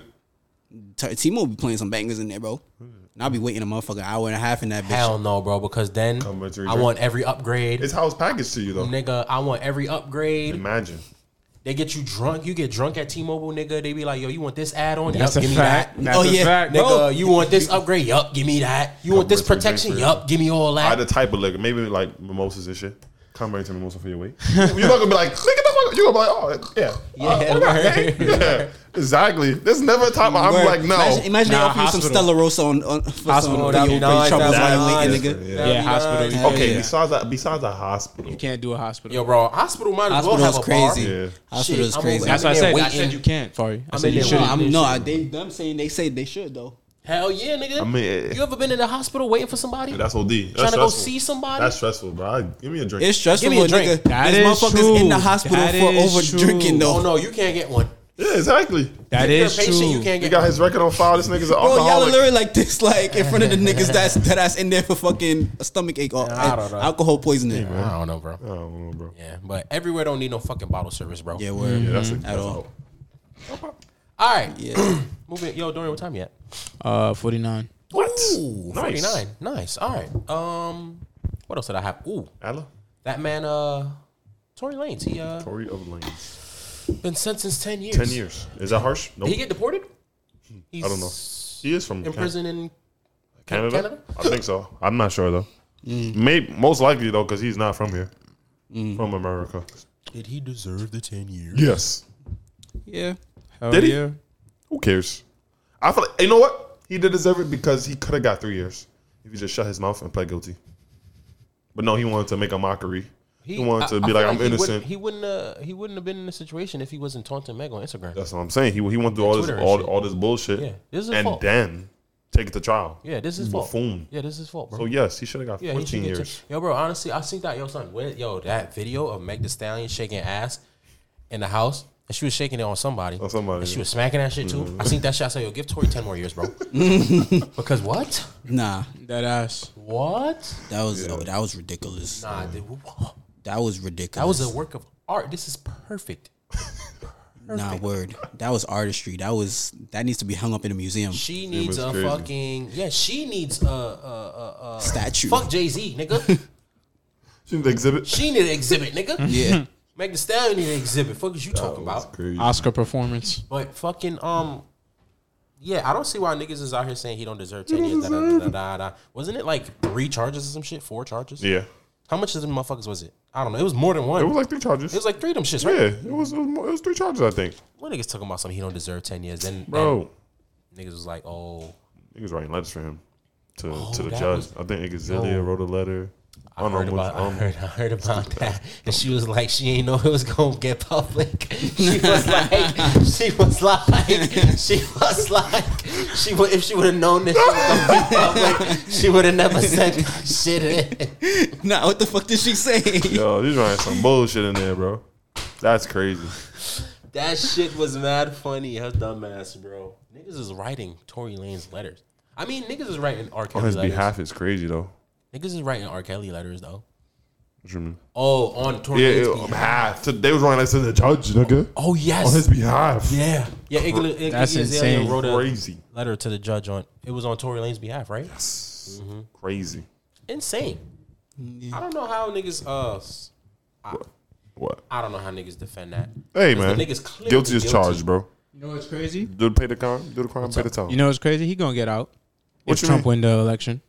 Speaker 3: T Mobile be playing some bangers in there, bro. And I'll be waiting a motherfucking hour and a half in that bitch.
Speaker 2: Hell no, bro. Because then
Speaker 4: Complimentary
Speaker 2: I
Speaker 4: drink.
Speaker 2: want every upgrade,
Speaker 4: It's how it's packaged to you though.
Speaker 2: nigga. I want every upgrade.
Speaker 4: Imagine.
Speaker 2: They get you drunk. You get drunk at T-Mobile, nigga. They be like, yo, you want this add-on?
Speaker 5: That's
Speaker 2: yup,
Speaker 5: a
Speaker 2: give me
Speaker 5: fact.
Speaker 2: that.
Speaker 5: That's
Speaker 3: Oh,
Speaker 5: a
Speaker 3: yeah.
Speaker 5: fact.
Speaker 2: Nigga,
Speaker 3: Bro.
Speaker 2: you want this upgrade? Yup, give me that. You want this
Speaker 4: Complimentary drink
Speaker 2: protection?
Speaker 4: for you.
Speaker 2: Yup, give me all
Speaker 4: I
Speaker 2: that.
Speaker 4: the type of liquor, maybe like mimosas and shit. Come bring to mimosa for your weight. You're not gonna be like, nigga, the fuck. You're gonna be like, oh yeah,
Speaker 2: Yeah,
Speaker 4: Oh, okay. yeah. exactly. There's never a time I'm
Speaker 3: Word.
Speaker 4: like, no.
Speaker 3: Imagine, imagine
Speaker 5: Nah,
Speaker 3: they offer you some
Speaker 5: hospital.
Speaker 3: Stella Rosa on, on for
Speaker 5: Hospital,
Speaker 3: some
Speaker 5: that'd
Speaker 3: that'd
Speaker 5: be
Speaker 3: be
Speaker 2: nice,
Speaker 3: trouble
Speaker 2: that'd
Speaker 3: while
Speaker 2: be
Speaker 3: you
Speaker 4: nice.
Speaker 3: waiting, nigga.
Speaker 4: Yeah.
Speaker 5: Yeah, hospital. You
Speaker 4: okay,
Speaker 3: yeah.
Speaker 4: besides that, besides a hospital,
Speaker 5: can't do a hospital.
Speaker 2: Yo, bro, hospital might as well have
Speaker 3: Hospital's
Speaker 2: a bar.
Speaker 3: crazy.
Speaker 4: Yeah.
Speaker 3: Hospital's
Speaker 2: Shit, I'm
Speaker 3: crazy.
Speaker 2: over-
Speaker 5: That's what I said.
Speaker 2: Waiting.
Speaker 5: I said you can't. Sorry, I
Speaker 2: I'm
Speaker 5: said
Speaker 2: in
Speaker 5: you
Speaker 2: there
Speaker 5: shouldn't.
Speaker 2: waiting.
Speaker 3: I'm, no, I, they them saying they say they should though.
Speaker 2: Hell yeah, nigga.
Speaker 4: I mean, eh,
Speaker 2: you ever been in the hospital waiting for somebody?
Speaker 4: That's OD. That's
Speaker 2: Trying to go
Speaker 4: stressful.
Speaker 2: see somebody?
Speaker 4: That's stressful, bro. I- give me a drink.
Speaker 3: It's stressful,
Speaker 2: Give me a
Speaker 3: when
Speaker 2: drink.
Speaker 3: nigga.
Speaker 5: That
Speaker 3: there's
Speaker 5: is
Speaker 3: motherfuckers in the
Speaker 5: true.
Speaker 3: hospital
Speaker 5: That
Speaker 3: for
Speaker 5: is
Speaker 3: over
Speaker 5: true.
Speaker 3: drinking though.
Speaker 2: oh no, you can't get one.
Speaker 4: yeah, exactly.
Speaker 2: If
Speaker 5: That is
Speaker 2: you're a patient,
Speaker 5: true.
Speaker 2: you can't
Speaker 4: You
Speaker 2: get
Speaker 4: got his record on file. This nigga's an
Speaker 3: Bro, y'all are
Speaker 4: alcoholic.
Speaker 3: literally like this, like in front of the niggas that's that ass in there for fucking a stomach ache or
Speaker 2: I don't know.
Speaker 3: alcohol poisoning.
Speaker 2: one. I don't know, bro.
Speaker 4: I don't know, bro.
Speaker 2: Yeah, but everywhere don't need no fucking bottle service, bro.
Speaker 3: Yeah, word.
Speaker 4: Yeah, that's a,
Speaker 2: Mm.
Speaker 3: At all.
Speaker 2: All right.
Speaker 3: Yeah.
Speaker 2: Moving. Yo, Dorian, what time yet?
Speaker 5: Uh, forty nine.
Speaker 4: What?
Speaker 2: Ooh, 49. Nice. All right. Um, what else did I have? Ooh,
Speaker 4: Ella?
Speaker 2: that man, uh, Tory Lanez, he, uh,
Speaker 4: Tory of Lanes.
Speaker 2: been sentenced 10 years.
Speaker 4: 10 years. Is that harsh? No.
Speaker 2: Did he get deported? He's
Speaker 4: I don't know. He is from
Speaker 2: In
Speaker 4: Can-
Speaker 2: prison in
Speaker 4: Canada?
Speaker 2: Canada? Mm.
Speaker 4: I think so. I'm not sure, though. Maybe, most likely, though, because he's not from here. From America.
Speaker 2: Did he deserve the 10 years?
Speaker 4: Yes.
Speaker 5: Yeah. Hell
Speaker 4: Did he?
Speaker 5: yeah.
Speaker 4: Who cares? I feel like, you know what? He did deserve it because he could have got three years if he just shut his mouth and pled guilty. But no, he wanted to make a mockery. He, wanted to
Speaker 2: I- I
Speaker 4: be
Speaker 2: feel
Speaker 4: like, I'm
Speaker 2: he
Speaker 4: innocent.
Speaker 2: Wouldn't, he wouldn't. Uh, he wouldn't have been in this situation if he wasn't taunting Meg on Instagram.
Speaker 4: That's what I'm saying. He, he went through all this
Speaker 2: Twitter and
Speaker 4: all,
Speaker 2: shit.
Speaker 4: all this bullshit
Speaker 2: Yeah, this is his
Speaker 4: and
Speaker 2: fault.
Speaker 4: then take it to trial.
Speaker 2: yeah, this is his fault.
Speaker 4: buffoon.
Speaker 2: Yeah, this is his fault, bro.
Speaker 4: So yes, he should have got
Speaker 2: yeah, he should
Speaker 4: 14
Speaker 2: get
Speaker 4: years.
Speaker 2: to- yo, bro. Honestly, I seen that yo son. Where, yo, that video of Meg The Stallion shaking ass in the house. And she was shaking it on somebody.
Speaker 4: On somebody, Mm-hmm.
Speaker 2: And she
Speaker 4: yeah.
Speaker 2: was smacking that shit too. I seen that shit. I said, yo, give Tori 10 more years, bro. because what?
Speaker 3: Nah,
Speaker 5: That ass.
Speaker 2: What?
Speaker 3: that was oh, that was ridiculous.
Speaker 2: Nah,
Speaker 4: Mm.
Speaker 2: dude,
Speaker 3: That was ridiculous.
Speaker 2: that was a work of art. This is perfect.
Speaker 3: nah word. That was artistry. That was that needs to be hung up in a museum.
Speaker 2: She needs
Speaker 4: was
Speaker 2: a
Speaker 4: crazy.
Speaker 2: fucking yeah. She needs a a a, a
Speaker 3: Statue.
Speaker 2: Fuck Jay Z, nigga.
Speaker 4: She the exhibit.
Speaker 2: she need an exhibit, nigga.
Speaker 3: Yeah.
Speaker 2: Meg Thee Stallion need an exhibit. Fuck is you talking about?
Speaker 4: Mm-hmm. Crazy.
Speaker 5: Oscar performance.
Speaker 2: But fucking um, yeah. I don't see why niggas is out here saying he don't deserve ten years. Da, da, da, da, da, da. Wasn't it like three charges or some shit? Four charges?
Speaker 4: yeah,
Speaker 2: How much of them motherfuckers was it? I don't know. It was more than one.
Speaker 4: it was like three charges.
Speaker 2: like three of them shits,
Speaker 4: yeah,
Speaker 2: right?
Speaker 4: it was, it was more- it was three charges. I think,
Speaker 2: One niggas talking about something he don't deserve ten years. Then
Speaker 4: bro.
Speaker 2: then niggas was like, oh,
Speaker 4: niggas writing letters for him to to the
Speaker 2: that
Speaker 4: judge.
Speaker 2: was-
Speaker 4: I think Xavier wrote a letter. I
Speaker 2: I
Speaker 4: don't
Speaker 2: heard,
Speaker 4: know which
Speaker 2: about, I,
Speaker 4: um,
Speaker 2: heard, I heard about that, and she was like, she ain't know it was gonna get public. She was like, she was like, she was like, she would if she would have known this shit was gonna be public, she would have never sent that shit in.
Speaker 3: Nah, what the fuck did she say?
Speaker 4: Yo, he's writing some bullshit in there, bro. That's crazy.
Speaker 2: That shit was mad funny, her dumbass, bro. Niggas is writing Tory Lane's letters. I mean, niggas is writing R.
Speaker 4: On
Speaker 2: Kelly
Speaker 4: his
Speaker 2: letters.
Speaker 4: behalf, it's crazy though.
Speaker 2: Niggas is writing R. Kelly letters though.
Speaker 4: What you mean?
Speaker 2: Oh, on Tory
Speaker 4: Yeah,
Speaker 2: Lane's
Speaker 4: it-
Speaker 2: behalf.
Speaker 4: behalf. So They was writing letters to the judge, nigga.
Speaker 2: Oh yes,
Speaker 4: On his behalf.
Speaker 2: yeah, yeah. Igla, Igla,
Speaker 5: That's
Speaker 2: Igla Azalea
Speaker 5: insane.
Speaker 2: Wrote a,
Speaker 4: Crazy.
Speaker 2: letter to the judge on it was on Tory Lane's behalf, right?
Speaker 4: Crazy.
Speaker 2: Insane. I don't know how niggas uh s-
Speaker 4: What?
Speaker 2: I don't know how niggas defend that.
Speaker 4: Hey
Speaker 2: 'Cause
Speaker 4: man,
Speaker 2: the niggas clearly
Speaker 4: guilty as
Speaker 2: guilty.
Speaker 4: charged, bro.
Speaker 5: You know what's crazy?
Speaker 4: Do the pay the crime, do the crime, pay the time.
Speaker 5: You know what's crazy? He gonna get out.
Speaker 4: What
Speaker 5: if
Speaker 4: you
Speaker 5: Trump
Speaker 4: mean?
Speaker 5: win the election.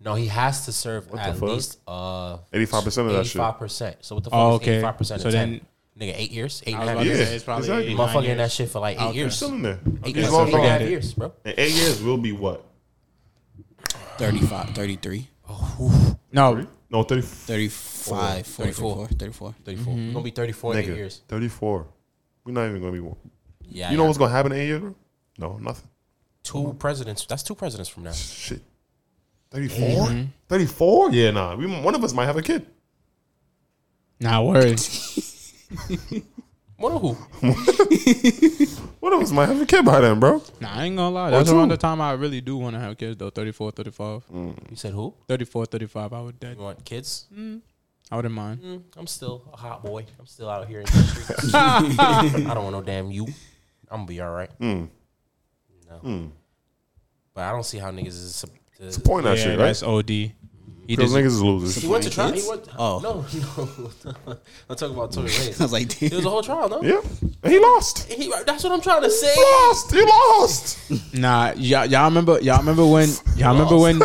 Speaker 2: No, he has to serve at
Speaker 4: fuck?
Speaker 2: least uh
Speaker 4: 85% of that shit.
Speaker 2: 85%. So what the fuck
Speaker 5: Oh,
Speaker 2: is
Speaker 5: okay.
Speaker 2: 85%
Speaker 5: So
Speaker 2: of 10?
Speaker 5: then-
Speaker 2: Nigga, 8 years, 8
Speaker 5: I
Speaker 2: and
Speaker 5: was
Speaker 2: a
Speaker 5: about
Speaker 2: half
Speaker 5: to
Speaker 2: years.
Speaker 4: Yeah,
Speaker 5: say it's probably
Speaker 4: exactly.
Speaker 5: eight, nine
Speaker 2: Motherfucker in that
Speaker 5: years.
Speaker 2: shit for like 8 years.
Speaker 4: still in there.
Speaker 2: Eight,
Speaker 4: These
Speaker 2: years, eight and a half
Speaker 4: motherfuckers-
Speaker 2: years, bro.
Speaker 4: In eight years will be what?
Speaker 3: 35, 33,
Speaker 5: No,
Speaker 4: No, 34.
Speaker 3: 35, 44, 34.
Speaker 2: 34.
Speaker 5: Mm-hmm.
Speaker 2: Gonna be 34 in 8
Speaker 4: Nigga,
Speaker 2: years.
Speaker 4: 34. We're not even going to be one.
Speaker 2: Yeah.
Speaker 4: You know what's going to happen in eight years, bro? No, nothing.
Speaker 2: two presidents. That's two presidents from now.
Speaker 4: Shit. 34? 34? Yeah, nah. We, one of us might have a kid.
Speaker 5: not worried.
Speaker 2: One of who?
Speaker 4: One of us might have a kid by then, bro.
Speaker 5: Nah, I ain't gonna lie. That's
Speaker 4: Oh, two. Mm.
Speaker 5: around the time I really do want to have kids, though. 34, 35.
Speaker 2: You said who?
Speaker 5: 34, 35. I would dead.
Speaker 2: You want kids?
Speaker 5: I wouldn't mind.
Speaker 2: I'm still a hot boy. I'm still out here in the streets. I don't want no damn you. I'm gonna be all right.
Speaker 4: Hmm.
Speaker 2: No. But I don't see how niggas is. sup- to-
Speaker 4: Point that
Speaker 5: yeah,
Speaker 4: shit,
Speaker 5: that's
Speaker 4: right?
Speaker 5: OD. He
Speaker 4: Because
Speaker 5: just,
Speaker 4: niggas is losers.
Speaker 2: he went to trial.
Speaker 3: Kids?
Speaker 2: He went,
Speaker 3: Oh.
Speaker 2: no, no. I'm talking about Tory Lanez.
Speaker 3: I was like,
Speaker 2: It was a whole trial, no?
Speaker 4: Yeah. And he lost.
Speaker 2: He, that's what I'm trying to say.
Speaker 4: He lost. He lost.
Speaker 5: nah, y'all, y'all remember? Y'all remember when? Y'all remember when?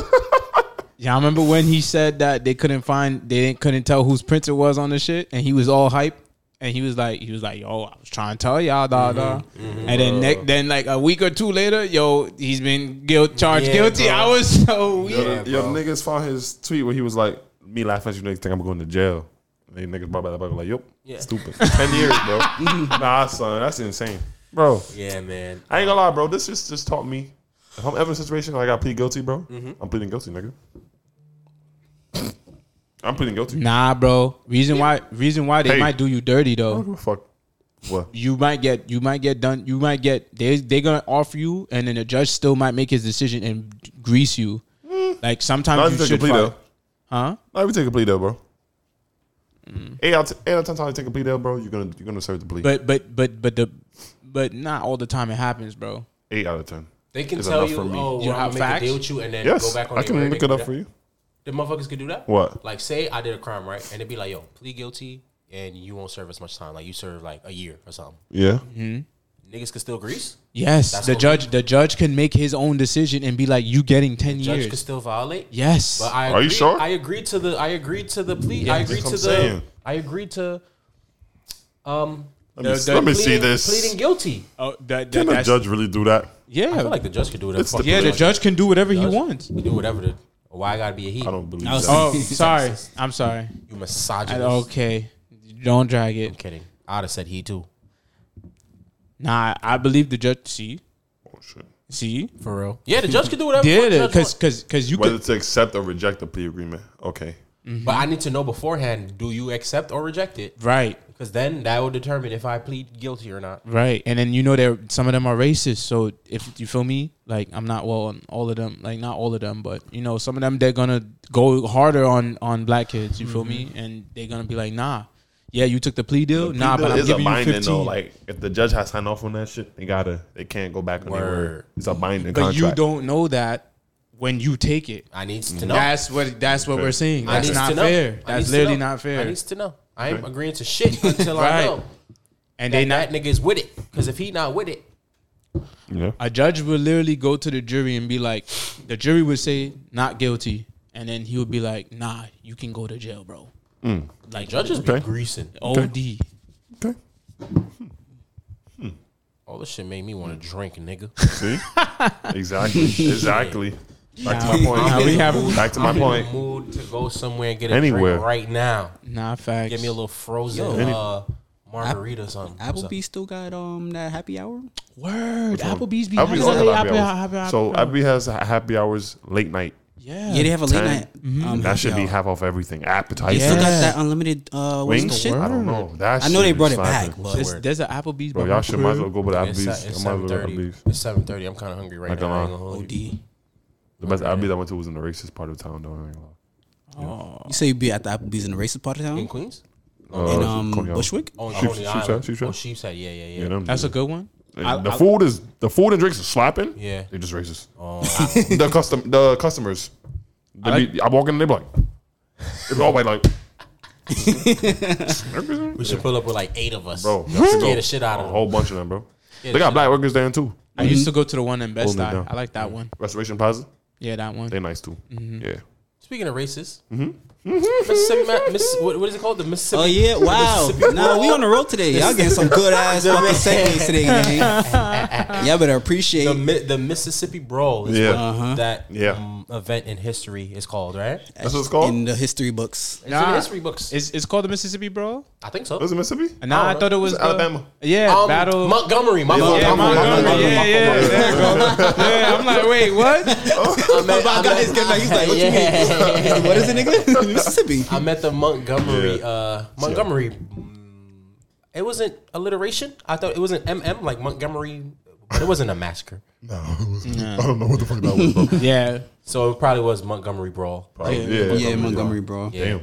Speaker 5: Y'all remember when he said that they couldn't find, they didn't, couldn't tell whose print it was on the shit, and he was all hype, and he was like, he was like, yo, I was trying to tell y'all, da da, and then ne- then like a week or two later, yo, he's been guilt charged
Speaker 2: Yeah,
Speaker 5: guilty.
Speaker 2: bro.
Speaker 5: I was so weird.
Speaker 4: Yo, the- yo, the niggas found his tweet where he was like, "Me laughing at you niggas think I'm going to jail." And they niggas brought back the Bible like, "Yup,
Speaker 2: Yeah.
Speaker 4: stupid, ten years, bro." nah, son, that's insane, bro.
Speaker 2: Yeah, man.
Speaker 4: I ain't gonna lie, bro. This just just taught me If I'm ever in a situation where I got to plead guilty, bro, I'm pleading guilty, nigga. I'm pleading guilty.
Speaker 5: Nah, bro. Reason why? Reason why they
Speaker 4: Hey.
Speaker 5: might do you dirty
Speaker 4: I don't
Speaker 5: though.
Speaker 4: give a fuck. What?
Speaker 5: You might get. You might get done. You might get. They they gonna offer you, and then the judge still might make his decision and grease you.
Speaker 2: Mm.
Speaker 5: Like
Speaker 4: Not
Speaker 5: sometimes
Speaker 4: if
Speaker 5: you
Speaker 4: you take
Speaker 5: should
Speaker 4: a plea
Speaker 5: fight.
Speaker 4: though.
Speaker 5: Huh?
Speaker 4: Not if you take a plea though, bro. Eight out eight out of ten times you take a plea deal, bro. You're gonna you're gonna serve the plea.
Speaker 5: But but but but the but not all the time it happens, bro.
Speaker 4: eight out of ten.
Speaker 2: They can
Speaker 4: It's
Speaker 2: tell
Speaker 4: enough
Speaker 2: you,
Speaker 4: for me.
Speaker 2: oh,
Speaker 5: You
Speaker 2: well, I'm gonna
Speaker 5: have
Speaker 2: make a
Speaker 5: facts?
Speaker 2: deal with you, and then go
Speaker 4: Yes,
Speaker 2: back on.
Speaker 4: I
Speaker 2: their
Speaker 4: can
Speaker 2: word.
Speaker 4: look
Speaker 2: They
Speaker 4: it
Speaker 2: can
Speaker 4: up
Speaker 2: do
Speaker 4: for
Speaker 2: that.
Speaker 4: you.
Speaker 2: The motherfuckers could do that.
Speaker 4: What?
Speaker 2: Like, say I did a crime, right? And it'd be like, yo, plead guilty, and you won't serve as much time. Like, you serve like a year or something.
Speaker 4: Yeah.
Speaker 2: Niggas could still grease.
Speaker 5: Yes,
Speaker 2: That's
Speaker 5: the
Speaker 2: what
Speaker 5: judge the judge can make his own decision and be like, "You getting ten
Speaker 2: Judge could
Speaker 5: years?"
Speaker 2: still violate.
Speaker 5: Yes,
Speaker 2: But I
Speaker 4: Are you
Speaker 2: agreed,
Speaker 4: sure?
Speaker 2: I agreed to the. I agreed to the plea. I agreed
Speaker 4: That's
Speaker 2: to
Speaker 4: what
Speaker 2: the.
Speaker 4: I'm saying.
Speaker 2: I agreed to. Um.
Speaker 4: Let me, let me see
Speaker 2: pleading-
Speaker 4: this.
Speaker 2: Pleading guilty.
Speaker 5: oh, that,
Speaker 4: Can a judge really do that?
Speaker 5: yeah,
Speaker 2: I feel like the judge could do whatever.
Speaker 4: It's the
Speaker 2: fuck he
Speaker 5: yeah. The
Speaker 2: wants.
Speaker 5: judge can do whatever he wants.
Speaker 2: Could do whatever. The, why I gotta be a he?
Speaker 4: I don't believe
Speaker 3: I was-
Speaker 4: that.
Speaker 5: Oh, sorry. I'm sorry.
Speaker 2: You misogynist.
Speaker 5: I- okay, don't drag
Speaker 2: I'm
Speaker 5: it.
Speaker 2: kidding. I'd have said he too.
Speaker 5: Nah, I believe the judge. See,
Speaker 4: Oh, shit.
Speaker 5: see, for real.
Speaker 2: Yeah, the judge could do whatever. the fuck
Speaker 5: Yeah,
Speaker 2: judge
Speaker 5: because
Speaker 2: wants.
Speaker 5: because because you
Speaker 4: Whether
Speaker 5: could.
Speaker 4: to accept or reject the plea agreement. Okay.
Speaker 5: mm-hmm.
Speaker 2: But I need to know beforehand. Do you accept or reject it?
Speaker 5: Right,
Speaker 2: Because then that will determine if I plead guilty or not.
Speaker 5: right, and then you know there some of them are racist. So if you feel me, like I'm not well on all of them, like not all of them, but you know some of them they're gonna go harder on on black kids. You feel me? And they're gonna be like, nah, yeah, you took the plea deal, nah,
Speaker 4: Plea
Speaker 5: but
Speaker 4: deal
Speaker 5: I'm
Speaker 4: is a
Speaker 5: giving you
Speaker 4: binding
Speaker 5: fifteen.
Speaker 4: though. Like if the judge has signed off on that shit, they gotta they can't go back on their word.
Speaker 2: Word.
Speaker 4: It's a binding
Speaker 5: but
Speaker 4: contract.
Speaker 5: you don't know that when you take it.
Speaker 2: I need to know.
Speaker 5: That's what that's what we're seeing.
Speaker 2: I
Speaker 5: That's
Speaker 2: needs
Speaker 5: not
Speaker 2: to know. I
Speaker 5: fair.
Speaker 2: needs
Speaker 5: That's
Speaker 2: to
Speaker 5: literally
Speaker 2: know.
Speaker 5: not
Speaker 2: I
Speaker 5: fair.
Speaker 2: need to know. I ain't agreeing to shit until I
Speaker 5: Right.
Speaker 2: know
Speaker 5: And
Speaker 2: that,
Speaker 5: they
Speaker 2: that
Speaker 5: not
Speaker 2: nigga is with it. Because if he not with it,
Speaker 4: Yeah.
Speaker 5: a judge would literally go to the jury and be like, the jury would say not guilty, and then he would be like, nah, you can go to jail, bro.
Speaker 2: like judges
Speaker 4: Okay.
Speaker 2: be greasing.
Speaker 5: Od.
Speaker 4: Okay.
Speaker 2: All this shit made me want to drink, nigga.
Speaker 4: See? exactly. Exactly. Back to my
Speaker 5: Now
Speaker 4: point.
Speaker 5: we have
Speaker 4: Back to my point.
Speaker 2: Mood to go somewhere and get a
Speaker 4: Anywhere.
Speaker 2: drink right now.
Speaker 5: nah facts.
Speaker 2: Give me a little frozen
Speaker 4: Any-
Speaker 2: uh, margarita or something. What's up?
Speaker 3: Applebee still got um that happy hour.
Speaker 5: word. Applebee's be
Speaker 4: Applebee's
Speaker 5: having
Speaker 4: also
Speaker 5: a
Speaker 4: got happy
Speaker 5: happy
Speaker 4: hours. So
Speaker 5: hour.
Speaker 4: Applebee's has happy hours late night.
Speaker 5: yeah,
Speaker 3: Yeah, they have a late
Speaker 4: 10.
Speaker 3: night. Um,
Speaker 4: Mm-hmm. That
Speaker 3: happy
Speaker 4: should be
Speaker 3: hour.
Speaker 4: half off everything.
Speaker 3: They
Speaker 4: Appetizer.
Speaker 3: still got
Speaker 5: Yeah.
Speaker 3: that unlimited uh what's the
Speaker 4: Wings?
Speaker 3: shit?
Speaker 4: I don't know. That
Speaker 3: I know
Speaker 4: shit
Speaker 3: they
Speaker 4: is
Speaker 3: brought it
Speaker 4: slapping.
Speaker 3: back, but
Speaker 5: There's, there's an Applebee's.
Speaker 4: Bro,
Speaker 5: by
Speaker 4: y'all
Speaker 5: my
Speaker 4: should might as
Speaker 5: crib.
Speaker 4: well go to
Speaker 2: It's,
Speaker 4: Applebee's.
Speaker 2: se- it's
Speaker 4: I might as well go to
Speaker 2: 7.30.
Speaker 4: Applebee's.
Speaker 2: It's 7.30. I'm kind of hungry right
Speaker 4: Like
Speaker 2: now.
Speaker 4: a
Speaker 2: I ain't
Speaker 4: line.
Speaker 2: gonna hold
Speaker 3: OD.
Speaker 2: you.
Speaker 3: You
Speaker 4: The best Applebee's I went to was in the racist part of town. Though. I ain't gonna lie.
Speaker 3: say you be at the Applebee's in the racist part of
Speaker 2: In
Speaker 3: town?
Speaker 2: Queens?
Speaker 4: Uh,
Speaker 3: In um
Speaker 4: Coney Island.
Speaker 3: Bushwick?
Speaker 2: Oh, in
Speaker 4: Sheep's-
Speaker 2: Coney
Speaker 4: Sheep's
Speaker 2: Island.
Speaker 4: Head, Sheep's
Speaker 2: Oh,
Speaker 4: Head.
Speaker 2: Sheep's Head. Yeah, yeah,
Speaker 4: Yeah,
Speaker 2: yeah.
Speaker 4: them
Speaker 5: That's a
Speaker 4: dudes.
Speaker 5: good one.
Speaker 4: Like, the food is the food and drinks are slapping.
Speaker 2: Yeah.
Speaker 4: they just racist. the custom the customers. They
Speaker 5: like-
Speaker 4: be, I walk in and they be like, they be all white like.
Speaker 2: We should pull up with like eight of us.
Speaker 4: Bro, y'all should
Speaker 2: scare
Speaker 4: go.
Speaker 2: the shit out
Speaker 4: a
Speaker 2: of them.
Speaker 4: whole bunch of them, bro. they got black workers there too.
Speaker 5: I used to go to the one in Best
Speaker 4: Mm-hmm. Hold it down.
Speaker 5: Eye. I like that one.
Speaker 4: Restoration Plaza,
Speaker 5: Yeah, that one.
Speaker 4: they nice too. Yeah,
Speaker 2: Speaking of races,
Speaker 4: Mm-hmm.
Speaker 2: Mississippi, Ma- Miss, what, what is it called? The Mississippi.
Speaker 3: Oh yeah, wow. Nah, we on the road today. Y'all getting some good ass fucking segments today, man. Y'all better appreciate
Speaker 2: The, Mi- the Mississippi Brawl is
Speaker 4: Yeah.
Speaker 2: what
Speaker 4: Uh-huh.
Speaker 2: that
Speaker 4: Yeah.
Speaker 2: um, event in history is called, right? It's
Speaker 4: that's what it's called.
Speaker 3: in the history books.
Speaker 2: in
Speaker 5: Nah.
Speaker 2: the history books.
Speaker 5: It's, it's called the Mississippi Brawl.
Speaker 2: I think so.
Speaker 4: Was it Mississippi?
Speaker 5: Nah, I,
Speaker 2: know.
Speaker 5: thought it was
Speaker 4: It's
Speaker 5: the-
Speaker 4: Alabama.
Speaker 5: Yeah,
Speaker 2: Um,
Speaker 5: battle.
Speaker 2: Montgomery. My fault,
Speaker 5: yeah,
Speaker 2: my fault, my fault,
Speaker 5: Montgomery.
Speaker 2: my fault,
Speaker 5: Yeah,
Speaker 2: my fault.
Speaker 5: yeah, there you go. Yeah, I'm like, wait, what?
Speaker 2: I met- I met- Yeah.
Speaker 3: What is it, nigga? Mississippi.
Speaker 2: I met the Montgomery.
Speaker 4: Yeah.
Speaker 2: Uh, Montgomery. mm, It wasn't alliteration. I thought it was an MM like Montgomery, but it wasn't a massacre.
Speaker 4: I don't know what the fuck that was, bro.
Speaker 5: Yeah.
Speaker 2: So it probably was Montgomery Brawl.
Speaker 4: yeah,
Speaker 3: Yeah, Montgomery, bro.
Speaker 2: Yeah.
Speaker 4: Damn.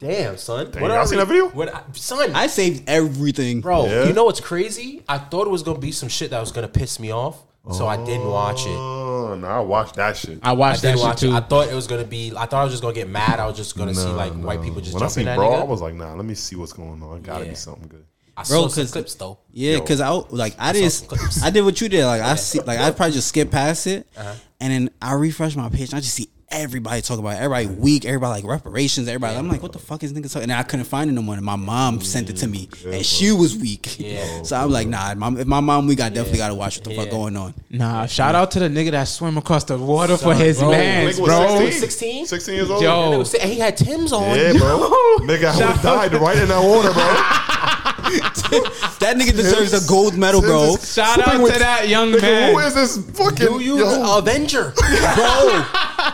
Speaker 2: Damn, son.
Speaker 4: Damn, y'all seen that video?
Speaker 2: What I, son,
Speaker 3: I saved everything.
Speaker 2: bro,
Speaker 4: Yeah.
Speaker 2: you know what's crazy? I thought it was gonna be some shit that was gonna piss me off, so I didn't watch it.
Speaker 4: Oh no, I watched that shit.
Speaker 5: I
Speaker 2: I
Speaker 5: watched that
Speaker 2: didn't
Speaker 5: shit
Speaker 2: watch
Speaker 5: too.
Speaker 2: it. I thought it was gonna be. I thought I was just gonna get mad. I was just gonna see like white people just
Speaker 4: when I
Speaker 2: jumping
Speaker 4: seen
Speaker 2: at
Speaker 4: bro, I
Speaker 2: nigga.
Speaker 4: was like, nah, let me see what's going on. It gotta
Speaker 2: Yeah.
Speaker 4: be something good.
Speaker 2: I saw
Speaker 3: Bro,
Speaker 2: some
Speaker 3: 'cause-
Speaker 2: clips though.
Speaker 3: Yeah, cause I like I didn't
Speaker 2: some clips.
Speaker 3: I did what you did. Like I see like I probably just skip past it,
Speaker 5: Uh-huh.
Speaker 3: and then I refresh my page. and I just see everybody talk about it. everybody
Speaker 5: Uh-huh.
Speaker 3: weak, everybody like reparations, everybody. I'm like, what the fuck is niggas talking? And I couldn't find it no more. And my mom sent it to me, and she was weak.
Speaker 2: Yeah.
Speaker 5: Oh,
Speaker 3: so I'm like, nah. My, if my mom weak, I definitely gotta watch what the fuck
Speaker 2: Yeah.
Speaker 3: going on.
Speaker 5: Nah, shout out to the nigga that swam across the water for his
Speaker 2: bro.
Speaker 5: man,
Speaker 4: Nigga was
Speaker 5: bro.
Speaker 2: 16?
Speaker 4: 16 years old.
Speaker 5: Yo.
Speaker 2: And it was- and he had Tim's on.
Speaker 4: Yeah, bro. Nigga, I would have died right in that water, bro.
Speaker 3: that nigga deserves a gold medal, bro.
Speaker 4: This-
Speaker 5: Shout out to that young
Speaker 4: Nigga, who
Speaker 5: man.
Speaker 4: is this fucking
Speaker 2: Do you
Speaker 4: yo?
Speaker 2: Avenger, bro?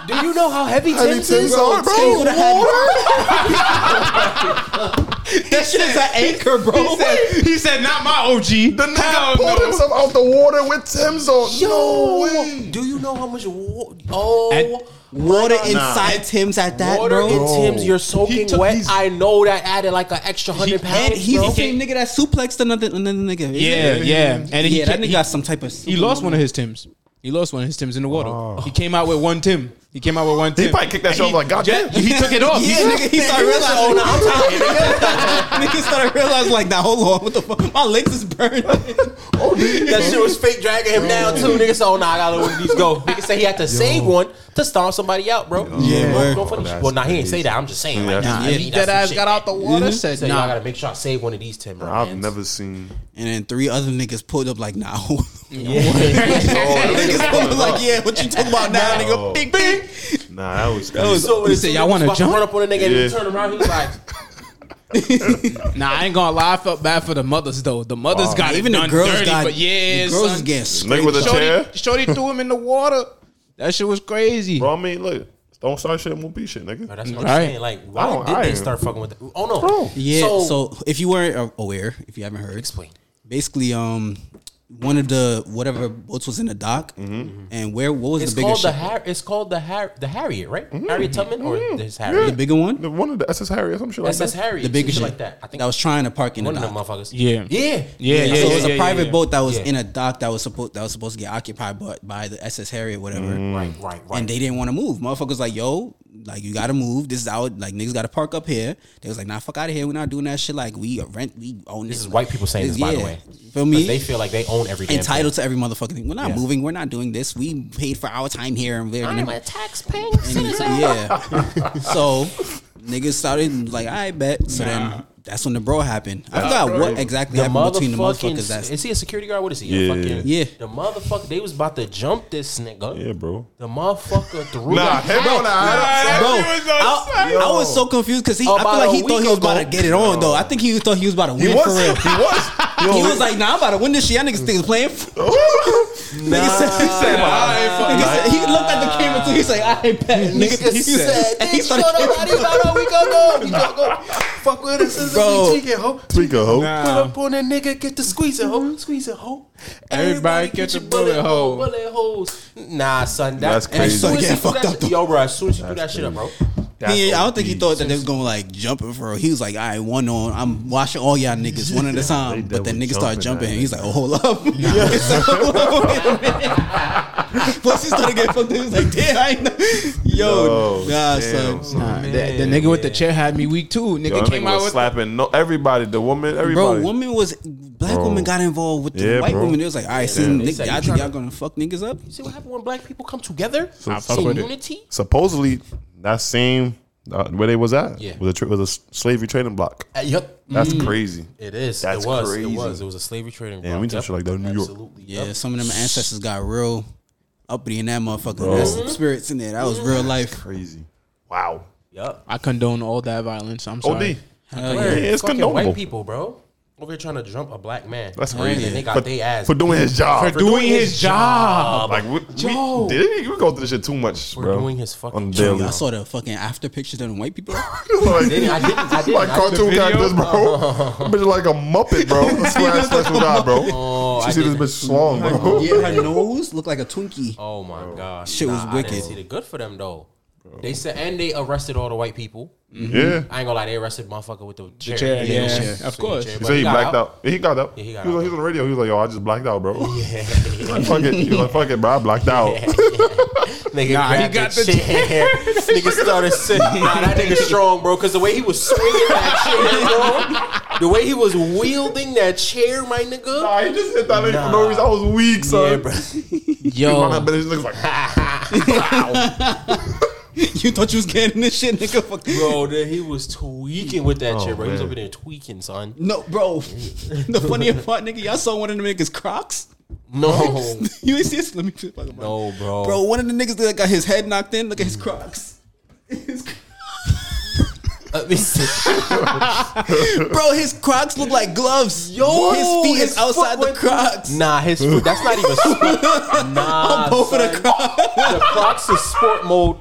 Speaker 2: Do you know how heavy
Speaker 4: Heavy
Speaker 2: Tim's
Speaker 4: Tim's
Speaker 2: is?
Speaker 4: are, bro.
Speaker 2: Tim would've had-
Speaker 3: That shit is an anchor, bro.
Speaker 5: He said, "Not my OG."
Speaker 4: The nigga
Speaker 5: Hell
Speaker 4: pulled
Speaker 5: no.
Speaker 4: himself out the water with Tim's on. no way.
Speaker 2: do you know how much? Wa- oh,
Speaker 5: And-
Speaker 3: Water
Speaker 2: my God.
Speaker 3: inside Tim's at that,
Speaker 2: water
Speaker 3: bro.
Speaker 2: in Tim's. You're soaking
Speaker 4: took-
Speaker 2: wet.
Speaker 4: he's-
Speaker 2: I know that added like an extra hundred pounds.
Speaker 3: and he's
Speaker 2: bro.
Speaker 3: the same nigga that suplexed another another nigga.
Speaker 5: Yeah, yeah, and
Speaker 3: yeah.
Speaker 5: he
Speaker 3: that
Speaker 5: ca-
Speaker 3: nigga
Speaker 5: he-
Speaker 3: got some type of.
Speaker 5: He lost one of his tims. He lost one of his tims in the water. He came out with one tim. He came out with one tim.
Speaker 4: Oh. probably kicked that
Speaker 5: And
Speaker 4: shit off
Speaker 5: he-
Speaker 4: like, "God
Speaker 5: yeah,
Speaker 4: damn."
Speaker 5: He took it off.
Speaker 3: Yeah,
Speaker 5: He-
Speaker 3: Oh, nigga, he started realizing, oh, no, I'm tired. nigga started realizing, like, nah, hold on, what the fuck? My legs is burning.
Speaker 2: That shit was fake dragging him down too. Nigga said, "Oh nah, I gotta let these go." Nigga said he had to save one to stomp somebody out, bro.
Speaker 3: Yeah,
Speaker 2: Don't-
Speaker 3: word.
Speaker 2: don't funny shit.
Speaker 4: That's
Speaker 2: well, nah, he ain't
Speaker 4: crazy.
Speaker 2: say that. I'm just saying, like,
Speaker 4: Yeah.
Speaker 2: nah,
Speaker 3: Yeah.
Speaker 2: he
Speaker 5: That ass got out the water. Said,
Speaker 2: Said, "Y'all
Speaker 5: Mm-hmm. nah.
Speaker 2: gotta make sure I save one of these ten, bro."
Speaker 4: I've never seen.
Speaker 3: And then three other niggas pulled up, like, nah, hold on. niggas pulled up,
Speaker 4: Oh,
Speaker 3: like, yeah, what you talking about now, nigga? Bing, bing.
Speaker 4: nah, that was.
Speaker 2: So when
Speaker 5: He
Speaker 2: as
Speaker 5: said,
Speaker 2: soon
Speaker 5: "Y'all
Speaker 2: as he
Speaker 5: wanna
Speaker 2: was about
Speaker 5: jump?"
Speaker 2: Run up on a nigga and
Speaker 4: Yeah.
Speaker 2: he turned around. He's like,
Speaker 5: Nah, I ain't gonna lie. I felt bad for the mothers though. The mothers
Speaker 4: Wow.
Speaker 5: got
Speaker 3: Even
Speaker 5: it
Speaker 3: the
Speaker 5: done
Speaker 3: girls
Speaker 5: dirty,
Speaker 3: got,
Speaker 5: but yeah,
Speaker 3: the girls
Speaker 5: son.
Speaker 3: is getting
Speaker 4: nigga with a
Speaker 3: scraped.
Speaker 4: chair.
Speaker 5: Shorty, Shorty threw him in the water. That shit was crazy.
Speaker 4: Bro, I mean, look, don't start shit, won't be shit, nigga.
Speaker 2: "Bro, Oh, "That's what I'm
Speaker 5: Right.
Speaker 2: saying." Like, why
Speaker 4: don't-
Speaker 2: did
Speaker 4: I
Speaker 2: they
Speaker 4: ain't-
Speaker 2: start fucking with? The, oh no,
Speaker 4: Bro.
Speaker 3: Yeah, so, if you weren't uh, aware, if you haven't heard,
Speaker 2: explain.
Speaker 3: basically, um, one of the whatever boats was in the dock,
Speaker 5: Mm-hmm.
Speaker 3: and where what was
Speaker 2: It's
Speaker 3: the bigger
Speaker 2: called the
Speaker 3: ship?
Speaker 2: Har- It's called the Har- the Harriet, right?
Speaker 4: Mm-hmm.
Speaker 2: Harriet Tubman or this
Speaker 3: The
Speaker 2: Harriet?
Speaker 3: bigger one,
Speaker 4: The one of the SS Harry or some shit like
Speaker 2: SS
Speaker 4: that.
Speaker 2: Harriet,
Speaker 3: the bigger
Speaker 2: shit
Speaker 3: ship
Speaker 2: like that. I think
Speaker 3: that was trying to park in the
Speaker 2: one of them
Speaker 3: dock.
Speaker 2: motherfuckers.
Speaker 5: Yeah.
Speaker 2: yeah,
Speaker 5: Yeah, yeah,
Speaker 3: so
Speaker 5: yeah,
Speaker 3: it's
Speaker 5: yeah,
Speaker 3: a private
Speaker 5: yeah.
Speaker 3: boat that was
Speaker 2: Yeah.
Speaker 3: in a dock that was supposed that was supposed to get occupied by, by the SS Harriet, whatever.
Speaker 2: Mm. Right, right, right.
Speaker 3: And they didn't want to move. Motherfuckers like, yo, like you gotta move. This is out. Like niggas gotta park up here. They was like, nah, fuck out of here. We're not doing that shit. Like we rent, we own this.
Speaker 2: This is white people saying this, by the
Speaker 3: Yeah.
Speaker 2: way.
Speaker 3: Feel
Speaker 2: 'Cause
Speaker 3: me?
Speaker 2: They feel like they own every damn thing.
Speaker 3: entitled to every motherfucking thing. We're not moving. We're not doing this. We paid for our time here, and we're
Speaker 6: I'm
Speaker 3: gonna.
Speaker 6: a tax paying citizen.
Speaker 3: Yeah. so niggas started like, I bet. So then that's when the bro happened. I forgot what exactly
Speaker 2: The
Speaker 3: happened between the
Speaker 2: motherfucking
Speaker 3: motherfuckers. That's
Speaker 2: is he a security guard? What is he? A
Speaker 4: Yeah.
Speaker 2: fucking,
Speaker 3: Yeah.
Speaker 2: The motherfucker they was about to jump this nigga.
Speaker 4: Yeah, bro.
Speaker 2: The motherfucker threw
Speaker 4: Nah,
Speaker 2: nah,
Speaker 4: hell
Speaker 2: him
Speaker 4: no, I
Speaker 3: Bro,
Speaker 4: don't-
Speaker 3: I, I was so confused because he. I feel
Speaker 2: About
Speaker 3: like
Speaker 2: a
Speaker 3: he thought
Speaker 2: week
Speaker 3: he was
Speaker 2: ago.
Speaker 3: about to get it on though. I think he thought he was about to win
Speaker 4: He
Speaker 3: for
Speaker 4: was.
Speaker 3: real.
Speaker 4: He was.
Speaker 3: He was like, "Nah, I'm about to win this shit." Y'all niggas think it's playing. Nigga said, he, said,
Speaker 5: I ain't
Speaker 3: nigga said- he looked at the camera too. He's like, "I bet." Nigga, he said, and he started,
Speaker 2: about a week ago. We gonna go fuck with us since
Speaker 3: Bro.
Speaker 2: we tweaking, ho.
Speaker 4: Tweaker, ho.
Speaker 5: Nah. Mm-hmm.
Speaker 2: Pull up on that nigga, get the squeeze it, ho. Squeeze it, ho.
Speaker 5: Everybody get your bullet hole.
Speaker 2: Bullet holes. Nah, son. That,
Speaker 4: That's crazy.
Speaker 2: As soon as
Speaker 3: Started
Speaker 2: he
Speaker 3: getting
Speaker 2: threw
Speaker 3: fucked
Speaker 2: that
Speaker 3: up,
Speaker 2: shit,
Speaker 3: though.
Speaker 2: yo, bro. As soon as you threw that
Speaker 4: That's
Speaker 2: shit up, bro.
Speaker 4: crazy.
Speaker 3: He-
Speaker 4: That's
Speaker 3: I don't think he
Speaker 4: OD.
Speaker 3: thought that they was gonna like jump him for. real. He was like, "I one on. I'm watching all y'all niggas one at a time."
Speaker 4: They
Speaker 3: But then
Speaker 4: double
Speaker 3: niggas started jumping
Speaker 4: jumping that
Speaker 3: him. He's like, "Oh, hold up." Plus he started getting fucked. up. He was like, "Damn, I ain't know." Yo,
Speaker 4: Yo,
Speaker 3: nah,
Speaker 4: damn,
Speaker 3: son.
Speaker 5: Nah, the, the nigga with the chair had me weak too. Nigga
Speaker 4: Yo, that
Speaker 5: came
Speaker 4: nigga
Speaker 5: out
Speaker 4: was
Speaker 5: with
Speaker 4: slapping no, everybody, the woman, everybody.
Speaker 3: Bro, woman was black
Speaker 4: Bro.
Speaker 3: woman got involved with the
Speaker 4: Yeah,
Speaker 3: white
Speaker 4: bro.
Speaker 3: woman. It was like, all right, see,
Speaker 2: They
Speaker 3: nigga,
Speaker 2: said
Speaker 3: y'all
Speaker 2: you
Speaker 3: think
Speaker 2: tryna-
Speaker 3: y'all gonna fuck niggas up?
Speaker 2: See what happened when black people come together?
Speaker 5: I fuck
Speaker 2: So
Speaker 5: with it.
Speaker 2: unity.
Speaker 4: Supposedly, that same uh, where they was at
Speaker 2: Yeah.
Speaker 4: was a tra- was a s- slavery trading block.
Speaker 2: Uh, yep.
Speaker 4: That's crazy.
Speaker 2: It is.
Speaker 4: That's
Speaker 2: it was.
Speaker 4: crazy.
Speaker 2: It was. It was a slavery trading.
Speaker 4: Damn,
Speaker 2: block.
Speaker 4: we touch
Speaker 2: Yep.
Speaker 4: shit like that in New York.
Speaker 2: Absolutely.
Speaker 3: Yeah,
Speaker 2: Yep.
Speaker 3: some of them ancestors got real uppity in that motherfucker. That's some spirits in there. That was real life.
Speaker 4: Crazy. Wow.
Speaker 2: Yep.
Speaker 5: I condone all that violence. I'm
Speaker 4: Od.
Speaker 5: sorry.
Speaker 3: Hell
Speaker 2: Word.
Speaker 3: yeah.
Speaker 4: it's
Speaker 2: Fucking
Speaker 4: condonable.
Speaker 2: White people, bro. Over here trying to jump a black man.
Speaker 4: That's
Speaker 2: And
Speaker 4: crazy.
Speaker 2: They
Speaker 4: For-
Speaker 2: got their ass.
Speaker 4: for doing his job.
Speaker 5: For doing his job.
Speaker 4: like we,
Speaker 5: Yo.
Speaker 4: we, did, we go through this shit too much,
Speaker 2: We're
Speaker 4: bro.
Speaker 2: doing his fucking
Speaker 4: on the
Speaker 2: job.
Speaker 4: daily.
Speaker 3: I saw the fucking after pictures of the white people.
Speaker 4: like,
Speaker 2: didn't- I didn't- I didn't.
Speaker 4: like
Speaker 2: I did
Speaker 4: cartoon
Speaker 5: the video.
Speaker 4: characters, bro. bitch like a muppet, bro. Slash special job, bro. Oh,
Speaker 2: I
Speaker 4: she see this
Speaker 2: didn't.
Speaker 4: bitch slong, bro.
Speaker 3: yeah, her nose looked like a Twinkie.
Speaker 2: Oh my god.
Speaker 3: Shit was
Speaker 2: I didn't
Speaker 3: wicked.
Speaker 2: see the good for them though. They said, and they arrested all the white people.
Speaker 4: Yeah.
Speaker 2: I ain't gonna lie, they arrested motherfucker with the chair.
Speaker 5: chair,
Speaker 2: He didn't
Speaker 5: yeah.
Speaker 2: know shit.
Speaker 5: Of
Speaker 2: So
Speaker 5: course.
Speaker 2: chair,
Speaker 4: He
Speaker 2: but
Speaker 4: said he
Speaker 2: got
Speaker 4: blacked out. He got out.
Speaker 2: Yeah,
Speaker 4: he,
Speaker 2: he got
Speaker 4: was,
Speaker 2: out.
Speaker 4: on- he was on the radio. He was like, "Yo, I just blacked out, bro." like, fuck it. He was like, "Fuck it, bro. I blacked out."
Speaker 2: Nigga
Speaker 5: Nah, he
Speaker 2: grabbed
Speaker 5: got
Speaker 2: the
Speaker 5: the
Speaker 2: chair. nigga started sitting. Nah, that nigga strong, bro. Because the way he was swinging that chair, bro. The way he was wielding that chair, my nigga.
Speaker 4: nah, he just hit that nigga for no reason. I was weak, son.
Speaker 2: Yeah, bro.
Speaker 4: Yo. That
Speaker 5: Yo,
Speaker 4: bitch looks like, "Ha."
Speaker 3: you thought you was getting this shit, nigga? Fuck.
Speaker 2: Bro, that he was tweaking with
Speaker 4: Oh,
Speaker 2: that chair, bro. He was over there tweaking, son.
Speaker 3: No, bro. the funniest part, nigga, y'all saw one of them niggas Crocs.
Speaker 2: No,
Speaker 3: You ain't see this? Let me see about no.
Speaker 2: no, bro.
Speaker 3: Bro, one of the niggas that got his head knocked in. Look at his Crocs. His Crocs.
Speaker 2: Let me see.
Speaker 3: Bro, his Crocs look like gloves. Yo, his feet
Speaker 2: his
Speaker 3: is outside
Speaker 2: foot
Speaker 3: the
Speaker 2: went
Speaker 3: Crocs.
Speaker 2: Nah, his foot. That's not even sport. Nah,
Speaker 3: both of the
Speaker 2: son. The Crocs is sport mode.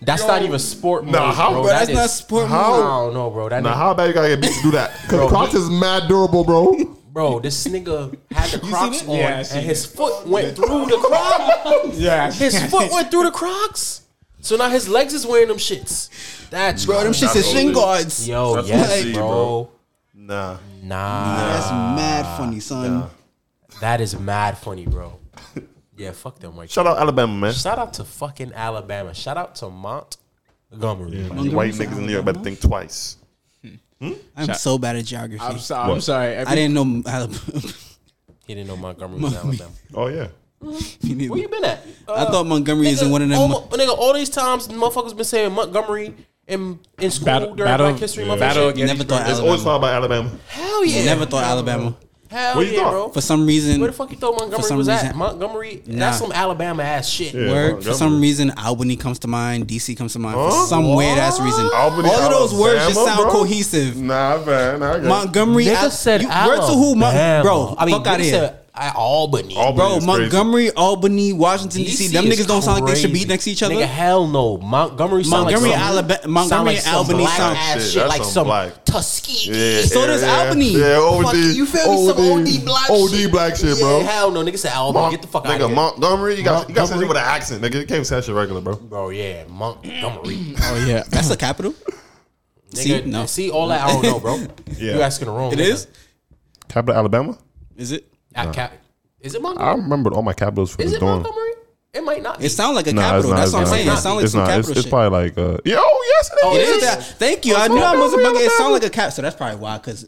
Speaker 2: That's not even sport mode.
Speaker 4: how-
Speaker 2: bro.
Speaker 4: Bro,
Speaker 2: That
Speaker 3: that's not
Speaker 2: is-
Speaker 3: sport
Speaker 4: How?
Speaker 2: I
Speaker 4: mode.
Speaker 2: don't know, bro. That
Speaker 4: Now,
Speaker 2: nigga-
Speaker 4: how bad you gotta get beat to do that?
Speaker 2: Bro,
Speaker 4: Because Crocs is mad durable, bro.
Speaker 2: bro, this nigga had the Crocs
Speaker 5: it?
Speaker 2: on,
Speaker 5: Yeah, I seen
Speaker 2: and his foot went through the Crocs.
Speaker 5: Yeah,
Speaker 2: His foot went through the Crocs. So now his legs is wearing them shits. That's
Speaker 3: Bro, them shits is shin guards.
Speaker 2: Yo,
Speaker 4: That's
Speaker 2: yes,
Speaker 4: crazy,
Speaker 2: bro.
Speaker 4: bro. Nah.
Speaker 2: Nah,
Speaker 3: That's mad funny, son.
Speaker 2: that is mad funny, bro. Yeah, fuck them white.
Speaker 4: Shout out Alabama, man.
Speaker 2: Shout out to fucking Alabama. Shout out to Montgomery. Like,
Speaker 4: You white niggas in New York better think twice.
Speaker 3: I'm so bad at geography.
Speaker 5: I'm,
Speaker 3: I'm
Speaker 5: so, I'm
Speaker 4: What?
Speaker 5: sorry.
Speaker 3: I
Speaker 5: Every,
Speaker 3: did not know Alabama.
Speaker 2: He didn't know Montgomery was in Alabama.
Speaker 4: Oh yeah.
Speaker 3: You need-
Speaker 2: Where you been at? Uh,
Speaker 3: I thought Montgomery is in one of them.
Speaker 2: All, nigga, all these times motherfuckers been saying Montgomery in in school
Speaker 5: Battle-
Speaker 2: during
Speaker 5: battle-
Speaker 2: Black History Month.
Speaker 5: battle
Speaker 2: and shit.
Speaker 3: never
Speaker 5: against-
Speaker 3: thought
Speaker 4: It's
Speaker 3: Alabama.
Speaker 4: always followed by Alabama.
Speaker 2: Hell yeah.
Speaker 3: Never thought Alabama.
Speaker 2: Hell
Speaker 4: Where you
Speaker 2: yeah,
Speaker 4: thought?
Speaker 2: bro.
Speaker 3: For some reason,
Speaker 2: Where the fuck you thought Montgomery
Speaker 3: some
Speaker 2: was at?
Speaker 3: reason-
Speaker 2: Montgomery,
Speaker 3: Nah.
Speaker 2: that's some Alabama ass shit.
Speaker 4: Yeah,
Speaker 3: word, for some
Speaker 4: Montgomery.
Speaker 3: reason, Albany comes to mind. DC comes to mind for
Speaker 4: Huh?
Speaker 3: some weird ass reason.
Speaker 4: Albany,
Speaker 3: All of those words just
Speaker 4: Alabama,
Speaker 3: sound
Speaker 4: bro?
Speaker 3: cohesive.
Speaker 4: Nah, man. Nah, I got it.
Speaker 3: Montgomery. Al- you, word to who? Mon- bro,
Speaker 2: I mean,
Speaker 3: fuck out
Speaker 2: nigga
Speaker 3: here.
Speaker 2: said I- Albany.
Speaker 4: Albany
Speaker 3: Bro,
Speaker 4: is crazy.
Speaker 3: Montgomery, Albany, Washington
Speaker 2: DC
Speaker 3: DC, them
Speaker 2: is
Speaker 3: niggas don't sound like they should be
Speaker 2: crazy.
Speaker 3: next to each other.
Speaker 2: Nigga, hell no. Montgomery, sound
Speaker 3: Montgomery,
Speaker 2: like some,
Speaker 3: Alaba-
Speaker 2: sound
Speaker 3: Montgomery,
Speaker 2: like some
Speaker 3: Albany
Speaker 2: black
Speaker 3: sound-
Speaker 2: ass
Speaker 4: Shit,
Speaker 2: shit,
Speaker 4: that's
Speaker 2: like
Speaker 4: some
Speaker 2: some
Speaker 4: black.
Speaker 2: Tuskegee.
Speaker 4: Yeah,
Speaker 3: So does
Speaker 4: yeah,
Speaker 3: Albany.
Speaker 4: Yeah, OD.
Speaker 2: Fuck, you feel me? Some OD black
Speaker 4: OD
Speaker 2: shit.
Speaker 4: black shit, bro.
Speaker 2: Yeah, hell no, nigga said Albany.
Speaker 4: Mon-
Speaker 2: Get the fuck
Speaker 4: nigga,
Speaker 2: out of here,
Speaker 4: Montgomery, you got you got
Speaker 2: Montgomery.
Speaker 4: with an accent, nigga. You can't say that shit regular, bro.
Speaker 2: bro. Yeah, Montgomery.
Speaker 3: oh yeah, that's the capital. see,
Speaker 2: nigga,
Speaker 3: no,
Speaker 2: see all that? I don't know, bro.
Speaker 4: Yeah.
Speaker 2: You asking the wrong?
Speaker 3: it
Speaker 2: nigga.
Speaker 3: is.
Speaker 4: Capital Alabama.
Speaker 3: Is it?
Speaker 2: At cap- is it
Speaker 4: I
Speaker 2: Montgomery?
Speaker 4: remembered all my capitals for
Speaker 2: Is
Speaker 4: the
Speaker 2: it
Speaker 4: dorm.
Speaker 2: Montgomery? It might not. Be.
Speaker 3: It sounds like a
Speaker 4: Nah, it's
Speaker 3: capital.
Speaker 4: not.
Speaker 3: That's
Speaker 4: it's
Speaker 3: what I'm
Speaker 4: not,
Speaker 3: saying.
Speaker 4: It's
Speaker 3: It sounds like
Speaker 4: it's
Speaker 3: some
Speaker 4: not. It's,
Speaker 3: capital
Speaker 4: it's
Speaker 3: shit.
Speaker 4: probably like uh, yeah. Oh yes, it is.
Speaker 2: Oh,
Speaker 3: It
Speaker 2: it
Speaker 3: is
Speaker 2: is.
Speaker 3: that. Thank you. I knew I wasn't bugging. It sounded like a cap. So that's probably why, because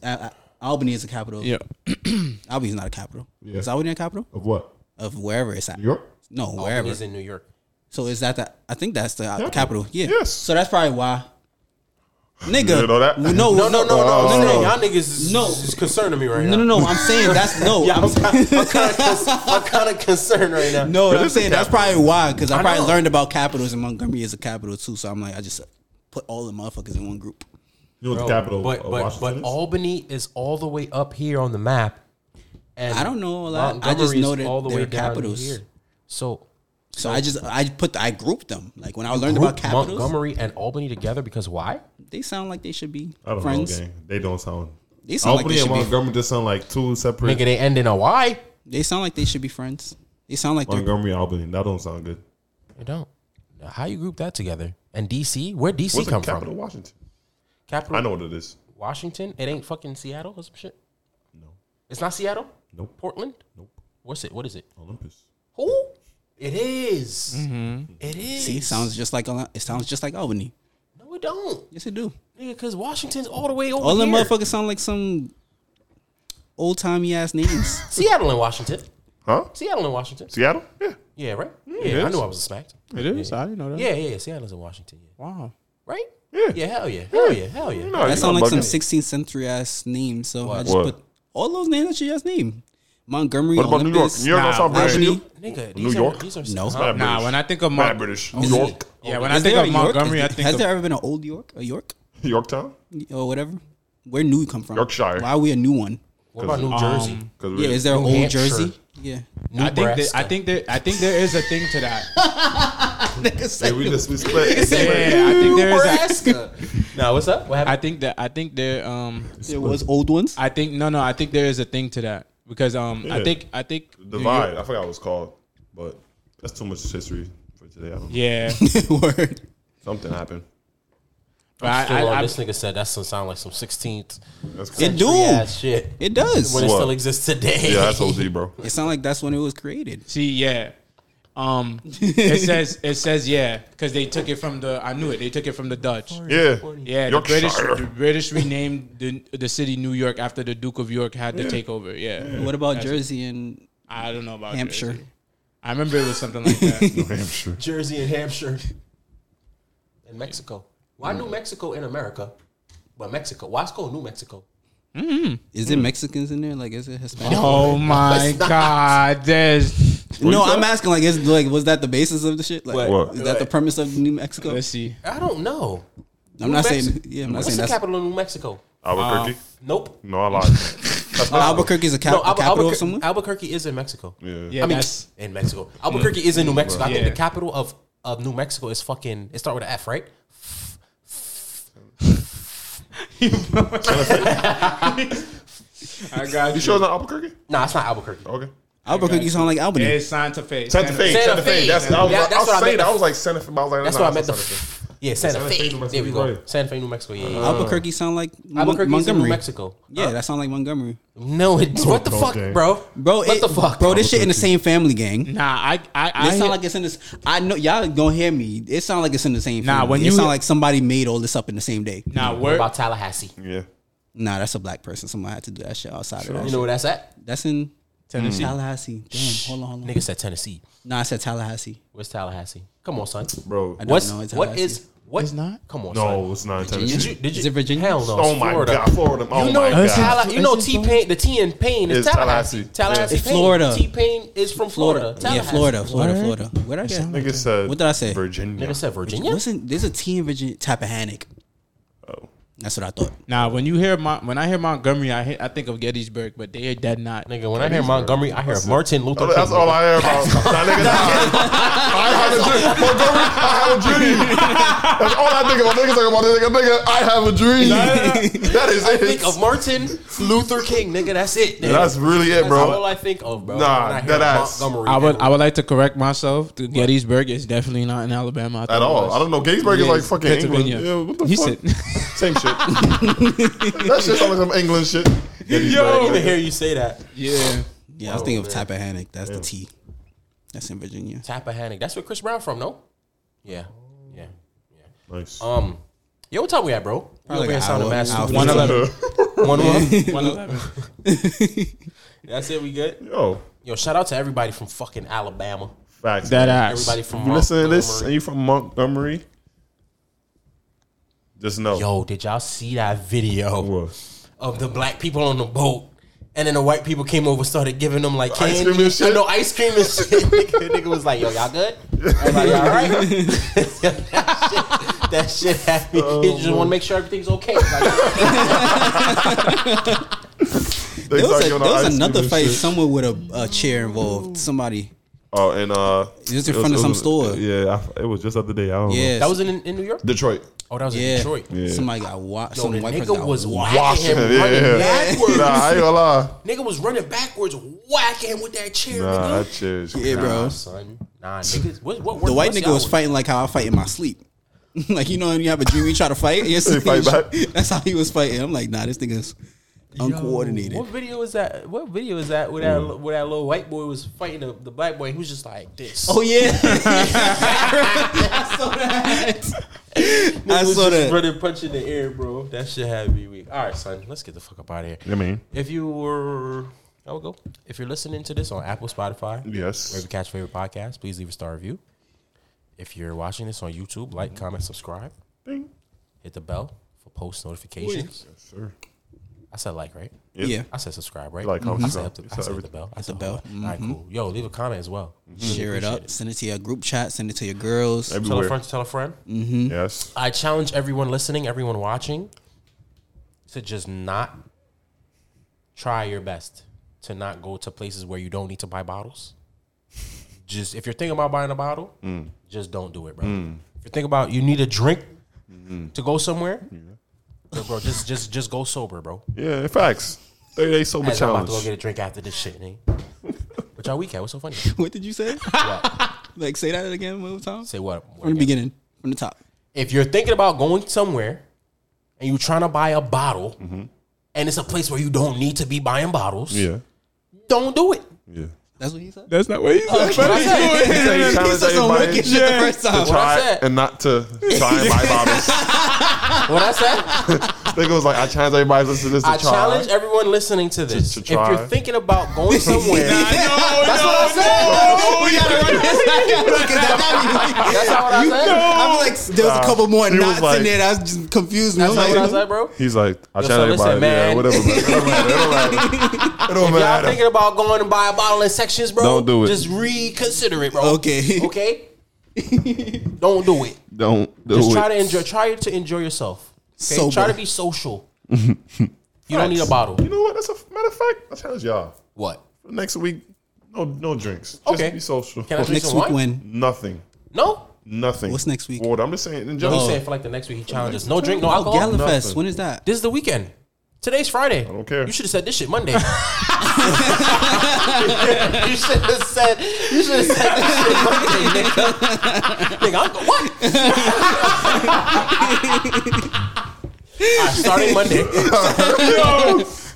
Speaker 3: Albany is a capital.
Speaker 5: yeah.
Speaker 3: Albany's not a capital.
Speaker 4: Yeah.
Speaker 3: Is Albany a capital
Speaker 4: Of what?
Speaker 3: of wherever it's at?
Speaker 4: New York.
Speaker 3: No,
Speaker 2: It
Speaker 3: wherever.
Speaker 2: is in New York.
Speaker 3: So is that the? I think that's the uh, capital. Yeah.
Speaker 4: Yes.
Speaker 3: So that's probably why. Nigga,
Speaker 4: didn't know that?
Speaker 3: No, no,
Speaker 2: No, no, no, no,
Speaker 4: Oh.
Speaker 2: no, no. Y'all niggas is,
Speaker 3: No.
Speaker 2: is concerning me right
Speaker 3: no,
Speaker 2: now.
Speaker 3: no, no. I'm saying that's no.
Speaker 2: Yeah,
Speaker 3: I'm,
Speaker 2: I'm, kind of, I'm, kind of, I'm kind of concerned right now.
Speaker 3: no, I'm
Speaker 4: this is
Speaker 3: saying that's
Speaker 4: capital.
Speaker 3: probably why because I,
Speaker 2: I
Speaker 3: probably
Speaker 2: know.
Speaker 3: learned about capitals and Montgomery is a capital too. So I'm like, I just put all the motherfuckers in one group.
Speaker 4: You know
Speaker 2: Bro,
Speaker 4: the capital
Speaker 2: But
Speaker 4: of
Speaker 2: but
Speaker 4: Washington
Speaker 2: but
Speaker 4: is?
Speaker 2: Albany is all the way up here on the map. And
Speaker 3: I don't know a lot. I
Speaker 2: Montgomery
Speaker 3: just
Speaker 2: is
Speaker 3: know that they're
Speaker 2: down
Speaker 3: capitals.
Speaker 2: So
Speaker 3: So I just I put I grouped them like when I learned about
Speaker 2: group
Speaker 3: capitals,
Speaker 2: Montgomery and Albany together because why?
Speaker 3: they sound like they should be
Speaker 4: I don't
Speaker 3: friends.
Speaker 4: know, gang. They don't sound.
Speaker 3: They sound like
Speaker 4: Albany
Speaker 3: they
Speaker 4: and
Speaker 3: should be.
Speaker 4: Montgomery just sound like two separate.
Speaker 2: Nigga, they end in a Y.
Speaker 3: They sound like they should be friends. They sound like they're
Speaker 4: Montgomery, Albany. That don't sound good.
Speaker 2: They don't. How you group that together? And DC? Where DC
Speaker 4: What's the
Speaker 2: come
Speaker 4: capital
Speaker 2: from?
Speaker 4: of Washington?
Speaker 2: Capital
Speaker 4: I know what it is.
Speaker 2: Washington? It ain't fucking Seattle or some shit?
Speaker 4: No.
Speaker 2: It's not Seattle?
Speaker 4: Nope.
Speaker 2: Portland?
Speaker 4: Nope.
Speaker 2: What's it? What is it?
Speaker 4: Olympus.
Speaker 2: Who? It is. It is.
Speaker 3: Mm-hmm. See, sounds just like Al- it sounds just like Albany.
Speaker 2: No, it don't.
Speaker 3: Yes, it do.
Speaker 2: Nigga, cause Washington's all the way over
Speaker 3: All them
Speaker 2: here.
Speaker 3: motherfuckers sound like some old timey ass names.
Speaker 2: Seattle and Washington.
Speaker 4: Huh?
Speaker 2: Seattle and Washington.
Speaker 4: Seattle? Yeah.
Speaker 2: Yeah, right? Yeah, I knew I was smacked.
Speaker 5: It is. I didn't know that.
Speaker 2: Yeah, yeah, yeah. Seattle's in Washington. Yeah.
Speaker 5: Wow.
Speaker 2: Right?
Speaker 4: Yeah.
Speaker 2: Yeah, hell yeah. Hell yeah. Hell yeah.
Speaker 4: No, you
Speaker 3: That sound
Speaker 4: not
Speaker 3: like some
Speaker 4: bugging.
Speaker 3: 16th century ass names. So I just
Speaker 4: What?
Speaker 3: put all those names that you just named. Montgomery,
Speaker 4: What about New York?
Speaker 3: Olympus,
Speaker 4: New York don't
Speaker 5: Nah,
Speaker 4: sound British.
Speaker 3: Albany.
Speaker 2: Nigga,
Speaker 4: New
Speaker 2: these are,
Speaker 4: York?
Speaker 2: these are
Speaker 3: No.
Speaker 2: huh?
Speaker 5: Nah,
Speaker 4: British.
Speaker 5: when I think of
Speaker 4: Bad
Speaker 5: Mon-
Speaker 4: British.
Speaker 2: Is
Speaker 4: New York.
Speaker 2: it-
Speaker 5: Yeah, when
Speaker 3: Is
Speaker 5: I think
Speaker 3: there a
Speaker 5: of
Speaker 3: York?
Speaker 5: Montgomery,
Speaker 3: Is
Speaker 5: I
Speaker 3: there-
Speaker 5: think
Speaker 3: has
Speaker 5: of,
Speaker 3: there ever been an old York, a York,
Speaker 4: Yorktown?
Speaker 3: or whatever? Where new come from?
Speaker 4: Yorkshire.
Speaker 3: Why are we a new one?
Speaker 2: What about New Jersey?
Speaker 4: Cause
Speaker 3: Yeah,
Speaker 4: we-
Speaker 3: is there an
Speaker 2: New
Speaker 3: old
Speaker 2: Hampshire.
Speaker 3: Jersey? Yeah.
Speaker 2: New
Speaker 5: um, I think that,
Speaker 2: Nebraska.
Speaker 5: I think there I think there is a thing to that.
Speaker 4: Yeah, we just we split. we split.
Speaker 5: Yeah, I think there is. A,
Speaker 2: Nebraska. nah, what's up? What
Speaker 5: I
Speaker 2: happened?
Speaker 5: think that I think there um
Speaker 3: There was old ones.
Speaker 5: I think no no I think there is a thing to that because um I
Speaker 4: Yeah.
Speaker 5: think I think New
Speaker 4: Divide.
Speaker 5: York-
Speaker 4: I forgot what it's called, but that's too much history for today. I don't know.
Speaker 5: Yeah,
Speaker 3: Word.
Speaker 4: Something happened.
Speaker 5: but
Speaker 2: I,
Speaker 5: I, I, I,
Speaker 2: this nigga said that's some sound like some 16th
Speaker 4: That's
Speaker 3: It
Speaker 4: crazy.
Speaker 3: do.
Speaker 2: ass shit.
Speaker 3: It does.
Speaker 2: when it
Speaker 4: What?
Speaker 2: still exists today.
Speaker 4: Yeah, that's OG, bro.
Speaker 3: It sound like that's when it was created.
Speaker 5: see yeah. Um, it says it says yeah because they took it from the I knew it they took it from the Dutch.
Speaker 4: Yeah.
Speaker 5: Yeah, the British
Speaker 4: Yorkshire.
Speaker 5: the British renamed the the city New York after the Duke of York had the takeover. Yeah,
Speaker 3: What about Jersey and
Speaker 5: I don't know about
Speaker 3: Hampshire?
Speaker 5: Jersey. I remember it was something like that.
Speaker 4: Hampshire.
Speaker 2: Jersey and Hampshire and Mexico. Why
Speaker 5: Mm.
Speaker 2: New Mexico in America? But Mexico. Why it's called New Mexico?
Speaker 3: Is it Mexicans in there? Like, is it Hispanic?
Speaker 5: oh my God, there's
Speaker 3: No, I'm asking. Like, is like was that the basis of the shit? Like,
Speaker 2: What?
Speaker 3: is
Speaker 4: What?
Speaker 3: that the premise of New Mexico?
Speaker 5: let's see.
Speaker 2: I don't know.
Speaker 3: I'm not
Speaker 2: Mexico.
Speaker 3: saying. Yeah, I'm not
Speaker 2: What's
Speaker 3: saying
Speaker 2: the
Speaker 3: that's.
Speaker 2: capital of New Mexico?
Speaker 4: Albuquerque?
Speaker 2: Nope.
Speaker 4: no, I lied. That's
Speaker 3: Oh,
Speaker 4: not
Speaker 3: Albuquerque is a cap-
Speaker 2: No,
Speaker 3: the
Speaker 2: Albu-
Speaker 3: capital of
Speaker 2: Albuquerque,
Speaker 3: somewhere.
Speaker 2: Albuquerque is in Mexico.
Speaker 4: Yeah.
Speaker 5: Yeah,
Speaker 2: I mean,
Speaker 5: that's-
Speaker 2: in Mexico, Albuquerque is in New Mexico. I think
Speaker 5: Yeah.
Speaker 2: the capital of, of New Mexico is fucking. It start with an F, right?
Speaker 5: I got
Speaker 4: You sure it's not Albuquerque?
Speaker 2: Nah, it's not Albuquerque.
Speaker 4: Okay.
Speaker 3: Albuquerque sound like Albany.
Speaker 5: It's Santa Fe.
Speaker 4: Santa Fe.
Speaker 2: Santa
Speaker 4: Santa Fe.
Speaker 2: Fe.
Speaker 4: That's, I was,
Speaker 2: Yeah, that's
Speaker 4: I was
Speaker 2: what I
Speaker 4: saying
Speaker 2: meant.
Speaker 4: that. I was like Santa Fe. but I was like,
Speaker 2: That's
Speaker 4: nah,
Speaker 2: what I meant.
Speaker 4: it's
Speaker 2: The
Speaker 4: not Santa Fe.
Speaker 2: yeah, Santa,
Speaker 4: Santa Fe,
Speaker 2: Fe.
Speaker 4: New Mexico,
Speaker 2: there we go.
Speaker 4: right.
Speaker 2: Santa Fe, New Mexico. Yeah, yeah.
Speaker 3: Albuquerque sound like Mon-
Speaker 2: uh, Albuquerque is in
Speaker 3: Uh, Montgomery.
Speaker 2: New Mexico.
Speaker 3: Yeah, that sound like Montgomery.
Speaker 2: No, it's what the fuck,
Speaker 4: okay.
Speaker 2: bro?
Speaker 3: Bro,
Speaker 2: what
Speaker 3: it-
Speaker 2: the fuck,
Speaker 3: Bro, this shit in the same family gang.
Speaker 5: Nah, I I, I
Speaker 3: It sound
Speaker 5: hear-
Speaker 3: like it's in this. I know y'all don't hear me. It sound like it's in the same.
Speaker 5: Nah,
Speaker 3: family.
Speaker 5: when
Speaker 3: it
Speaker 5: you-
Speaker 3: sound like somebody made all this up in the same day.
Speaker 5: nah.
Speaker 2: What
Speaker 5: Word,
Speaker 2: about Tallahassee?
Speaker 4: Yeah.
Speaker 3: Nah, that's a black person. Somebody had to do that shit outside of that.
Speaker 2: You
Speaker 3: shit.
Speaker 2: know where that's at?
Speaker 3: That's in
Speaker 5: Tennessee.
Speaker 3: Tallahassee. Damn, hold on, hold on.
Speaker 2: Nigga said Tennessee.
Speaker 3: Nah, I said Tallahassee.
Speaker 2: Where's Tallahassee? Come on, son.
Speaker 4: Bro.
Speaker 3: I don't
Speaker 2: What's
Speaker 3: know, it's
Speaker 2: what
Speaker 3: Tallahassee.
Speaker 2: is what?
Speaker 5: It's not?
Speaker 2: Come on, son.
Speaker 4: No, it's not in Tennessee.
Speaker 2: Did you? Did you?
Speaker 3: Is it Virginia?
Speaker 2: Hell no.
Speaker 4: Oh
Speaker 2: it's
Speaker 4: my
Speaker 2: Florida.
Speaker 4: God, Florida. Oh
Speaker 2: You know,
Speaker 4: my God.
Speaker 2: Tala- you know,
Speaker 5: Is it
Speaker 2: T Pain. The T in Pain is
Speaker 4: It's
Speaker 2: Tallahassee.
Speaker 4: Tallahassee.
Speaker 2: Tallahassee.
Speaker 3: It's
Speaker 2: Pain.
Speaker 3: Florida.
Speaker 2: T Pain is from Florida.
Speaker 3: Yeah,
Speaker 2: Tallahassee.
Speaker 3: Florida, Florida, Florida. Where did I get?
Speaker 4: Nigga said.
Speaker 3: What did I say?
Speaker 4: Virginia.
Speaker 2: Nigga said Virginia.
Speaker 3: Listen, there's a T in Virginia, Tappahannock.
Speaker 4: Oh.
Speaker 3: That's what I thought.
Speaker 5: Nah, when you hear Mon- when I hear Montgomery, I hear, I think of Gettysburg, but they are dead not.
Speaker 2: Nigga, when I hear Montgomery, I hear Martin Luther King.
Speaker 4: That's all I hear about. Nah, nigga, nah. I have a dream. Montgomery, I have a dream. That's all I think about. Niggas talking about this nigga. Nigga, I have a dream. That is
Speaker 2: I
Speaker 4: it.
Speaker 2: think of Martin Luther King, nigga. That's it. Nigga.
Speaker 4: That's really it,
Speaker 2: That's
Speaker 4: bro.
Speaker 2: all I think of, bro.
Speaker 4: Nah,
Speaker 2: When I hear
Speaker 4: that ass.
Speaker 2: Montgomery.
Speaker 5: I would I would like to correct myself. The Gettysburg is definitely not in Alabama I
Speaker 4: At
Speaker 5: thought it
Speaker 4: all.
Speaker 5: was.
Speaker 4: I don't know. Gettysburg is
Speaker 5: Yeah,
Speaker 4: like fucking England.
Speaker 5: Pennsylvania.
Speaker 4: Yeah, what the
Speaker 5: he
Speaker 4: fuck?
Speaker 5: said,
Speaker 4: Same shit. that shit sounds like some England shit.
Speaker 2: I didn't
Speaker 4: Gettysburg,
Speaker 2: even
Speaker 4: nigga.
Speaker 2: hear you say that.
Speaker 5: "Yeah,
Speaker 3: Yeah, I was
Speaker 4: Oh,
Speaker 3: thinking of Tappahannock. That's the T. That's in Virginia.
Speaker 2: Tappahannock. That's where Chris Brown from, no? Yeah. Yeah.
Speaker 4: Nice.
Speaker 2: Um, yo, what time we at, bro? We
Speaker 3: Probably
Speaker 2: over here
Speaker 3: like
Speaker 2: sounding
Speaker 3: an
Speaker 2: mad
Speaker 3: hour,
Speaker 2: stupid. One
Speaker 5: one eleven,
Speaker 2: one.
Speaker 5: one eleven.
Speaker 2: That's it. We good.
Speaker 4: Yo,
Speaker 2: Yo, shout out to everybody from fucking Alabama.
Speaker 4: facts.
Speaker 5: That ass.
Speaker 2: Everybody from
Speaker 4: If you listen to this and
Speaker 2: Montgomery.
Speaker 4: you from Montgomery, just know.
Speaker 2: Yo, did y'all see that video
Speaker 4: What?
Speaker 2: of the black people on the boat? And then the white people came over, started giving them like
Speaker 4: Ice
Speaker 2: candy,
Speaker 4: cream and shit?
Speaker 2: No ice cream and shit. nigga, nigga was like, "Yo, y'all good? Everybody all right?" that, shit, that shit had me.
Speaker 4: Oh,
Speaker 2: he just want to make sure everything's okay. Like,
Speaker 4: They
Speaker 3: There was,
Speaker 4: start
Speaker 3: a- there
Speaker 4: giving out
Speaker 3: was
Speaker 4: ice cream
Speaker 3: another
Speaker 4: and
Speaker 3: fight
Speaker 4: shit.
Speaker 3: somewhere with a, a chair involved. Somebody.
Speaker 4: Oh, and uh,
Speaker 3: It was in
Speaker 4: it
Speaker 3: front of
Speaker 4: it
Speaker 3: some store.
Speaker 4: Yeah, I, it was just the other day. I don't
Speaker 3: Yeah,
Speaker 4: know.
Speaker 2: that was in in New York.
Speaker 4: Detroit.
Speaker 2: Oh, that was in
Speaker 3: yeah.
Speaker 2: Detroit.
Speaker 4: Yeah.
Speaker 3: Somebody got washed.
Speaker 2: Yo,
Speaker 3: Some
Speaker 2: the
Speaker 3: white
Speaker 2: nigga
Speaker 3: person got
Speaker 2: was
Speaker 3: wa-
Speaker 2: whacking him,
Speaker 4: Yeah,
Speaker 2: running
Speaker 4: yeah.
Speaker 2: backwards.
Speaker 4: Nah, I ain't gonna lie.
Speaker 2: Nigga was running backwards, whacking him with that chair.
Speaker 4: Nah,
Speaker 2: nigga.
Speaker 4: that shit is
Speaker 3: Yeah, bro.
Speaker 2: Nah, son. Nah, niggas. What, what,
Speaker 3: The white
Speaker 2: what's
Speaker 3: nigga was
Speaker 2: y'all-
Speaker 3: fighting like how I fight in my sleep. like you know when you have a dream, you try to fight. Yes,
Speaker 4: They fight back.
Speaker 3: That's how he was fighting. I'm like, nah, this nigga's uncoordinated.
Speaker 2: What video is that? What video is that? Where
Speaker 3: Hmm.
Speaker 2: that, where that little white boy was fighting the, the black boy, and he was just like this.
Speaker 3: Oh yeah, I saw that. I
Speaker 2: He was
Speaker 3: saw
Speaker 2: just
Speaker 3: that.
Speaker 2: running, punching the air, bro. That shit had me weak. All right, son, let's get the fuck up out of here.
Speaker 4: I mean,
Speaker 2: If you were, I would go. If you're listening to this on Apple, Spotify, wherever
Speaker 4: yes.
Speaker 2: you catch your favorite podcast, please leave a star review. If you're watching this on YouTube, like,
Speaker 3: Mm-hmm.
Speaker 2: comment, subscribe,
Speaker 4: Ding.
Speaker 2: hit the bell for post notifications.
Speaker 4: Yes, sir.
Speaker 2: I said like, right?
Speaker 3: Yeah, Mm-hmm.
Speaker 2: I said subscribe, right?
Speaker 4: Like, comment,
Speaker 2: I said, hit the,
Speaker 4: subscribe. You
Speaker 2: I
Speaker 4: said
Speaker 2: said hit the
Speaker 4: everything.
Speaker 2: bell. Mm-hmm. I said
Speaker 3: the bell.
Speaker 2: All right, cool. Yo, leave a comment as well.
Speaker 3: share it up. Send it to your group chat. Send it to your girls.
Speaker 2: Tell a
Speaker 4: Everywhere.
Speaker 2: friend to tell a friend.
Speaker 4: Yes.
Speaker 2: I challenge everyone listening, everyone watching, to just not try your best to not go to places where you don't need to buy bottles. Just if you're thinking about buying a bottle, just don't do it, bro. If you're thinking about you need a drink to go somewhere, bro, bro, just just just go sober, bro.
Speaker 4: Yeah, facts. 30 day sober
Speaker 2: As I'm about to go
Speaker 4: challenge.
Speaker 2: get a drink after this shit, nigga. Which y'all weak at? What's so funny?
Speaker 3: What did you say?
Speaker 2: What?
Speaker 3: like say that again one more time.
Speaker 2: Say what? What
Speaker 3: From the
Speaker 2: again?
Speaker 3: beginning, from the top.
Speaker 2: if you're thinking about going somewhere and you're trying to buy a bottle and it's a place where you don't need to be buying bottles,
Speaker 4: Mm-hmm. Yeah.
Speaker 2: don't do it.
Speaker 4: Yeah.
Speaker 3: That's what he said.
Speaker 5: That's not what he said.
Speaker 2: What I said.
Speaker 4: Challenge
Speaker 3: He said some
Speaker 4: everybody
Speaker 3: wicked shit the first
Speaker 4: To
Speaker 3: time.
Speaker 2: I
Speaker 4: try
Speaker 2: said.
Speaker 4: and not to try and buy bottles.
Speaker 2: What I said?
Speaker 4: Nigga was like, I challenge everybody to listen to this to
Speaker 2: I
Speaker 4: try.
Speaker 2: challenge everyone listening to this.
Speaker 4: to
Speaker 2: if
Speaker 4: try.
Speaker 2: you're thinking about going somewhere,
Speaker 5: That's
Speaker 2: what I said.
Speaker 3: We gotta run this back. Look at that.
Speaker 2: That's not what I said.
Speaker 3: I'm like, there was a couple more
Speaker 4: He was
Speaker 3: knots
Speaker 4: like-
Speaker 3: in there. That was just confused me. I'm
Speaker 2: That's not what I
Speaker 3: like,
Speaker 2: said, bro.
Speaker 4: He's like, I
Speaker 2: Yo,
Speaker 4: challenge
Speaker 2: so listen,
Speaker 4: everybody. Yeah,
Speaker 2: man.
Speaker 4: whatever. man. It don't matter. It don't matter. It don't
Speaker 2: Y'all
Speaker 4: matter.
Speaker 2: thinking about going and buy a bottle in sections, bro?
Speaker 4: Don't do it.
Speaker 2: Just reconsider it, bro.
Speaker 3: Okay.
Speaker 2: Okay. Don't do it.
Speaker 4: Don't do
Speaker 2: Just
Speaker 4: it.
Speaker 2: try to enjoy. Try to enjoy yourself. Okay?
Speaker 3: Sober.
Speaker 2: Try to be social. you don't need a bottle.
Speaker 4: You know what? That's a matter of fact. I challenge y'all
Speaker 2: What?
Speaker 4: for next week. No, no drinks. Just
Speaker 2: Okay.
Speaker 4: Be social.
Speaker 2: Can I drink
Speaker 3: Next
Speaker 2: some
Speaker 3: week
Speaker 2: wine?
Speaker 3: when
Speaker 4: Nothing.
Speaker 2: No.
Speaker 4: Nothing.
Speaker 3: What's next week?
Speaker 4: Water. I'm just saying. In
Speaker 2: No,
Speaker 4: general,
Speaker 2: he said for like the next week he challenges. No drink, no
Speaker 3: Oh,
Speaker 2: alcohol.
Speaker 3: Gallifest.
Speaker 4: Nothing.
Speaker 3: When is that?
Speaker 2: This is the weekend. Today's Friday. I
Speaker 4: don't care.
Speaker 2: You should have said this shit Monday. you should have said. You should have said this shit Monday, nigga. nigga, I'm, what? All right, starting Monday.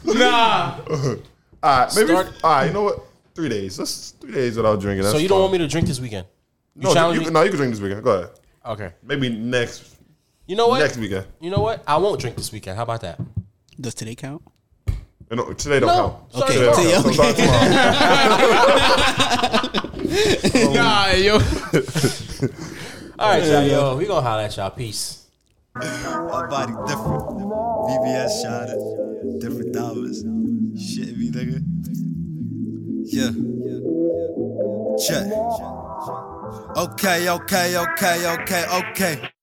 Speaker 5: Nah.
Speaker 4: all right, maybe.
Speaker 2: Start-
Speaker 4: all right, you know what? Three days. That's three days without drinking. That's
Speaker 2: So you don't
Speaker 4: fine.
Speaker 2: want me to drink this weekend? You
Speaker 4: No,
Speaker 2: challenge
Speaker 4: you,
Speaker 2: me?
Speaker 4: can- no, you can drink this weekend. Go ahead.
Speaker 2: Okay.
Speaker 4: Maybe next
Speaker 2: You know what?
Speaker 4: next weekend.
Speaker 2: You know what? I won't drink this weekend. How about that?
Speaker 3: Does today count?
Speaker 4: Uh, No, today don't
Speaker 2: No.
Speaker 4: count.
Speaker 2: Okay.
Speaker 4: Today don't
Speaker 3: Okay.
Speaker 4: count. So sorry, tomorrow.
Speaker 5: Nah, yo.
Speaker 2: All right, y'all. Yo, we gonna holler at y'all. Peace.
Speaker 1: My body different. VBS shot it. Different dollars. Shit, me nigga. Yeah. Check. Okay, okay, okay, okay, okay.